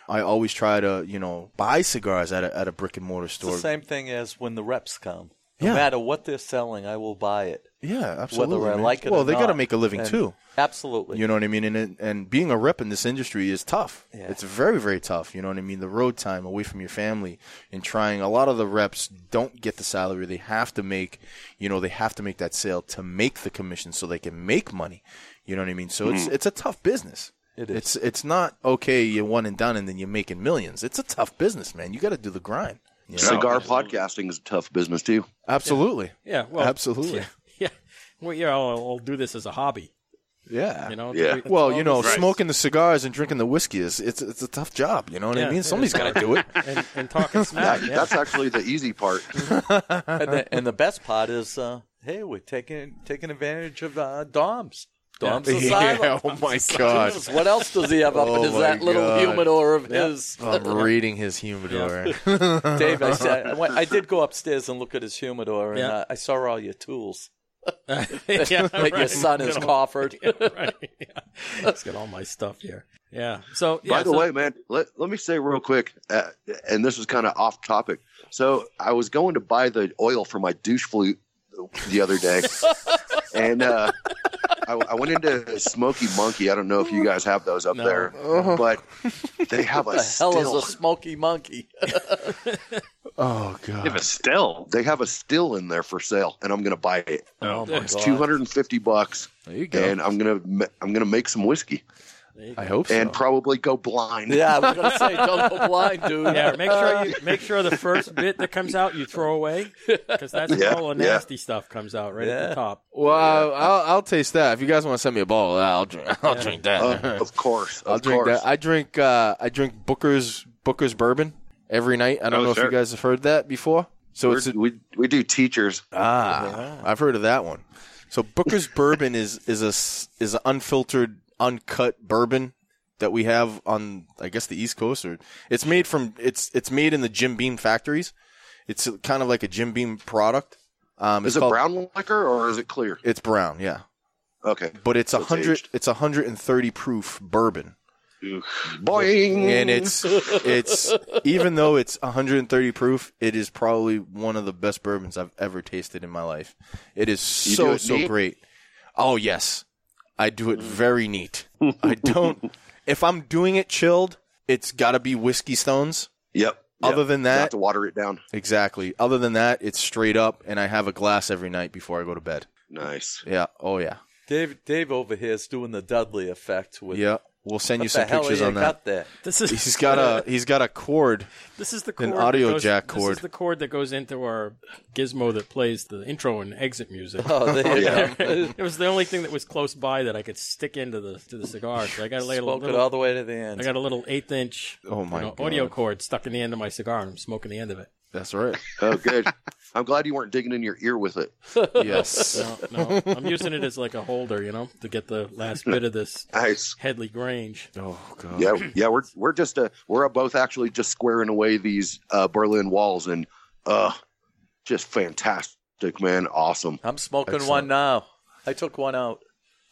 Speaker 2: I always try to you know buy cigars at a, at a brick and mortar
Speaker 3: It's
Speaker 2: store.
Speaker 3: the same thing as when the reps come. No
Speaker 2: Yeah.
Speaker 3: matter what they're selling, I will buy it,
Speaker 2: Yeah, absolutely.
Speaker 3: whether I
Speaker 2: man.
Speaker 3: like it
Speaker 2: well,
Speaker 3: or
Speaker 2: they
Speaker 3: got
Speaker 2: to make a living too.
Speaker 3: Absolutely.
Speaker 2: You know what I mean? And it- and being a rep in this industry is tough.
Speaker 3: Yeah.
Speaker 2: It's very very tough. You know what I mean? The road time away from your family and trying. A lot of the reps don't get the salary. They have to make, you know, they have to make that sale to make the commission so they can make money. You know what I mean? So it's it's a tough business.
Speaker 3: It is.
Speaker 2: It's it's not okay. You're one and done, and then you're making millions. It's a tough business, man. You got to do the grind. You know?
Speaker 4: Cigar podcasting is a tough business too.
Speaker 2: Absolutely.
Speaker 1: Yeah, well,
Speaker 2: Absolutely.
Speaker 1: Yeah, yeah. Well, yeah, I'll, I'll do this as a hobby.
Speaker 2: Yeah.
Speaker 1: You know.
Speaker 4: Yeah.
Speaker 1: It's-
Speaker 2: Well,
Speaker 1: it's
Speaker 2: you know,
Speaker 1: all this-
Speaker 2: smoking the cigars and drinking the whiskey is it's it's a tough job. You know what
Speaker 1: Yeah,
Speaker 2: I mean?
Speaker 1: it
Speaker 2: Somebody's
Speaker 1: is.
Speaker 2: got to do it.
Speaker 1: and, and talking smack. Yeah,
Speaker 4: That's actually the easy part.
Speaker 3: and, the, and the best part is, uh, hey, we're taking taking advantage of uh, Dom's. Dom's
Speaker 2: yeah,
Speaker 3: asylum.
Speaker 2: oh my god.
Speaker 3: Jesus, what else does he have up
Speaker 2: Oh
Speaker 3: in his,
Speaker 2: my
Speaker 3: that little
Speaker 2: God.
Speaker 3: humidor of his?
Speaker 2: Oh, I'm reading his humidor.
Speaker 3: Dave, I, said, I, went, I did go upstairs and look at his humidor, and
Speaker 1: Yeah.
Speaker 3: uh, I saw all your tools
Speaker 1: yeah,
Speaker 3: that your
Speaker 1: right.
Speaker 3: son has coffered.
Speaker 1: right. Yeah. Let's get all my stuff here. Yeah. So yeah,
Speaker 4: By the
Speaker 1: so-
Speaker 4: way, man, let, let me say real quick, uh, and this is kind of off topic. So I was going to buy the oil for my douche flute the other day, and uh, I, I went into Smoky Monkey. I don't know if you guys have those up
Speaker 1: No.
Speaker 4: there, but they have a
Speaker 3: the hell is
Speaker 4: still.
Speaker 3: a smoky monkey?
Speaker 2: Oh
Speaker 5: If
Speaker 2: god.
Speaker 5: it's still,
Speaker 4: they have a still in there for sale, and I'm gonna buy it.
Speaker 5: Oh,
Speaker 1: my
Speaker 4: It's 250 bucks,
Speaker 2: There you go.
Speaker 4: and I'm gonna ma- I'm gonna make some whiskey
Speaker 1: There you go.
Speaker 2: I hope so.
Speaker 4: and probably go blind.
Speaker 3: Yeah, I was gonna say don't go blind, dude.
Speaker 1: Yeah, make sure
Speaker 2: Uh,
Speaker 1: you make sure the first bit that comes out you throw away because that's
Speaker 4: Yeah,
Speaker 1: where all the
Speaker 4: yeah.
Speaker 1: nasty stuff comes out right at the
Speaker 3: Yeah.
Speaker 1: top.
Speaker 2: well, I'll, I'll taste that. If you guys want to send me a bottle, of that, I'll drink. I'll
Speaker 1: Yeah.
Speaker 2: drink that.
Speaker 4: Uh, of course, of
Speaker 2: I'll drink
Speaker 4: course.
Speaker 2: that. I drink. Uh, I drink Booker's Booker's bourbon every night. I don't
Speaker 5: Oh,
Speaker 2: know
Speaker 5: sure.
Speaker 2: if you guys have heard that before. So
Speaker 4: We're-
Speaker 2: it's a,
Speaker 4: we we do teachers.
Speaker 2: Ah, I've heard of that one. So Booker's Bourbon is is a s- is an unfiltered, uncut bourbon that we have on I guess the East Coast or it's made from it's it's made in the Jim Beam factories. It's kind of like a Jim Beam product. Um, it's
Speaker 4: Is it
Speaker 2: called-
Speaker 4: brown liquor or is it clear?
Speaker 2: It's brown, yeah.
Speaker 4: Okay,
Speaker 2: But it's a
Speaker 4: it's
Speaker 2: hundred.
Speaker 4: aged.
Speaker 2: It's a hundred and thirty proof bourbon,
Speaker 4: boing.
Speaker 2: and it's it's even though it's hundred and thirty proof, it is probably one of the best bourbons I've ever tasted in my life. It is
Speaker 4: You
Speaker 2: so
Speaker 4: do it
Speaker 2: so
Speaker 4: neat?
Speaker 2: great. Oh yes, I do it very neat. I don't. If I'm doing it chilled, it's got to be whiskey stones.
Speaker 4: yep.
Speaker 2: Other than
Speaker 4: you
Speaker 2: that,
Speaker 4: have to water it down.
Speaker 2: exactly. Other than that, it's straight up, and I have a glass every night before I go to bed.
Speaker 4: Nice.
Speaker 2: Yeah. Oh yeah.
Speaker 3: Dave, Dave over here is doing the Dudley effect with.
Speaker 2: Yeah. We'll send
Speaker 3: What
Speaker 2: you
Speaker 3: the
Speaker 2: some
Speaker 3: hell
Speaker 2: pictures
Speaker 3: you
Speaker 2: on that.
Speaker 3: got there?
Speaker 1: This is
Speaker 2: He's got a he's got a cord.
Speaker 1: this is the cord
Speaker 2: an
Speaker 1: that
Speaker 2: audio
Speaker 1: goes-
Speaker 2: jack
Speaker 1: This
Speaker 2: cord.
Speaker 1: is the cord that goes into our gizmo that plays the intro and exit music.
Speaker 3: Oh, there you go.
Speaker 1: it was the only thing that was close by that I could stick into the to the cigar. So I got a little,
Speaker 3: Smoke it
Speaker 1: little
Speaker 3: all the way to the
Speaker 1: I
Speaker 3: end.
Speaker 1: got a little eighth inch
Speaker 2: Oh my
Speaker 1: you know,
Speaker 2: god.
Speaker 1: audio cord stuck in the end of my cigar, and I'm smoking the end of it.
Speaker 2: That's right.
Speaker 4: Oh, good. I'm glad you weren't digging in your ear with it.
Speaker 2: Yes.
Speaker 1: No, no, I'm using it as like a holder, you know, to get the last bit of this
Speaker 4: Nice.
Speaker 1: Headley Grange.
Speaker 2: oh god.
Speaker 4: Yeah, yeah. We're we're just uh, we're both actually just squaring away these uh, Berlin walls and uh, just fantastic, man. Awesome.
Speaker 3: I'm smoking
Speaker 2: Excellent.
Speaker 3: one now. I took one out.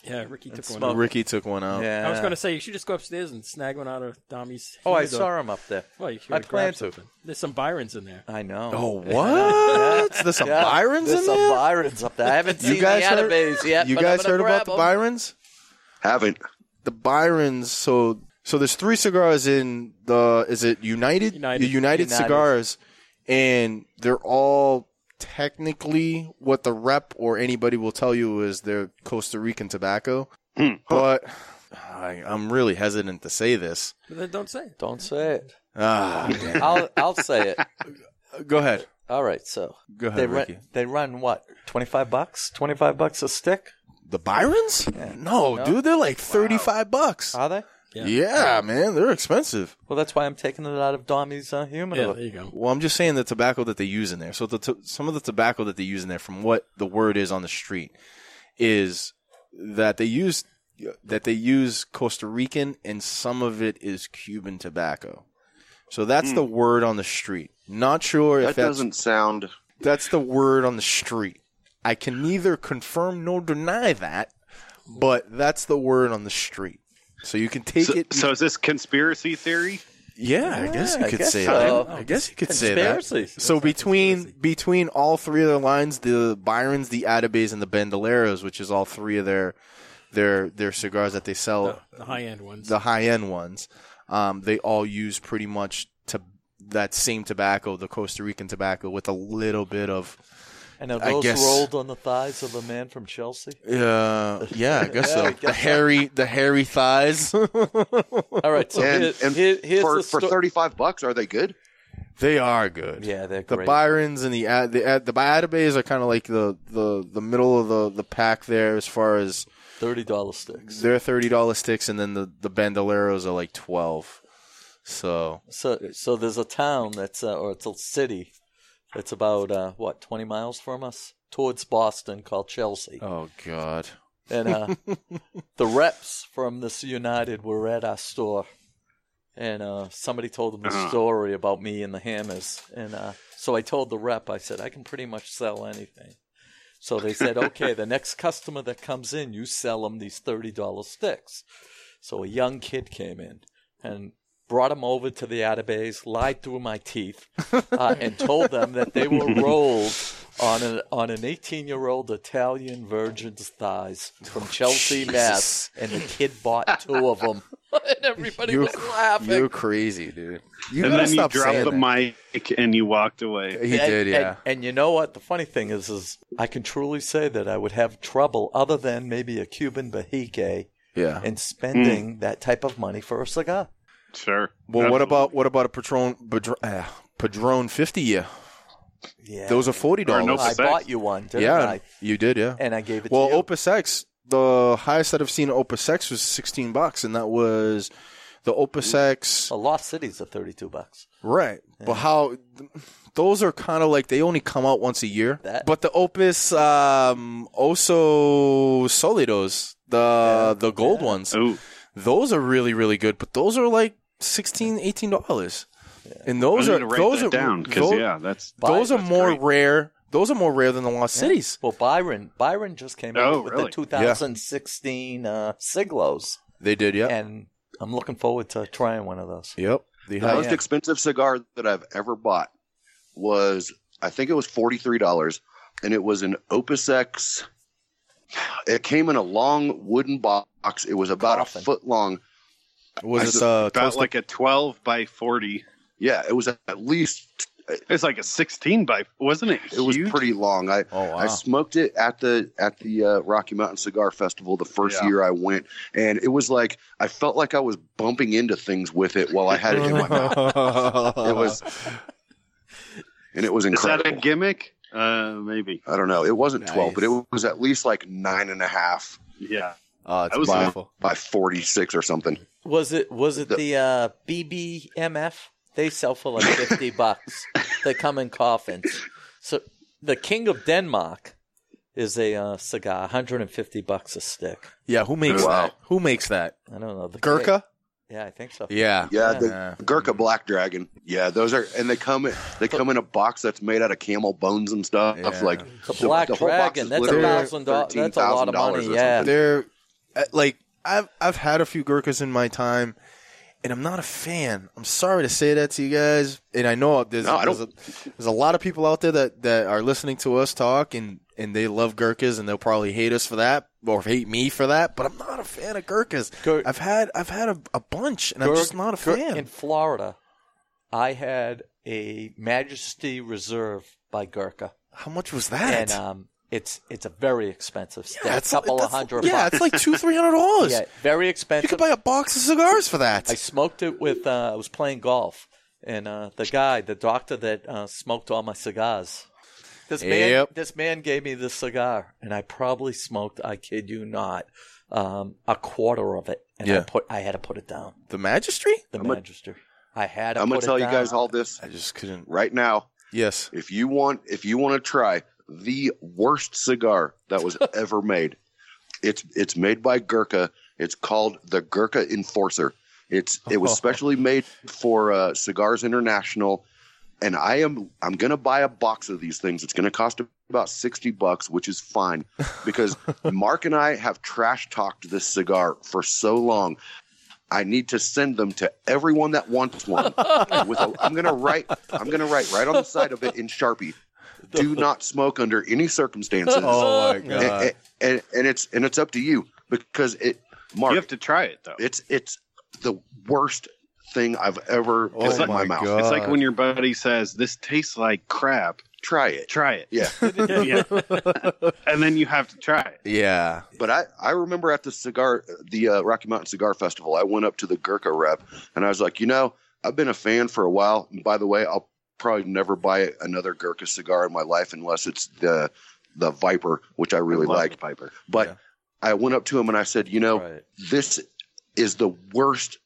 Speaker 1: Yeah, Ricky took one.
Speaker 3: smoke.
Speaker 1: out.
Speaker 2: Ricky took one out.
Speaker 3: Oh. Yeah.
Speaker 1: Oh, I was going to say you should just go upstairs and snag one out of Tommy's.
Speaker 3: Oh, I
Speaker 1: humidor.
Speaker 3: saw him up there.
Speaker 1: Well, you should
Speaker 3: I
Speaker 1: grab
Speaker 3: plan to.
Speaker 1: something. There's some Byrons in there.
Speaker 3: I know.
Speaker 2: Oh what? There's some
Speaker 3: Yeah,
Speaker 2: Byrons
Speaker 3: there's
Speaker 2: in
Speaker 3: some
Speaker 2: there.
Speaker 3: Byrons up there. I haven't
Speaker 2: You
Speaker 3: seen
Speaker 2: guys
Speaker 3: the
Speaker 2: heard-
Speaker 3: animes yet.
Speaker 2: you
Speaker 3: but I'm
Speaker 2: guys
Speaker 3: gonna
Speaker 2: heard about
Speaker 3: grab
Speaker 2: the
Speaker 3: 'em.
Speaker 2: Byrons?
Speaker 4: Haven't
Speaker 2: The Byrons. So so there's three cigars in the is it United
Speaker 1: United.
Speaker 2: United
Speaker 3: United.
Speaker 2: cigars, and they're all technically what the rep or anybody will tell you is they're Costa Rican tobacco, but. I, I'm really hesitant to say this.
Speaker 1: But then don't say it.
Speaker 3: Don't say it.
Speaker 2: Ah, damn.
Speaker 3: I'll I'll say it.
Speaker 2: go ahead.
Speaker 3: All right, so
Speaker 2: Go ahead,
Speaker 3: they
Speaker 2: Ricky.
Speaker 3: run they run what twenty five bucks twenty five bucks a stick
Speaker 2: The Byrons? No, dude, they're like thirty-five bucks.
Speaker 3: are they?
Speaker 2: yeah.
Speaker 1: Yeah.
Speaker 2: man, they're expensive.
Speaker 3: Well, that's why I'm taking it out of Dommy's uh, human.
Speaker 1: Yeah, there you go.
Speaker 2: Well, I'm just saying the tobacco that they use in there. So the to- some of the tobacco that they use in there, from what the word is on the street, is that they use that they use Costa Rican and some of it is Cuban tobacco. So that's the word on the street. Not sure if
Speaker 4: that
Speaker 2: that's
Speaker 4: doesn't sound
Speaker 2: That's the word on the street. I can neither confirm nor deny that, but that's the word on the street. So you can take
Speaker 5: so,
Speaker 2: it.
Speaker 5: so is this conspiracy theory?
Speaker 2: yeah, I guess you
Speaker 3: I
Speaker 2: could
Speaker 3: guess
Speaker 2: say
Speaker 3: so. Oh,
Speaker 2: that. I guess you could say that.
Speaker 3: Conspiracy.
Speaker 2: So between between all three of their lines, the Byrons, the Atabes, and the Bandoleros, which is all three of their their their cigars that they sell,
Speaker 3: Oh.
Speaker 1: The, the high end ones.
Speaker 2: the high end ones, um, they all use pretty much to that same tobacco, the Costa Rican tobacco, with a little bit of
Speaker 3: And are
Speaker 2: I
Speaker 3: those
Speaker 2: guess-
Speaker 3: rolled on the thighs of a man from Chelsea?
Speaker 2: Uh, yeah, I guess
Speaker 3: Yeah,
Speaker 2: so. the
Speaker 3: I guess so.
Speaker 2: hairy, the hairy thighs.
Speaker 3: All right, so
Speaker 4: and,
Speaker 3: here-
Speaker 4: and
Speaker 3: here- here's
Speaker 4: for,
Speaker 3: the
Speaker 4: for
Speaker 3: sto-
Speaker 4: 35 bucks are they good
Speaker 2: they are good.
Speaker 3: Yeah, they're
Speaker 2: The
Speaker 3: great.
Speaker 2: Byrons and the Ad- the Ad- the Biatabays are kind of like the, the the middle of the the pack there as far as
Speaker 3: Thirty dollar sticks.
Speaker 2: their thirty dollar sticks, and then the the Bandoleros are like twelve. So
Speaker 3: So so there's a town that's uh, or it's a city that's about uh, what twenty miles from us towards Boston called Chelsea.
Speaker 2: oh god,
Speaker 3: And uh, the reps from this United were at our store, and uh, somebody told them the
Speaker 5: Uh-huh.
Speaker 3: story about me and the Hammers. And uh, so I told the rep, I said, I can pretty much sell anything. So they said, okay, the next customer that comes in, you sell them these $30 sticks. So a young kid came in, and brought them over to the Atabays, lied through my teeth, uh, and told them that they were rolled on an on an 18 year old Italian virgin's thighs
Speaker 6: Oh,
Speaker 3: from Chelsea, Mass, and the kid bought two of them, and everybody
Speaker 6: You-
Speaker 3: was laughing.
Speaker 6: You're crazy, dude. You
Speaker 5: and
Speaker 6: gotta
Speaker 5: then you
Speaker 6: stop
Speaker 5: dropped
Speaker 6: saying
Speaker 5: the
Speaker 6: that.
Speaker 5: mic and you walked away.
Speaker 6: He
Speaker 3: And-
Speaker 6: did,
Speaker 3: and-
Speaker 6: yeah.
Speaker 3: And, you know what? The funny thing is, is I can truly say that I would have trouble, other than maybe a Cuban Bahique,
Speaker 6: yeah.
Speaker 3: in
Speaker 6: Hmm.
Speaker 3: spending that type of money for a cigar.
Speaker 2: Well,
Speaker 5: Sure.
Speaker 2: what
Speaker 5: Absolutely.
Speaker 2: about what about a Patron Padron, uh, Padron fifty year?
Speaker 3: Yeah,
Speaker 2: Those are forty dollars.
Speaker 5: Or an
Speaker 3: I
Speaker 5: Opus X.
Speaker 3: bought you one, didn't
Speaker 2: yeah,
Speaker 3: I?
Speaker 2: you did, yeah.
Speaker 3: And I gave it
Speaker 2: Well,
Speaker 3: to you.
Speaker 2: Opus X, the highest that I've seen Opus X was sixteen bucks, and that was the Opus X.
Speaker 3: a Lost Cities are thirty-two bucks.
Speaker 2: Right, but how? Those are kind of like they only come out once a year.
Speaker 3: That-
Speaker 2: but the Opus um, Oso Solidos, the the gold ones,
Speaker 5: Ooh,
Speaker 2: those are really really good. But those are like 16 dollars, and those
Speaker 5: I need
Speaker 2: are
Speaker 5: to write
Speaker 2: those
Speaker 5: that
Speaker 2: are
Speaker 5: down because
Speaker 2: those,
Speaker 5: yeah, that's
Speaker 2: those are
Speaker 5: that's
Speaker 2: more
Speaker 5: great.
Speaker 2: rare. Those are more rare than the Lost Cities.
Speaker 3: Well, Byron, Byron just came
Speaker 5: Oh,
Speaker 3: out with
Speaker 5: really?
Speaker 3: the 2016 uh, Siglos,
Speaker 2: They did, yeah.
Speaker 3: and I'm looking forward to trying one of those.
Speaker 2: Yep. They
Speaker 4: The
Speaker 2: have-
Speaker 4: most expensive cigar that I've ever bought was, I think it was $43, and it was an Opus X. It came in a long wooden box. It was about
Speaker 3: Coffin.
Speaker 4: a foot long.
Speaker 2: Was
Speaker 5: I
Speaker 2: it uh,
Speaker 5: about
Speaker 2: Toasted-
Speaker 5: like a twelve by forty.
Speaker 4: Yeah, it was at least,
Speaker 5: It's like a sixteen by, wasn't it?
Speaker 4: it was
Speaker 5: huge?
Speaker 4: pretty long. I,
Speaker 2: Oh wow.
Speaker 4: I smoked it at the at the uh, Rocky Mountain Cigar Festival the first
Speaker 5: Yeah.
Speaker 4: year I went, and it was like I felt like I was bumping into things with it while I had it in my mouth. It was, and it was
Speaker 5: Is that a
Speaker 4: incredible.
Speaker 5: gimmick? Uh, maybe.
Speaker 4: I don't know. It wasn't twelve, but
Speaker 2: Nice.
Speaker 4: it was at least like nine and a half
Speaker 5: Yeah.
Speaker 2: Oh, it's
Speaker 5: I was-
Speaker 2: beautiful.
Speaker 4: by forty six or something.
Speaker 3: Was it was it the,
Speaker 4: The-
Speaker 3: uh, BBMF? They sell for like fifty bucks. They come in coffins. So the King of Denmark is a uh, cigar, 150 bucks a stick.
Speaker 2: Yeah, who makes
Speaker 4: Wow.
Speaker 2: that? Who makes that?
Speaker 3: I don't know the
Speaker 2: Gurkha?
Speaker 3: Yeah, I think so.
Speaker 2: Yeah.
Speaker 4: Yeah,
Speaker 2: Yeah.
Speaker 4: the Gurkha Black Dragon. Yeah, those are, and they come they come in a box that's made out of camel bones and stuff.
Speaker 2: Yeah.
Speaker 4: Like
Speaker 3: The Black
Speaker 4: whole box
Speaker 3: Dragon,
Speaker 4: is
Speaker 3: that's a
Speaker 4: literally
Speaker 3: thousand dollars. That's a lot of money.
Speaker 4: $13,000 or
Speaker 3: Yeah,
Speaker 4: something.
Speaker 2: They're uh, like I've I've had a few Gurkhas in my time and I'm not a fan. I'm sorry to say that to you guys. And I know there's
Speaker 4: No, I
Speaker 2: there's, a, there's a lot of people out there that, that are listening to us talk and, and they love Gurkhas and they'll probably hate us for that or hate me for that, but I'm not a fan of Gurkhas.
Speaker 3: Gur-
Speaker 2: I've had I've had a, a bunch and I'm
Speaker 3: Gurk-
Speaker 2: just not a
Speaker 3: Gurk-
Speaker 2: fan.
Speaker 3: In Florida, I had a Majesty Reserve by Gurkha,
Speaker 2: How much was that?
Speaker 3: and um, it's it's a very expensive stick,
Speaker 2: Yeah,
Speaker 3: a
Speaker 2: it's like-
Speaker 3: couple of
Speaker 2: that's-
Speaker 3: hundred.
Speaker 2: Yeah,
Speaker 3: bucks.
Speaker 2: it's like two, three hundred dollars.
Speaker 3: yeah, very
Speaker 2: You could
Speaker 3: expensive.
Speaker 2: buy a box of cigars for that.
Speaker 3: I smoked it with. Uh, I was playing golf, and uh, the guy, the doctor that uh, smoked all my cigars. This man,
Speaker 2: Yep.
Speaker 3: this man gave me this cigar, and I probably smoked. I kid you not, um, a quarter of it, and I
Speaker 2: Yeah.
Speaker 3: put. I had to put it down.
Speaker 2: the Magistry?
Speaker 3: The
Speaker 4: gonna-
Speaker 3: Magister. I had. To
Speaker 4: I'm
Speaker 3: put
Speaker 4: gonna
Speaker 3: it
Speaker 4: tell you
Speaker 3: down.
Speaker 4: guys all this
Speaker 2: I just couldn't.
Speaker 4: right now.
Speaker 2: Yes.
Speaker 4: If you want, if you want to try the worst cigar that was ever made, it's it's made by Gurkha. It's called the Gurkha Enforcer. It's it was specially made for uh, Cigars International, and I am I'm gonna buy a box of these things. It's gonna cost about sixty bucks, which is fine, because Mark and I have trash talked this cigar for so long. I need to send them to everyone that wants one. With a, I'm gonna write. I'm gonna write right on the side of it in Sharpie. Do not smoke under any circumstances.
Speaker 2: Oh my
Speaker 4: And-
Speaker 5: Uh,
Speaker 2: god.
Speaker 4: and, and, and it's and it's up to you because it, Mark.
Speaker 5: You have to try it though.
Speaker 4: it's it's the worst thing I've ever
Speaker 2: Oh
Speaker 4: put in
Speaker 2: my
Speaker 4: my mouth.
Speaker 2: God.
Speaker 5: It's like when your buddy says, "This tastes like crap.
Speaker 4: Try it.
Speaker 5: Try it."
Speaker 4: Yeah.
Speaker 5: yeah. and then you have to try it.
Speaker 2: yeah.
Speaker 4: But I, I remember at the cigar the uh, Rocky Mountain Cigar Festival, I went up to the Gurkha rep and I was like, you know, I've been a fan for a while. And by the way, I'll probably never buy another Gurkha cigar in my life unless it's the the Viper, which I really
Speaker 5: I love
Speaker 4: like.
Speaker 5: the Piper.
Speaker 4: But
Speaker 2: Yeah.
Speaker 4: I went up to him and I said, you know,
Speaker 3: Right.
Speaker 4: this is the worst.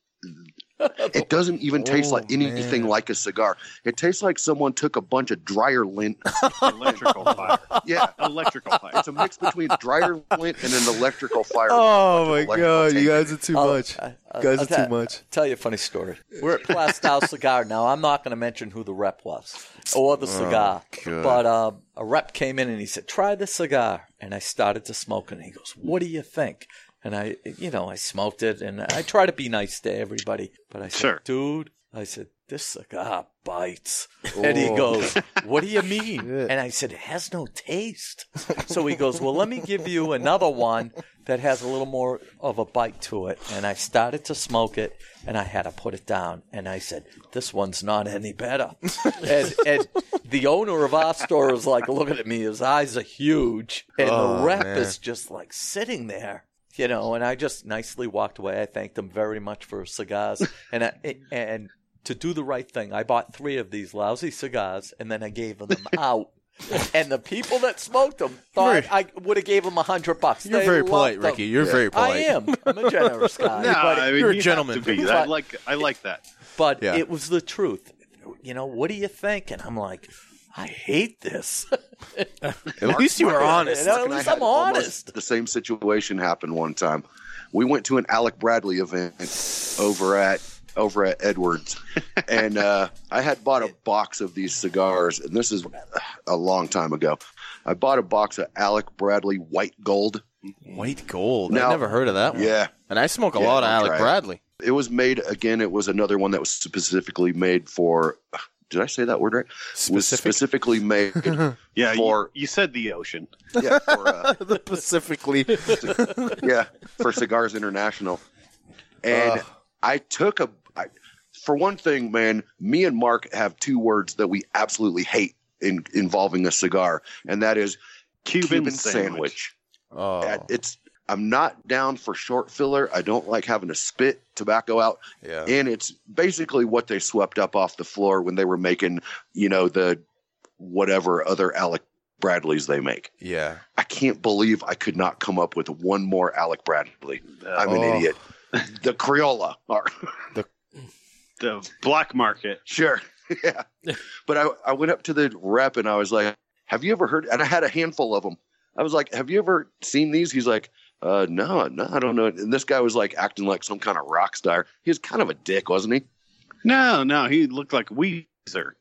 Speaker 4: It doesn't even taste
Speaker 2: Oh,
Speaker 4: like anything
Speaker 2: man.
Speaker 4: like a cigar. It tastes like someone took a bunch of dryer lint.
Speaker 5: Electrical fire.
Speaker 4: Yeah,
Speaker 5: Electrical fire.
Speaker 4: it's a mix between dryer lint and an electrical fire.
Speaker 2: Oh my
Speaker 4: Electrical
Speaker 2: god,
Speaker 4: tape.
Speaker 2: you guys are too
Speaker 3: I'll-
Speaker 2: much.
Speaker 3: I- I-
Speaker 2: You guys
Speaker 3: Oh, uh, I'll
Speaker 2: are
Speaker 3: tell-
Speaker 2: too much.
Speaker 3: Tell you a funny story. We're at Plastow Cigar now. I'm not going to mention who the rep was or the cigar,
Speaker 2: Oh, God.
Speaker 3: but um, a rep came in and he said, "Try this cigar," and I started to smoke, and he goes, "What do you think?" And I, you know, I smoked it, and I try to be nice to everybody. But I said,
Speaker 5: Sure.
Speaker 3: dude, I said, this cigar bites. And he
Speaker 2: Oh.
Speaker 3: goes, what do you mean?
Speaker 2: Shit.
Speaker 3: And I said, it has no taste. So he goes, well, let me give you another one that has a little more of a bite to it. And I started to smoke it, and I had to put it down. And I said, this one's not any better. and, and the owner of our store is like looking at me. His eyes are huge. And the
Speaker 2: Oh,
Speaker 3: rep
Speaker 2: man.
Speaker 3: is just like sitting there, you know. And I just nicely walked away. I thanked him very much for his cigars, and I, and to do the right thing, I bought three of these lousy cigars, and then I gave them out. and the people that smoked them thought I would have gave them a hundred bucks.
Speaker 2: You're
Speaker 3: They
Speaker 2: very
Speaker 3: loved
Speaker 2: polite,
Speaker 3: them.
Speaker 2: Ricky. You're very polite.
Speaker 3: I am. I'm a generous guy.
Speaker 5: No,
Speaker 3: but
Speaker 5: I mean,
Speaker 2: you're a
Speaker 5: you have
Speaker 2: gentleman.
Speaker 5: to be. I
Speaker 3: But-
Speaker 5: like I like that.
Speaker 3: but
Speaker 2: Yeah.
Speaker 3: it was the truth. You know, what do you think? And I'm like, I hate this.
Speaker 2: At least you were honest.
Speaker 3: You know, at
Speaker 4: And I
Speaker 3: least
Speaker 4: had
Speaker 3: I'm
Speaker 4: almost
Speaker 3: honest.
Speaker 4: The same situation happened one time. We went to an Alec Bradley event over at over at Edwards, and uh, I had bought a box of these cigars, and this is a long time ago. I bought a box of Alec Bradley White Gold.
Speaker 2: White gold. I
Speaker 4: Now-
Speaker 2: never heard of that one.
Speaker 4: Yeah,
Speaker 2: And I smoke a
Speaker 4: Yeah,
Speaker 2: lot of
Speaker 4: I'll
Speaker 2: Alec
Speaker 4: try it.
Speaker 2: Bradley.
Speaker 4: it was made again. It was another one that was specifically made for. Did I say that word right? Was
Speaker 2: Specific.
Speaker 4: specifically made
Speaker 5: Yeah,
Speaker 4: For-
Speaker 5: you, you said the ocean.
Speaker 4: yeah, for uh,
Speaker 2: the specifically.
Speaker 4: yeah, for Cigars International. And I took a, I, for one thing, man, me and Mark have two words that we absolutely hate in involving a cigar, and that is
Speaker 5: Cuban,
Speaker 4: Cuban,
Speaker 5: sandwich.
Speaker 4: sandwich.
Speaker 2: Oh.
Speaker 4: That- It's I'm not down for short filler. I don't like having to spit tobacco out,
Speaker 2: yeah.
Speaker 4: and it's basically what they swept up off the floor when they were making, you know, the whatever other Alec Bradleys they make.
Speaker 2: Yeah.
Speaker 4: I can't believe I could not come up with one more Alec Bradley.
Speaker 5: The,
Speaker 4: I'm an
Speaker 2: Oh.
Speaker 4: idiot. The Crayola, or,
Speaker 5: the black market.
Speaker 4: sure, yeah. But I, I went up to the rep and I was like, "Have you ever heard?" And I had a handful of them. I was like, "Have you ever seen these?" He's like, "Uh, no, no, I don't know." And this guy was like acting like some kind of rock star. He was kind of a dick, wasn't he?
Speaker 5: No, no, he looked like
Speaker 2: Oh
Speaker 5: Weezer.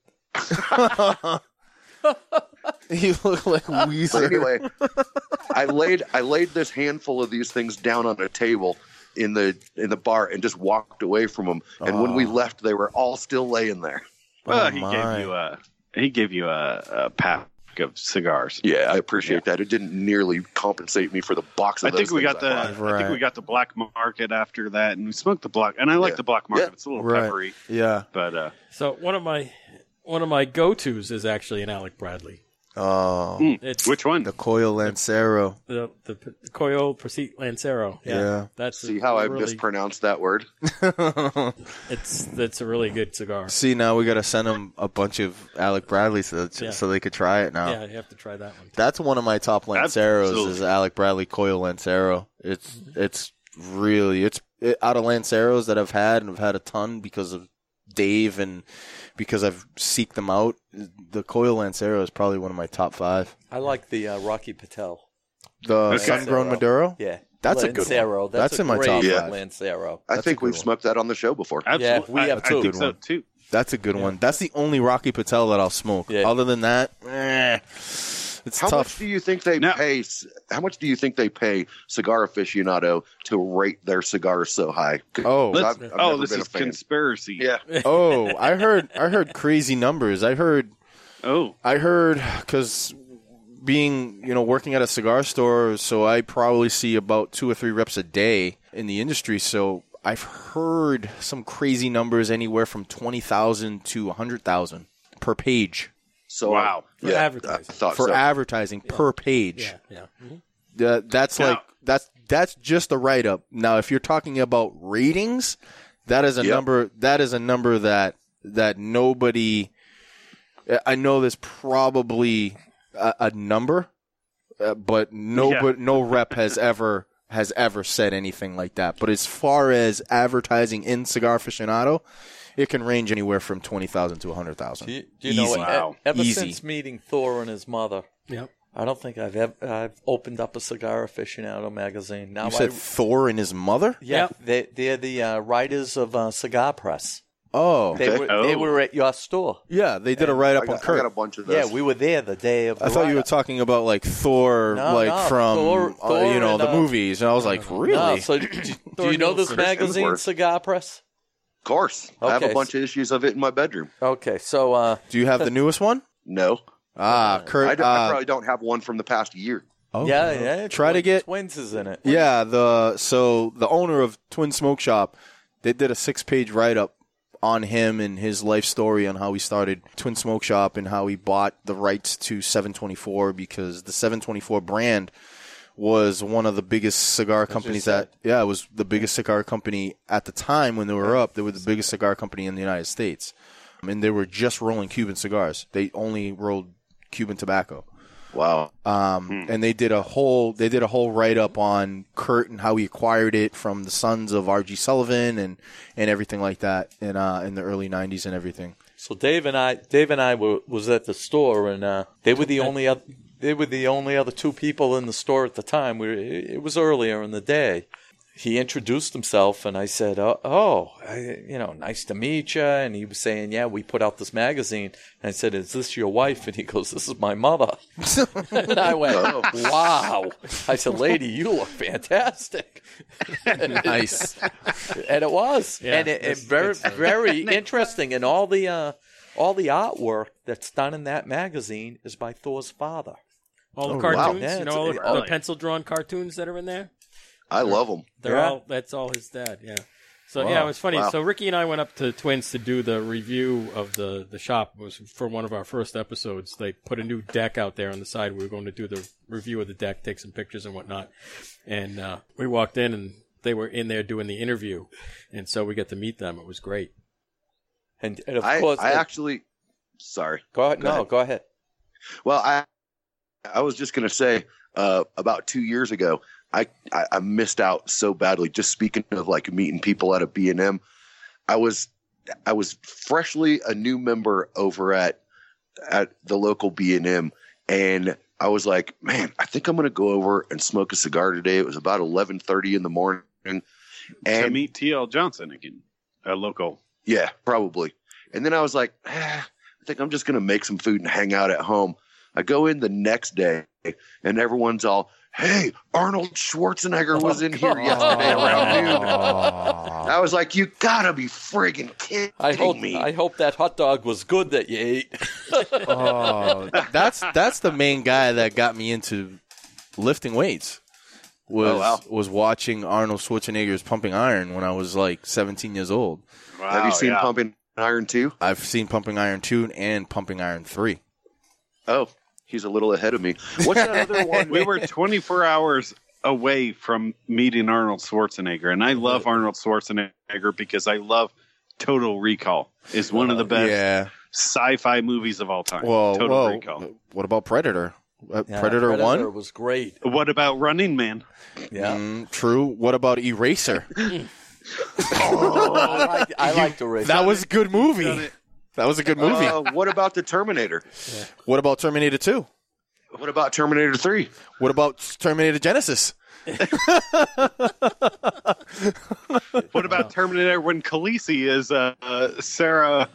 Speaker 2: you look like
Speaker 4: But
Speaker 2: Weezer.
Speaker 4: anyway, I laid I laid this handful of these things down on a table in the in the bar and just walked away from them. And when we
Speaker 2: Oh.
Speaker 4: left, they were all still laying there.
Speaker 5: Well,
Speaker 2: Oh,
Speaker 5: he
Speaker 2: my.
Speaker 5: gave you a he gave you a, a pack of cigars.
Speaker 4: Yeah, I appreciate that. It didn't nearly compensate me for the box. Of
Speaker 5: I think
Speaker 4: those
Speaker 5: we
Speaker 4: things
Speaker 5: got the I,
Speaker 2: bought.
Speaker 5: think we
Speaker 2: Right.
Speaker 5: got the black market after that, and we smoked the black. And I like
Speaker 4: Yeah.
Speaker 5: the black market;
Speaker 4: Yeah.
Speaker 5: it's a little
Speaker 2: Right.
Speaker 5: peppery,
Speaker 2: Yeah.
Speaker 5: but uh,
Speaker 1: So one of my one of my go tos is actually an Alec Bradley.
Speaker 2: Oh.
Speaker 5: Mm.
Speaker 1: It's
Speaker 5: which one?
Speaker 2: The Coil Lancero.
Speaker 1: the the P- Coyo Proceed Lancero. Yeah,
Speaker 2: Yeah.
Speaker 1: that's a
Speaker 4: See how I
Speaker 1: really,
Speaker 4: mispronounced that word?
Speaker 1: It's that's a really good cigar.
Speaker 2: See, now we got to send them a bunch of Alec Bradley so, that-
Speaker 1: Yeah.
Speaker 2: so they could try it now.
Speaker 1: Yeah, you have to try that one.
Speaker 2: That's one of my top Lanceros is
Speaker 5: Absolutely.
Speaker 2: Alec Bradley Coil Lancero. It's it's really it's it, out of Lanceros that I've had and I've had a ton because of Dave and because I've seeked them out. The Coil Lancero is probably one of my top five.
Speaker 3: I like the uh, Rocky Patel.
Speaker 2: The
Speaker 5: Okay.
Speaker 2: Sun Grown Maduro.
Speaker 3: Yeah,
Speaker 2: That's a good one.
Speaker 3: Lancero. That's,
Speaker 2: That's
Speaker 3: a
Speaker 2: in my
Speaker 3: great
Speaker 2: top
Speaker 4: five.
Speaker 3: Lancero.
Speaker 4: I
Speaker 2: That's a
Speaker 4: think
Speaker 2: good
Speaker 4: we've
Speaker 2: one.
Speaker 4: smoked that on the show before.
Speaker 5: Absolutely.
Speaker 3: we have
Speaker 5: I,
Speaker 3: two.
Speaker 5: I think
Speaker 2: Good
Speaker 5: so
Speaker 2: one.
Speaker 5: too.
Speaker 2: That's a good one. That's the only Rocky Patel that I'll smoke.
Speaker 3: Yeah.
Speaker 2: Other than that, eh, it's
Speaker 4: how much
Speaker 2: tough.
Speaker 4: do you think they
Speaker 5: Now-
Speaker 4: pay? How much do you think they pay cigar aficionado to rate their cigars so high? 'Cause
Speaker 2: Oh.
Speaker 5: Let's-
Speaker 4: I've- I've
Speaker 5: oh,
Speaker 4: never
Speaker 5: this
Speaker 4: been a
Speaker 5: is
Speaker 4: fan.
Speaker 5: conspiracy.
Speaker 4: yeah,
Speaker 2: oh, I heard I heard crazy numbers. I heard
Speaker 5: Oh,
Speaker 2: I heard because being you know working at a cigar store, so I probably see about two or three reps a day in the industry. So I've heard some crazy numbers, anywhere from twenty thousand to hundred thousand per page
Speaker 4: so
Speaker 5: Wow.
Speaker 1: For
Speaker 4: yeah,
Speaker 1: advertising.
Speaker 4: I thought
Speaker 2: for
Speaker 4: so.
Speaker 2: advertising per page.
Speaker 1: Oh, Yeah, yeah. Mhm.
Speaker 2: Th- that's
Speaker 5: Now-
Speaker 2: like that's that's just a write up. Now, if you're talking about ratings, that is a
Speaker 4: Yep.
Speaker 2: number that is a number that that nobody. I- I know there's probably a, a number, uh, but no,
Speaker 5: Yeah.
Speaker 2: but no rep has ever has ever said anything like that. But as far as advertising in Cigar Aficionado, it can range anywhere from twenty thousand to hundred
Speaker 3: Do
Speaker 2: thousand.
Speaker 3: you, do you know
Speaker 2: Easy.
Speaker 3: what?
Speaker 5: Wow.
Speaker 3: E- Ever
Speaker 2: Easy.
Speaker 3: since meeting Thor and his mother,
Speaker 1: Yep.
Speaker 3: I don't think I've ever I've opened up a cigar aficionado magazine. Now
Speaker 2: You said
Speaker 3: I,
Speaker 2: Thor and his mother.
Speaker 3: yeah,
Speaker 1: Yep.
Speaker 3: they they're the uh, writers of uh, Cigar Press.
Speaker 2: Oh,
Speaker 3: They were, they
Speaker 5: Oh.
Speaker 3: were at your store.
Speaker 2: yeah, they did a write
Speaker 4: I
Speaker 2: up on
Speaker 4: got, I got a
Speaker 2: Kirk.
Speaker 4: bunch of
Speaker 3: Yeah,
Speaker 4: those.
Speaker 3: we were there the day of. The
Speaker 2: I thought you were
Speaker 3: riot.
Speaker 2: talking about like Thor,
Speaker 3: No,
Speaker 2: like
Speaker 3: no,
Speaker 2: from
Speaker 3: Thor-
Speaker 2: uh,
Speaker 3: Thor
Speaker 2: you know
Speaker 3: and,
Speaker 2: the
Speaker 3: uh,
Speaker 2: movies, and I was like, really?
Speaker 3: No, so do, do
Speaker 1: Thor
Speaker 3: you know this
Speaker 1: Nielsen.
Speaker 3: magazine,
Speaker 4: Hemsworth.
Speaker 3: Cigar Press?
Speaker 4: Of course. I have
Speaker 3: Okay.
Speaker 4: a bunch of issues of it in my bedroom.
Speaker 3: Okay, so uh,
Speaker 2: Do you have the newest one?
Speaker 4: No.
Speaker 2: Ah,
Speaker 4: I,
Speaker 2: Kurt.
Speaker 4: d- I
Speaker 2: uh,
Speaker 4: probably don't have one from the past year.
Speaker 2: oh,
Speaker 3: yeah, yeah.
Speaker 2: Try to
Speaker 3: Twin-
Speaker 2: get-
Speaker 3: twins is in it.
Speaker 2: Yeah, the so the owner of Twin Smoke Shop, they did a six page write up on him and his life story on how he started Twin Smoke Shop and how he bought the rights to 724 because the 724 brand was one of the biggest cigar companies that yeah, it was the biggest cigar company at the time when they were up. They were the biggest cigar company in the United States. And they were just rolling Cuban cigars. They only rolled Cuban tobacco
Speaker 4: Wow.
Speaker 2: um, and they did a whole they did a whole write up on Kurt and how he acquired it from the sons of R.G. Sullivan and and everything like that in uh, in the early '90s and everything.
Speaker 3: So Dave and I, Dave and I were was at the store, and uh, they were the only other, they were the only other two people in the store at the time. We were, it was earlier in the day. He introduced himself, and I said, "Oh, oh I, you know, nice to meet you." And he was saying, "Yeah, we put out this magazine." And I said, "Is this your wife?" And he goes, "This is my mother." and I went, "Wow!" I said, "Lady, you look fantastic."
Speaker 2: Nice.
Speaker 3: and it was,
Speaker 1: Yeah,
Speaker 3: and it, it
Speaker 1: that's-
Speaker 3: very, very interesting. And all the uh, all the artwork that's done in that magazine is by Thor's father.
Speaker 1: All the
Speaker 2: Oh, wow.
Speaker 1: cartoons,
Speaker 3: Yeah,
Speaker 1: you
Speaker 3: it's-
Speaker 1: know, all the,
Speaker 3: it-
Speaker 1: all the
Speaker 5: really?
Speaker 1: pencil drawn cartoons that are in there.
Speaker 4: I love them.
Speaker 1: They're
Speaker 3: Yeah.
Speaker 1: all that's all his dad. Yeah. So yeah, it was funny.
Speaker 4: Wow.
Speaker 1: So Ricky and I went up to Twins to do the review of the the shop. It was for one of our first episodes. They put a new deck out there on the side. We were going to do the review of the deck, take some pictures and whatnot. And uh, we walked in and they were in there doing the interview, and so we got to meet them. It was great.
Speaker 3: And, and of
Speaker 4: I,
Speaker 3: course,
Speaker 4: I
Speaker 3: uh,
Speaker 4: actually, sorry.
Speaker 3: go ahead.
Speaker 4: go
Speaker 3: no,
Speaker 4: ahead.
Speaker 3: go ahead.
Speaker 4: Well, I I was just gonna say uh, about two years ago, I, I I missed out so badly. Just speaking of like meeting people at a B and M, I was I was freshly a new member over at at the local B and M, and I was like, man, I think I'm gonna go over and smoke a cigar today. It was about 11:30 in the morning,
Speaker 5: to
Speaker 4: and
Speaker 5: meet TL Johnson again, a local.
Speaker 4: yeah, probably. And then I was like, ah, I think I'm just going to make some food and hang out at home. I go in the next day, and everyone's all, hey, Arnold Schwarzenegger
Speaker 2: Oh,
Speaker 4: was in here yesterday around noon. I was like, you got to be friggin' kidding
Speaker 3: I hope
Speaker 4: me.
Speaker 3: I hope that hot dog was good that you ate.
Speaker 2: oh, that's that's the main guy that got me into lifting weights. Was
Speaker 4: Oh, wow.
Speaker 2: was watching Arnold Schwarzenegger's Pumping Iron when I was like 17 years old.
Speaker 4: Have
Speaker 5: Wow,
Speaker 4: you seen
Speaker 5: yeah.
Speaker 4: Pumping Iron 2?
Speaker 2: I've seen Pumping Iron two and Pumping Iron three.
Speaker 4: Oh, he's a little ahead of me. What's that other one?
Speaker 5: we were 24 hours away from meeting Arnold Schwarzenegger, and I love Arnold Schwarzenegger because I love Total Recall. Is one of the best
Speaker 2: Uh, Yeah.
Speaker 5: sci-fi movies of all time.
Speaker 2: Whoa,
Speaker 5: Total
Speaker 2: whoa.
Speaker 5: Recall.
Speaker 2: What about Predator? Uh,
Speaker 3: Yeah,
Speaker 2: Predator One.
Speaker 3: was great.
Speaker 5: What about Running Man?
Speaker 3: Yeah,
Speaker 2: Mm, true. What about Eraser? Oh,
Speaker 3: I liked, I liked the race.
Speaker 2: that was a good movie. That was a good movie.
Speaker 4: Uh, what about the Terminator?
Speaker 2: what about Terminator Two?
Speaker 4: What about Terminator 3?
Speaker 2: What about Terminator Genesis?
Speaker 5: What about Terminator when Khaleesi is uh, uh, Sarah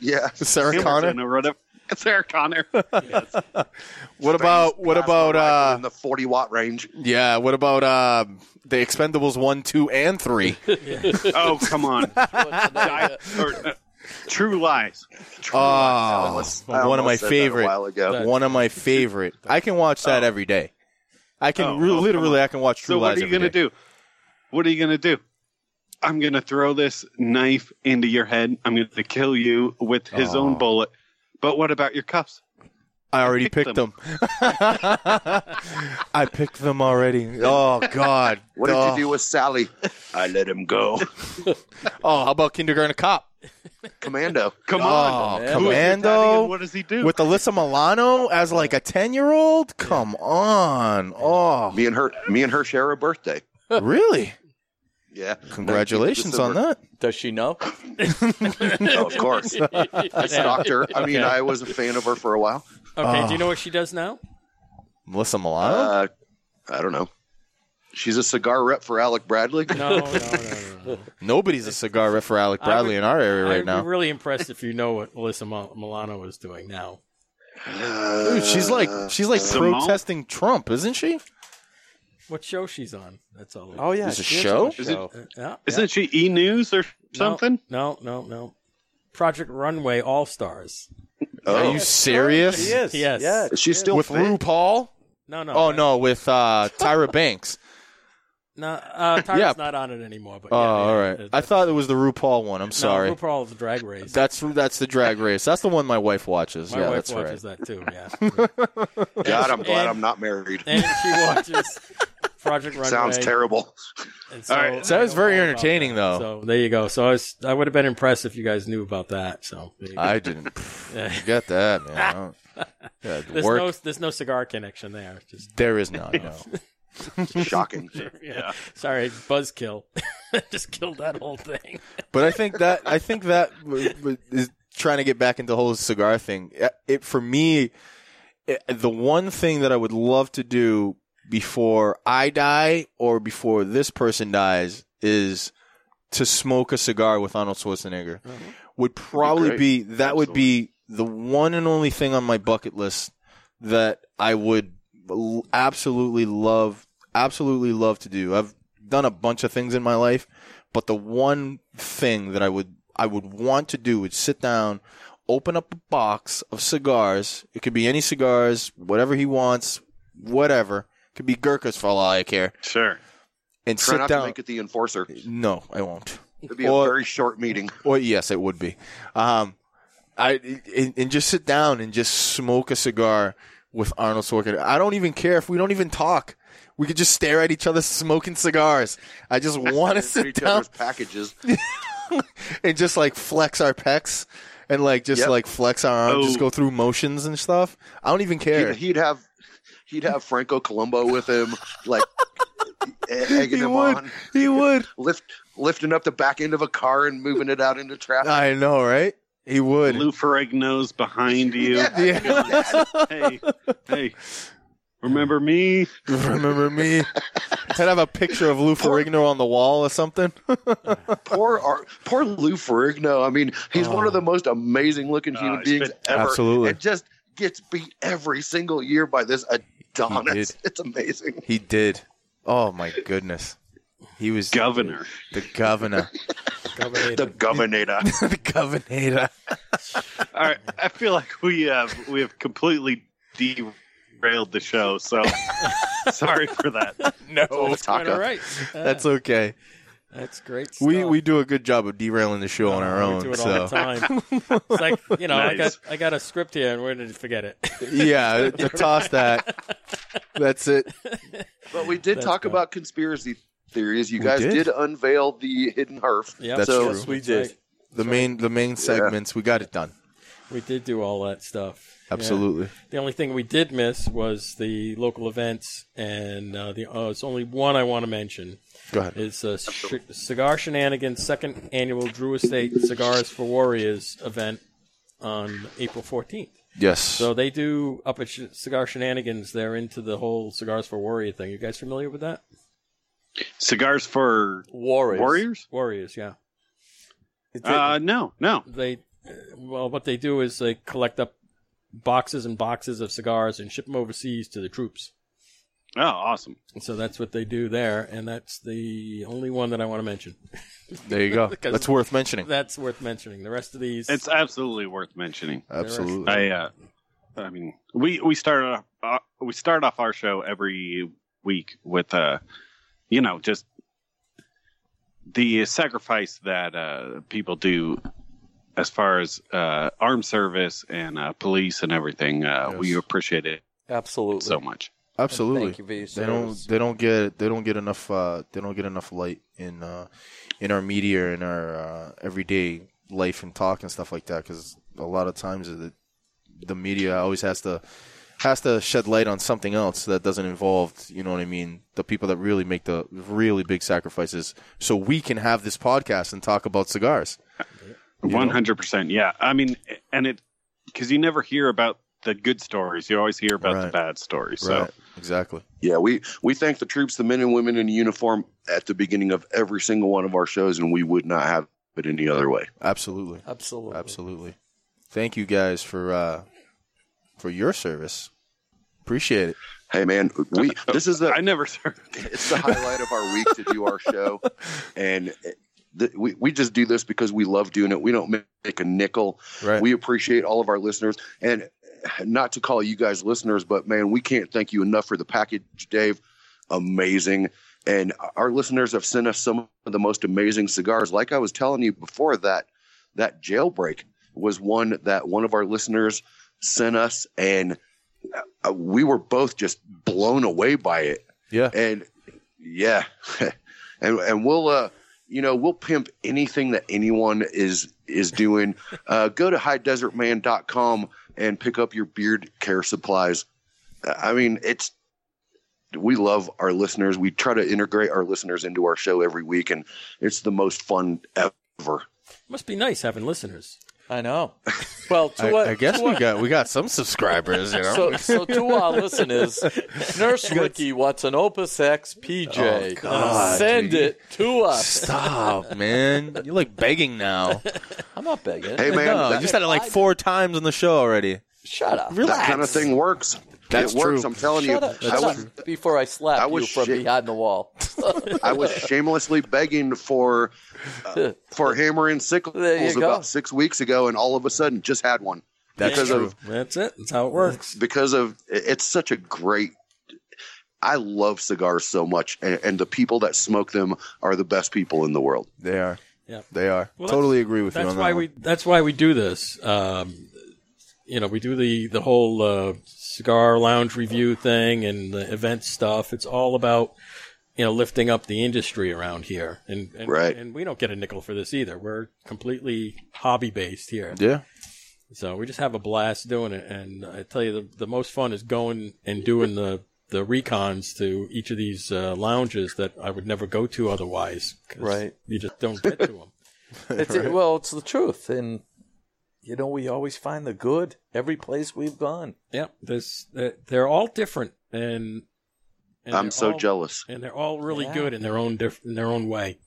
Speaker 4: Yeah.
Speaker 2: Sarah
Speaker 5: Hamilton
Speaker 2: Connor.
Speaker 5: or whatever? Sarah Connor.
Speaker 2: What about what about
Speaker 4: Rifle
Speaker 2: uh
Speaker 4: in the 40 watt range?
Speaker 2: yeah, what about uh the Expendables one, two, and three?
Speaker 5: oh come on! Die- or, uh, True Lies.
Speaker 2: Oh,
Speaker 4: I
Speaker 2: one of
Speaker 4: almost
Speaker 2: my
Speaker 4: said that
Speaker 2: favorite.
Speaker 4: A while ago.
Speaker 2: One of my favorite. I can watch that every day. I can
Speaker 5: Oh,
Speaker 2: re-
Speaker 5: oh, come
Speaker 2: literally I can watch True
Speaker 5: so
Speaker 2: Lies
Speaker 5: what are you
Speaker 2: every
Speaker 5: gonna
Speaker 2: day.
Speaker 5: do? What are you gonna do? I'm gonna throw this knife into your head. I'm gonna kill you with his
Speaker 2: Aw.
Speaker 5: own bullet. But what about your cuffs?
Speaker 2: I already
Speaker 5: picked
Speaker 2: picked them. I picked them already. Oh God!
Speaker 4: What did
Speaker 2: Oh.
Speaker 4: you do with Sally? I let him go.
Speaker 2: Oh, how about Kindergarten Cop?
Speaker 4: Commando. Ah.
Speaker 5: Come
Speaker 2: Oh,
Speaker 5: on, Who is your daddy and
Speaker 2: Commando
Speaker 5: What does he do?
Speaker 2: with Alyssa Milano as like a ten-year-old. Come on! Oh,
Speaker 4: Me and her, me and her share a birthday.
Speaker 2: really?
Speaker 4: Yeah,
Speaker 2: Congratulations on that.
Speaker 3: Does she know?
Speaker 4: Oh, of course, I stalked her. I mean, I was a fan of her for a while.
Speaker 1: Okay,
Speaker 2: Ah.
Speaker 1: do you know what she does now?
Speaker 2: Melissa Milano.
Speaker 4: Uh, I don't know. She's a cigar rep for Alec Bradley.
Speaker 1: No, no, no, no. no.
Speaker 2: Nobody's a cigar rep for Alec Bradley in our area right
Speaker 1: I'd
Speaker 2: now.
Speaker 1: be really impressed if you know what Alyssa Mil- Milano is doing now.
Speaker 4: Uh,
Speaker 2: Dude, she's like
Speaker 4: oh,
Speaker 2: she's like
Speaker 5: Simone?
Speaker 2: protesting Trump, isn't she?
Speaker 1: What show she's on? That's all.
Speaker 3: Oh yeah,
Speaker 2: Is it a
Speaker 3: she is
Speaker 2: show?
Speaker 3: on the
Speaker 5: Is it-
Speaker 1: Uh, yeah,
Speaker 5: Isn't she E News or something?
Speaker 1: No, no, no. Project Runway All Stars.
Speaker 2: Are
Speaker 4: Oh.
Speaker 2: you
Speaker 3: She
Speaker 2: serious?
Speaker 3: is.
Speaker 1: Yes.
Speaker 3: Yeah.
Speaker 4: Is she still
Speaker 2: With
Speaker 4: fit?
Speaker 2: RuPaul?
Speaker 1: No, no.
Speaker 2: Oh no, with uh, Tyra Banks.
Speaker 1: No, uh, Tyra's
Speaker 2: Yeah.
Speaker 1: not on it anymore. But
Speaker 2: Oh,
Speaker 1: yeah,
Speaker 2: all
Speaker 1: yeah.
Speaker 2: right.
Speaker 1: Uh,
Speaker 2: I thought it was the RuPaul one. I'm
Speaker 1: no,
Speaker 2: sorry.
Speaker 1: RuPaul's Drag Race.
Speaker 2: That's that's the drag race. That's the one my wife watches.
Speaker 1: My
Speaker 2: yeah,
Speaker 1: wife
Speaker 2: that's
Speaker 1: watches
Speaker 2: right.
Speaker 1: that too. Yeah,
Speaker 4: God, I'm glad
Speaker 1: And-
Speaker 4: I'm not married.
Speaker 1: and she watches Project Runway.
Speaker 4: Sounds terrible.
Speaker 1: and so
Speaker 5: All right.
Speaker 2: So that was
Speaker 1: I know
Speaker 2: very
Speaker 1: all about
Speaker 2: entertaining,
Speaker 1: that.
Speaker 2: though.
Speaker 1: So there you go. So I, was, I would have been impressed if you guys knew about that. So there you go.
Speaker 2: I didn't get that, man. I don't- Yeah, it'd
Speaker 1: there's
Speaker 2: work.
Speaker 1: no there's no cigar connection there. It's Just
Speaker 2: there is not. No.
Speaker 4: Shocking.
Speaker 1: yeah. Sorry, buzzkill. just killed that whole thing.
Speaker 2: But I think that I think that w- w- is trying to get back into the whole cigar thing. It, it for me, it, the one thing that I would love to do before I die or before this person dies is to smoke a cigar with Arnold Schwarzenegger. Would probably
Speaker 5: great.
Speaker 2: be that would be the one and only thing on my bucket list that I would l- absolutely love absolutely love to do. I've done a bunch of things in my life, but the one thing that I would I would want to do would sit down, open up a box of cigars. It could be any cigars, whatever he wants, whatever. It could be Gurkhas for all I care.
Speaker 5: Sure.
Speaker 2: And
Speaker 4: Try
Speaker 2: sit
Speaker 4: not to
Speaker 2: down.
Speaker 4: make it the enforcer.
Speaker 2: no, I won't.
Speaker 4: It'd be a
Speaker 2: Or-
Speaker 4: very short meeting.
Speaker 2: Or yes, it would be. Um, I and, and just sit down and just smoke a cigar with Arnold Schwarzenegger. I don't even care if we don't even talk. We could just stare at each other smoking cigars. I just want to
Speaker 4: Each
Speaker 2: sit down
Speaker 4: other's packages.
Speaker 2: and just like flex our pecs and like just
Speaker 4: Yep.
Speaker 2: like flex our arms,
Speaker 5: Oh.
Speaker 2: just go through motions and stuff. I don't even care.
Speaker 4: He'd, he'd have he'd have Franco Colombo with him, like egging
Speaker 2: He
Speaker 4: him
Speaker 2: would.
Speaker 4: on,
Speaker 2: He would.
Speaker 4: lift lifting up the back end of a car and moving it out into traffic.
Speaker 2: I know, right? He would.
Speaker 5: Lou Ferrigno's behind you.
Speaker 4: Yeah.
Speaker 2: Yeah.
Speaker 5: hey, hey, remember me?
Speaker 2: Remember me? I'd have a picture of Lou Ferrigno on the wall or something.
Speaker 4: poor Ar- poor Lou Ferrigno. I mean, he's one
Speaker 2: Oh.
Speaker 4: of the most amazing looking
Speaker 5: Oh,
Speaker 4: human
Speaker 5: he's
Speaker 4: beings
Speaker 5: been-
Speaker 4: ever.
Speaker 2: Absolutely.
Speaker 4: and just gets beat every single year by this
Speaker 2: He
Speaker 4: Adonis.
Speaker 2: did.
Speaker 4: It's amazing.
Speaker 2: He did. Oh my goodness. He was
Speaker 5: Governor.
Speaker 2: the governor.
Speaker 4: The Governator.
Speaker 2: the governor.
Speaker 5: All right, I feel like we have we have completely derailed the show. So sorry for that.
Speaker 2: No.
Speaker 1: Quite all right. Uh,
Speaker 2: That's okay.
Speaker 1: that's great.
Speaker 2: We
Speaker 1: stuff.
Speaker 2: we do a good job of derailing the show on our
Speaker 1: We do
Speaker 2: own.
Speaker 1: it all the
Speaker 2: So
Speaker 1: time. It's like you know, I got
Speaker 5: Nice.
Speaker 1: I got a script here, and we're gonna forget it.
Speaker 2: yeah, to toss that. That's it.
Speaker 4: But we did
Speaker 1: That's
Speaker 4: talk
Speaker 1: good.
Speaker 4: about conspiracy theories. You guys
Speaker 2: did?
Speaker 4: did. unveil the hidden herf.
Speaker 1: Yep.
Speaker 2: That's
Speaker 4: So-
Speaker 2: true.
Speaker 3: we
Speaker 1: That's
Speaker 3: did.
Speaker 1: right.
Speaker 2: The main the main segments. We got it done.
Speaker 1: We did do all that stuff. Yeah.
Speaker 2: Absolutely.
Speaker 1: The only thing we did miss was the local events, and uh, the uh, it's only one I want to mention.
Speaker 2: Go ahead.
Speaker 1: It's a sh- Cigar Shenanigans second annual Drew Estate Cigars for Warriors event on April 14th.
Speaker 2: Yes.
Speaker 1: So they do up at Sh- Cigar Shenanigans. They're into the whole Cigars for Warrior thing. You guys familiar with that?
Speaker 5: Cigars for
Speaker 3: Warriors.
Speaker 5: Warriors?
Speaker 1: Warriors, yeah.
Speaker 3: It did-
Speaker 5: Uh, no, no.
Speaker 1: They uh, well, what they do is they collect up boxes and boxes of cigars and ship them overseas to the troops.
Speaker 5: Oh, awesome.
Speaker 1: And so that's what they do there, and that's the only one that I want to mention.
Speaker 2: there you go.
Speaker 1: Because-
Speaker 2: That's worth mentioning.
Speaker 1: That's worth mentioning. The rest of these,
Speaker 5: It's absolutely worth mentioning.
Speaker 2: Absolutely.
Speaker 5: I, uh, I mean, we we start off uh, we start off our show every week with uh, you know, just the sacrifice that uh, people do as far as uh, armed service and uh, police and everything. Uh,
Speaker 2: Yes.
Speaker 5: We appreciate it
Speaker 3: Absolutely.
Speaker 5: so much.
Speaker 2: Absolutely.
Speaker 3: Thank you for your
Speaker 2: They don't.
Speaker 3: service.
Speaker 2: They don't get. They don't get enough. Uh, they don't get enough light in uh, in our media and our uh, everyday life and talk and stuff like that. Because a lot of times the the media always has to has to shed light on something else that doesn't involve. You know what I mean? The people that really make the really big sacrifices, so we can have this podcast and talk about cigars.
Speaker 5: One hundred percent. Yeah, I mean, and it because you never hear about the good stories. You always hear about the
Speaker 2: Right.
Speaker 5: bad stories. So
Speaker 2: Right. Exactly.
Speaker 4: Yeah, we we thank the troops, the men and women in uniform, at the beginning of every single one of our shows, and we would not have it any other way.
Speaker 2: Absolutely.
Speaker 3: Absolutely.
Speaker 2: Absolutely. Thank you guys for uh, for your service. Appreciate it.
Speaker 4: Hey, man, we this is the
Speaker 5: I never served.
Speaker 4: it's the highlight of our week to do our show, and eh, th- we we just do this because we love doing it. We don't ma- make a nickel.
Speaker 2: Right.
Speaker 4: We appreciate all of our listeners, and not to call you guys listeners, but man, we can't thank you enough for the package, Dave. Amazing. And our listeners have sent us some of the most amazing cigars. Like I was telling you before, that that jailbreak was one that one of our listeners sent us, and uh, we were both just blown away by it
Speaker 2: yeah.
Speaker 4: and yeah and and we'll uh you know we'll pimp anything that anyone is is doing uh go to highdesertman.com and pick up your beard care supplies Uh, i mean it's we love our listeners we try to integrate our listeners into our show every week and it's the most fun ever
Speaker 1: Must be nice having listeners.
Speaker 3: I know. Well, to
Speaker 2: I,
Speaker 3: what,
Speaker 2: I guess we got we got some subscribers. You know.
Speaker 3: So, so to our listeners, Nurse Ricky wants an Opus X PJ.
Speaker 2: Oh, God,
Speaker 3: Send
Speaker 2: dude.
Speaker 3: it to us.
Speaker 2: Stop, man. You're like begging now.
Speaker 3: I'm not begging.
Speaker 4: hey man
Speaker 2: No,
Speaker 4: that,
Speaker 2: you said it like four times on the show already.
Speaker 3: Shut up.
Speaker 4: that kind of thing works
Speaker 2: That's
Speaker 4: it works
Speaker 2: true.
Speaker 4: i'm telling
Speaker 3: Shut
Speaker 4: you
Speaker 3: up.
Speaker 4: I
Speaker 3: Shut
Speaker 4: was
Speaker 3: up before I slap
Speaker 4: I
Speaker 3: you
Speaker 4: was
Speaker 3: from
Speaker 4: shit-
Speaker 3: behind the wall.
Speaker 4: I was shamelessly begging for uh, for hammer and
Speaker 3: There you
Speaker 4: sickles
Speaker 3: go.
Speaker 4: about six weeks ago, and all of a sudden, just had one
Speaker 2: That's
Speaker 4: Because
Speaker 2: true.
Speaker 4: of-
Speaker 1: That's it. That's how it works.
Speaker 4: because of it's such a great. I love cigars so much, and, and the people that smoke them are the best people in the world.
Speaker 2: they are.
Speaker 1: Yeah.
Speaker 2: They are.
Speaker 1: Well,
Speaker 2: totally agree with you
Speaker 1: That's
Speaker 2: on that.
Speaker 1: why
Speaker 2: one.
Speaker 1: we. That's why we do this. Um, you know, we do the the whole uh, cigar lounge review thing and the event stuff. It's all about you know lifting up the industry around here, and and,
Speaker 4: Right.
Speaker 1: and we don't get a nickel for this either. We're completely hobby based here.
Speaker 2: Yeah.
Speaker 1: So we just have a blast doing it, and I tell you, the, the most fun is going and doing the the recons to each of these uh, lounges that I would never go to otherwise. 'cause
Speaker 3: Right.
Speaker 1: You just don't get to them.
Speaker 3: It's, Well, it's the truth. And, you know, we always find the good every place we've gone.
Speaker 1: yeah, there's they're- uh, they're all different, and, and
Speaker 4: I'm
Speaker 1: they're
Speaker 4: so
Speaker 1: all-
Speaker 4: jealous.
Speaker 1: and they're all really
Speaker 3: Yeah.
Speaker 1: good in their own diff- in their own way.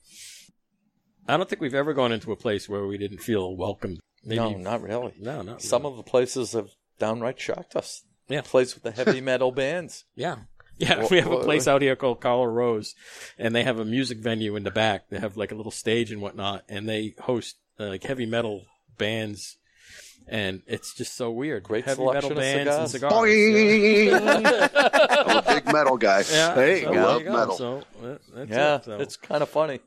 Speaker 1: I don't think we've ever gone into a place where we didn't feel welcomed. Maybe,
Speaker 3: No, not really.
Speaker 1: no, not
Speaker 3: Some of the places have downright shocked us.
Speaker 1: Yeah.
Speaker 3: Place with the heavy metal bands.
Speaker 1: Yeah. Yeah,
Speaker 3: Wha-
Speaker 1: we have a
Speaker 3: wha-
Speaker 4: uh,
Speaker 1: place out here called Collar Rose, and they have a music venue in the back. They have like a little stage and whatnot, and they host uh, like heavy metal bands, and it's just so weird.
Speaker 3: Great
Speaker 1: heavy
Speaker 3: selection
Speaker 1: metal
Speaker 3: of
Speaker 1: bands and
Speaker 3: cigars.
Speaker 1: cigars. Yeah.
Speaker 4: I'm a big metal guy.
Speaker 1: Yeah,
Speaker 2: There you
Speaker 1: so
Speaker 2: go.
Speaker 4: Love metal.
Speaker 1: So uh, that's
Speaker 3: yeah,
Speaker 1: it. So,
Speaker 3: it's kind of funny.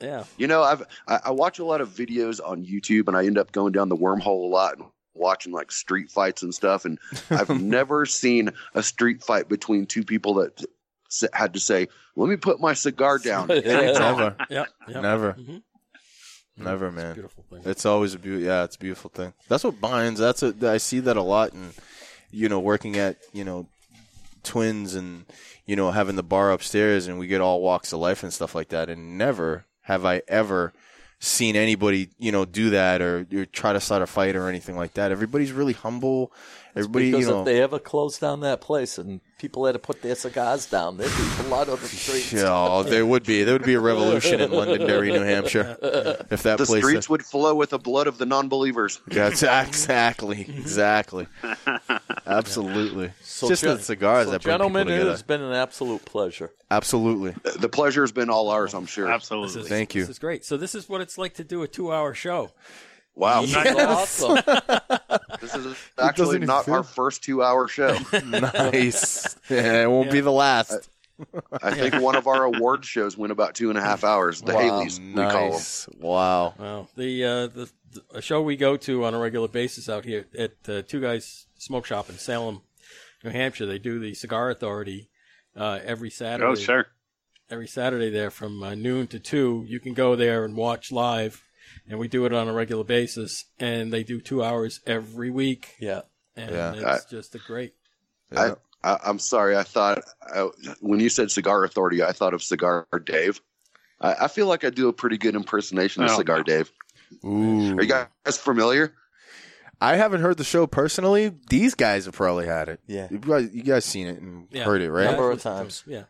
Speaker 1: yeah,
Speaker 4: You know, I've I, I watch a lot of videos on YouTube, and I end up going down the wormhole a lot and watching like street fights and stuff. And I've never seen a street fight between two people that s- had to say, "Let me put my cigar down." And it's all-
Speaker 2: Never.
Speaker 1: yeah, yeah.
Speaker 2: Never.
Speaker 1: Mhm.
Speaker 2: Never,
Speaker 1: It's a
Speaker 2: man.
Speaker 1: beautiful thing.
Speaker 2: It's always a beautiful, yeah, it's a beautiful thing. That's what binds. That's a, I see that a lot, and you know, working at you know, twins, and you know, having the bar upstairs, and we get all walks of life and stuff like that. And never have I ever seen anybody you know do that or, or try to start a fight or anything like that. Everybody's really humble. Everybody,
Speaker 3: because
Speaker 2: you know,
Speaker 3: if they ever closed down that place and people had to put their cigars down, there'd be blood on the streets.
Speaker 2: yeah, oh, there would be there would be a revolution in Londonderry, New Hampshire, if that
Speaker 4: the
Speaker 2: place.
Speaker 4: streets would flow with the blood of the non-believers.
Speaker 2: That's exactly, exactly, absolutely. Just
Speaker 3: gen-
Speaker 2: the cigars
Speaker 3: so
Speaker 2: that bring people
Speaker 3: gentlemen, it
Speaker 2: together.
Speaker 3: has been an absolute pleasure.
Speaker 2: Absolutely.
Speaker 4: The pleasure's been all ours, I'm sure.
Speaker 5: Absolutely.
Speaker 2: Thank
Speaker 1: This
Speaker 2: you.
Speaker 1: is great. So this is what it's like to do a two-hour show.
Speaker 4: Wow,
Speaker 3: Awesome.
Speaker 4: this is actually
Speaker 2: even
Speaker 4: not
Speaker 2: feel-
Speaker 4: our first two-hour show.
Speaker 2: nice. Yeah, it won't be the
Speaker 4: Uh,
Speaker 2: last.
Speaker 4: I think one of our award shows went about two and a half hours. The Haley's, we call them.
Speaker 2: nice. Wow.
Speaker 1: Wow. The, uh, the the a show we go to on a regular basis out here at uh, Two Guys Smoke Shop in Salem, New Hampshire. They do the Cigar Authority uh, every Saturday.
Speaker 5: Oh, sure.
Speaker 1: Every Saturday there from uh, noon to two. You can go there and watch live, and we do it on a regular basis. And they do two hours every week,
Speaker 3: yeah.
Speaker 1: and
Speaker 2: Yeah.
Speaker 1: it's just a great.
Speaker 2: Yeah.
Speaker 4: I, I'm sorry. I thought I, when you said Cigar Authority, I thought of Cigar Dave. I, I feel like I do a pretty good impersonation of
Speaker 5: Oh.
Speaker 4: Cigar Dave.
Speaker 2: Ooh.
Speaker 4: Are you guys familiar?
Speaker 2: I haven't heard the show personally. These guys have probably had it.
Speaker 3: Yeah.
Speaker 2: You guys, you guys seen it and
Speaker 1: Yeah.
Speaker 2: heard it, right?
Speaker 3: Number
Speaker 1: I've
Speaker 3: of
Speaker 1: listened to
Speaker 3: times.
Speaker 1: it. Yeah.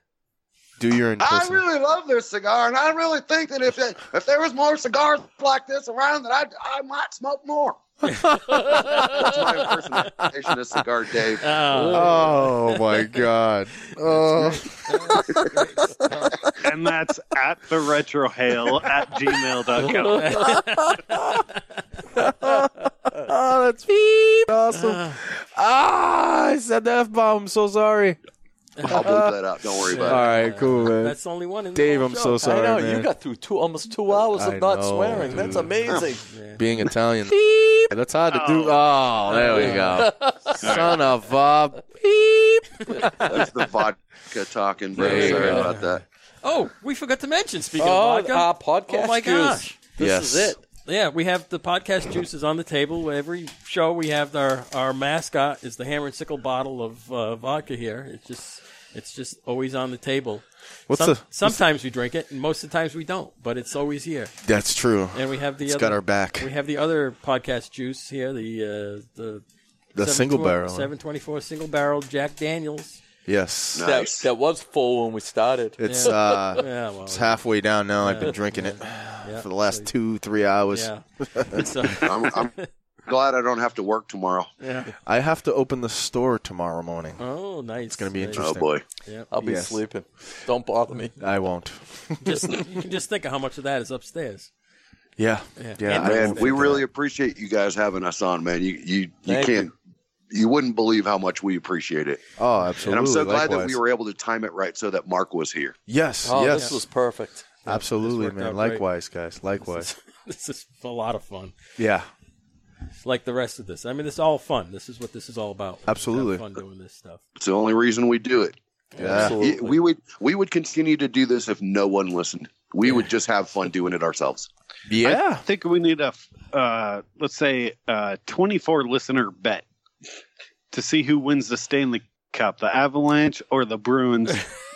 Speaker 2: Do your
Speaker 4: I
Speaker 2: impersonation.
Speaker 4: really love this cigar, and I really think that if if there was more cigars like this around, that I I might smoke more. That's my impersonation of cigar, Dave.
Speaker 1: Oh,
Speaker 2: Oh my god! Oh,
Speaker 5: and that's at the retrohale at gmail.com.
Speaker 2: oh that's f-
Speaker 3: Uh.
Speaker 2: awesome!
Speaker 1: Oh.
Speaker 2: Ah, I said the f bomb. I'm so sorry.
Speaker 4: I'll bleep that out. Don't worry
Speaker 2: All
Speaker 4: about it.
Speaker 2: right, cool, man.
Speaker 1: that's the only one. In the
Speaker 2: Dave,
Speaker 1: whole
Speaker 2: I'm
Speaker 1: show.
Speaker 2: so sorry,
Speaker 3: I know
Speaker 2: man.
Speaker 3: you got through two almost two hours of
Speaker 2: I
Speaker 3: not
Speaker 2: know,
Speaker 3: swearing. That's
Speaker 2: dude.
Speaker 3: amazing.
Speaker 2: Being Italian. That's hard to do. Oh, there we go. Son of a.
Speaker 4: That's the vodka talking, bro.
Speaker 2: There you
Speaker 4: Sorry
Speaker 2: go.
Speaker 4: about that.
Speaker 1: Oh, we forgot to mention. Speaking
Speaker 3: oh,
Speaker 1: of vodka,
Speaker 3: our podcast
Speaker 1: oh my
Speaker 3: juice.
Speaker 1: gosh.
Speaker 3: This
Speaker 2: Yes.
Speaker 3: is it.
Speaker 1: Yeah, we have the podcast juices on the table. Every show we have our our mascot is the hammer and sickle bottle of uh, vodka here. It's just it's just always on the table.
Speaker 2: What's
Speaker 1: Some-
Speaker 2: the?
Speaker 1: sometimes we drink it, and most of the times we don't. But it's always here,
Speaker 2: That's true.
Speaker 1: and we have the
Speaker 2: It's
Speaker 1: other
Speaker 2: got our back.
Speaker 1: we have the other podcast juice here. The uh, the
Speaker 2: The single barrel.
Speaker 1: seven twenty four single barrel Jack Daniels.
Speaker 2: Yes.
Speaker 4: No.
Speaker 3: That,
Speaker 4: Nice.
Speaker 3: that was full when we started.
Speaker 2: It's
Speaker 1: Yeah.
Speaker 2: uh,
Speaker 1: Yeah, well,
Speaker 2: it's halfway down now. I've been drinking it
Speaker 1: yeah,
Speaker 2: for the last two, three hours.
Speaker 1: yeah. It's, uh,
Speaker 4: I'm, I'm glad I don't have to work tomorrow.
Speaker 1: yeah.
Speaker 2: I have to open the store tomorrow morning.
Speaker 1: Oh, nice. It's
Speaker 2: gonna be interesting.
Speaker 4: Oh boy,
Speaker 1: Yeah.
Speaker 3: I'll be
Speaker 2: Yes.
Speaker 3: sleeping. Don't bother me.
Speaker 2: I won't.
Speaker 1: just you can just think of how much of that is upstairs.
Speaker 2: Yeah,
Speaker 1: Yeah.
Speaker 2: yeah.
Speaker 1: And-
Speaker 2: I
Speaker 4: man,
Speaker 2: won't
Speaker 4: we
Speaker 2: think of
Speaker 4: really
Speaker 2: that.
Speaker 4: appreciate you guys having us on, man. You you you
Speaker 3: Thank
Speaker 4: can't. You wouldn't believe how much we appreciate it.
Speaker 2: Oh, absolutely.
Speaker 4: And I'm so glad that
Speaker 2: likewise.
Speaker 4: we were able to time it right so that Mark was here.
Speaker 2: Yes.
Speaker 3: Oh,
Speaker 2: yes.
Speaker 3: this was perfect.
Speaker 2: absolutely,
Speaker 1: worked out
Speaker 2: man.
Speaker 1: great.
Speaker 2: Likewise, guys. Likewise.
Speaker 1: This is a lot of fun.
Speaker 2: yeah.
Speaker 1: Like the rest of this. I mean, it's all fun. This is what this is all about.
Speaker 2: Absolutely.
Speaker 1: Have fun doing this stuff.
Speaker 4: It's the only reason we do it.
Speaker 2: Yeah.
Speaker 4: It- we would we would continue to do this if no one listened. We would just have fun doing it ourselves.
Speaker 5: I
Speaker 2: Yeah.
Speaker 5: think we need a, uh, let's say, uh, 24 listener bet to see who wins the Stanley Cup, the Avalanche or the Bruins.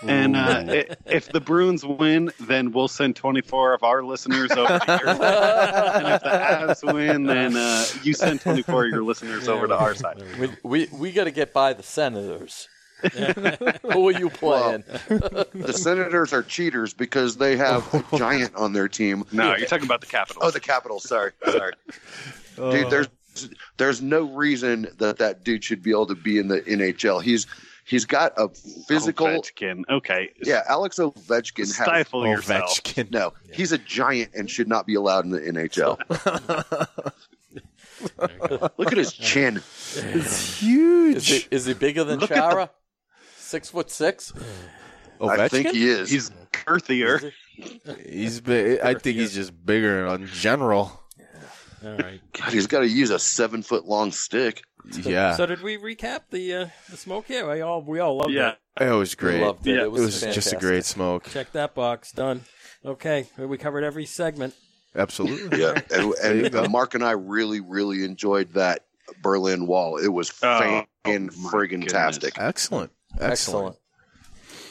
Speaker 5: And uh, i if the Bruins win, then we'll send 24 of our listeners over here. and if the Avs win, then uh, you send 24 of your listeners over to our side.
Speaker 1: There we
Speaker 3: We, we, we got to get by the Senators. Who are you playing?
Speaker 4: The Senators are cheaters because they have a giant on their team.
Speaker 5: No, you're talking about the Capitals.
Speaker 4: Oh, the Capitals. Sorry, sorry, dude. There's there's no reason that that dude should be able to be in the NHL. He's he's got a physical.
Speaker 5: Ovechkin. Okay.
Speaker 4: Yeah, Alex Ovechkin. Has,
Speaker 5: Stifle yourself.
Speaker 2: Ovechkin.
Speaker 4: no, he's a giant and should not be allowed in the NHL. Look at his chin.
Speaker 3: Is
Speaker 2: Huge.
Speaker 3: he, is he bigger than Chara? Six foot six?
Speaker 4: I think he is.
Speaker 5: He's girthier.
Speaker 2: He's big. I think he's just bigger in general.
Speaker 1: go. All right.
Speaker 4: God, he's got to use a seven foot long stick.
Speaker 2: Yeah.
Speaker 1: So did we recap the uh, the smoke here? We all we all loved
Speaker 5: Yeah.
Speaker 1: it.
Speaker 2: It was great. It
Speaker 3: Loved it.
Speaker 5: Yeah.
Speaker 3: It was,
Speaker 2: was just a
Speaker 3: fantastic.
Speaker 2: great smoke.
Speaker 1: Check that box. Done. Okay. We covered every segment.
Speaker 2: Absolutely.
Speaker 4: Yeah, and, and uh, Mark and I really, really enjoyed that Berlin Wall. It was
Speaker 5: Oh,
Speaker 4: fan
Speaker 5: oh my
Speaker 4: friggin' tastic.
Speaker 2: Excellent.
Speaker 3: Excellent.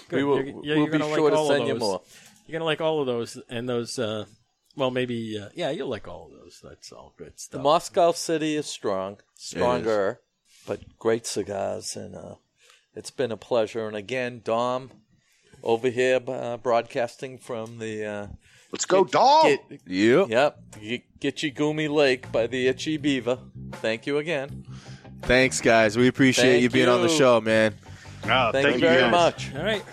Speaker 2: Excellent.
Speaker 1: Good.
Speaker 3: We will,
Speaker 1: You're-
Speaker 3: we'll
Speaker 1: you're
Speaker 3: be
Speaker 1: gonna like
Speaker 3: sure to
Speaker 1: all of
Speaker 3: send you
Speaker 1: those.
Speaker 3: more.
Speaker 1: You're gonna like all of those and those. Uh, well, maybe. Uh, yeah, you'll like all of those. That's all good
Speaker 3: The
Speaker 1: stuff.
Speaker 3: Moscow City is strong, stronger, but great cigars, and uh, it's been a pleasure. And again, Dom over here uh, broadcasting from the uh,
Speaker 4: Let's go,
Speaker 2: Oh.
Speaker 4: dog!
Speaker 3: get,
Speaker 2: Yep.
Speaker 3: yep, Gitchigumi Lake by the Itchy Beaver. Thank you again.
Speaker 2: Thanks, guys. We appreciate
Speaker 3: Thank
Speaker 2: you being on the
Speaker 3: you.
Speaker 2: show, man.
Speaker 5: Oh,
Speaker 3: Thank, you
Speaker 5: you
Speaker 3: very
Speaker 5: guys.
Speaker 3: much.
Speaker 1: all right.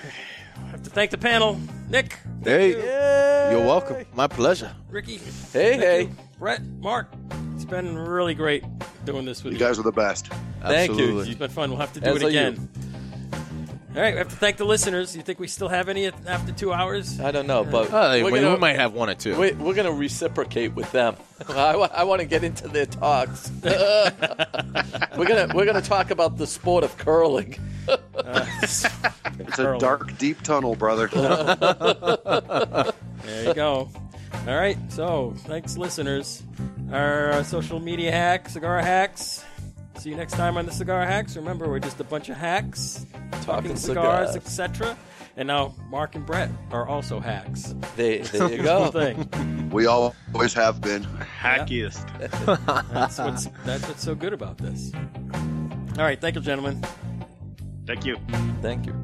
Speaker 1: I have to thank the panel. Nick,
Speaker 2: Hey,
Speaker 3: Yay!
Speaker 2: you're welcome. My pleasure.
Speaker 1: Ricky,
Speaker 3: Hey,
Speaker 1: Thank
Speaker 3: hey.
Speaker 1: you. Brett, Mark. It's been really great doing this with
Speaker 4: You
Speaker 1: you.
Speaker 4: guys are the best.
Speaker 3: Thank you.
Speaker 2: Absolutely.
Speaker 1: It's been fun. We'll have to do
Speaker 3: As
Speaker 1: it
Speaker 3: are you.
Speaker 1: again. All right, we have to thank the listeners. You think we still have any at- after two hours?
Speaker 3: I don't know, but
Speaker 2: Oh, we,
Speaker 3: we're
Speaker 2: we
Speaker 3: gonna,
Speaker 2: might have one or two.
Speaker 3: we, we're gonna reciprocate with them. I, want to get into their talks. we're gonna we're gonna talk about the sport of curling.
Speaker 4: It's a dark, deep tunnel, brother.
Speaker 1: There you go. All right, so thanks, listeners. Our uh, social media hacks, cigar hacks. See you next time on the Cigar Hacks. Remember, we're just a bunch of hacks, talking,
Speaker 3: Talking
Speaker 1: cigars,
Speaker 3: cigars.
Speaker 1: etc. And now Mark and Brett are also hacks.
Speaker 3: They, there you
Speaker 1: Whole
Speaker 3: go.
Speaker 1: thing.
Speaker 4: We all always have been.
Speaker 5: Hackiest.
Speaker 1: That's what's that's what's so good about this. All right, thank you, gentlemen.
Speaker 5: Thank you.
Speaker 3: Thank you.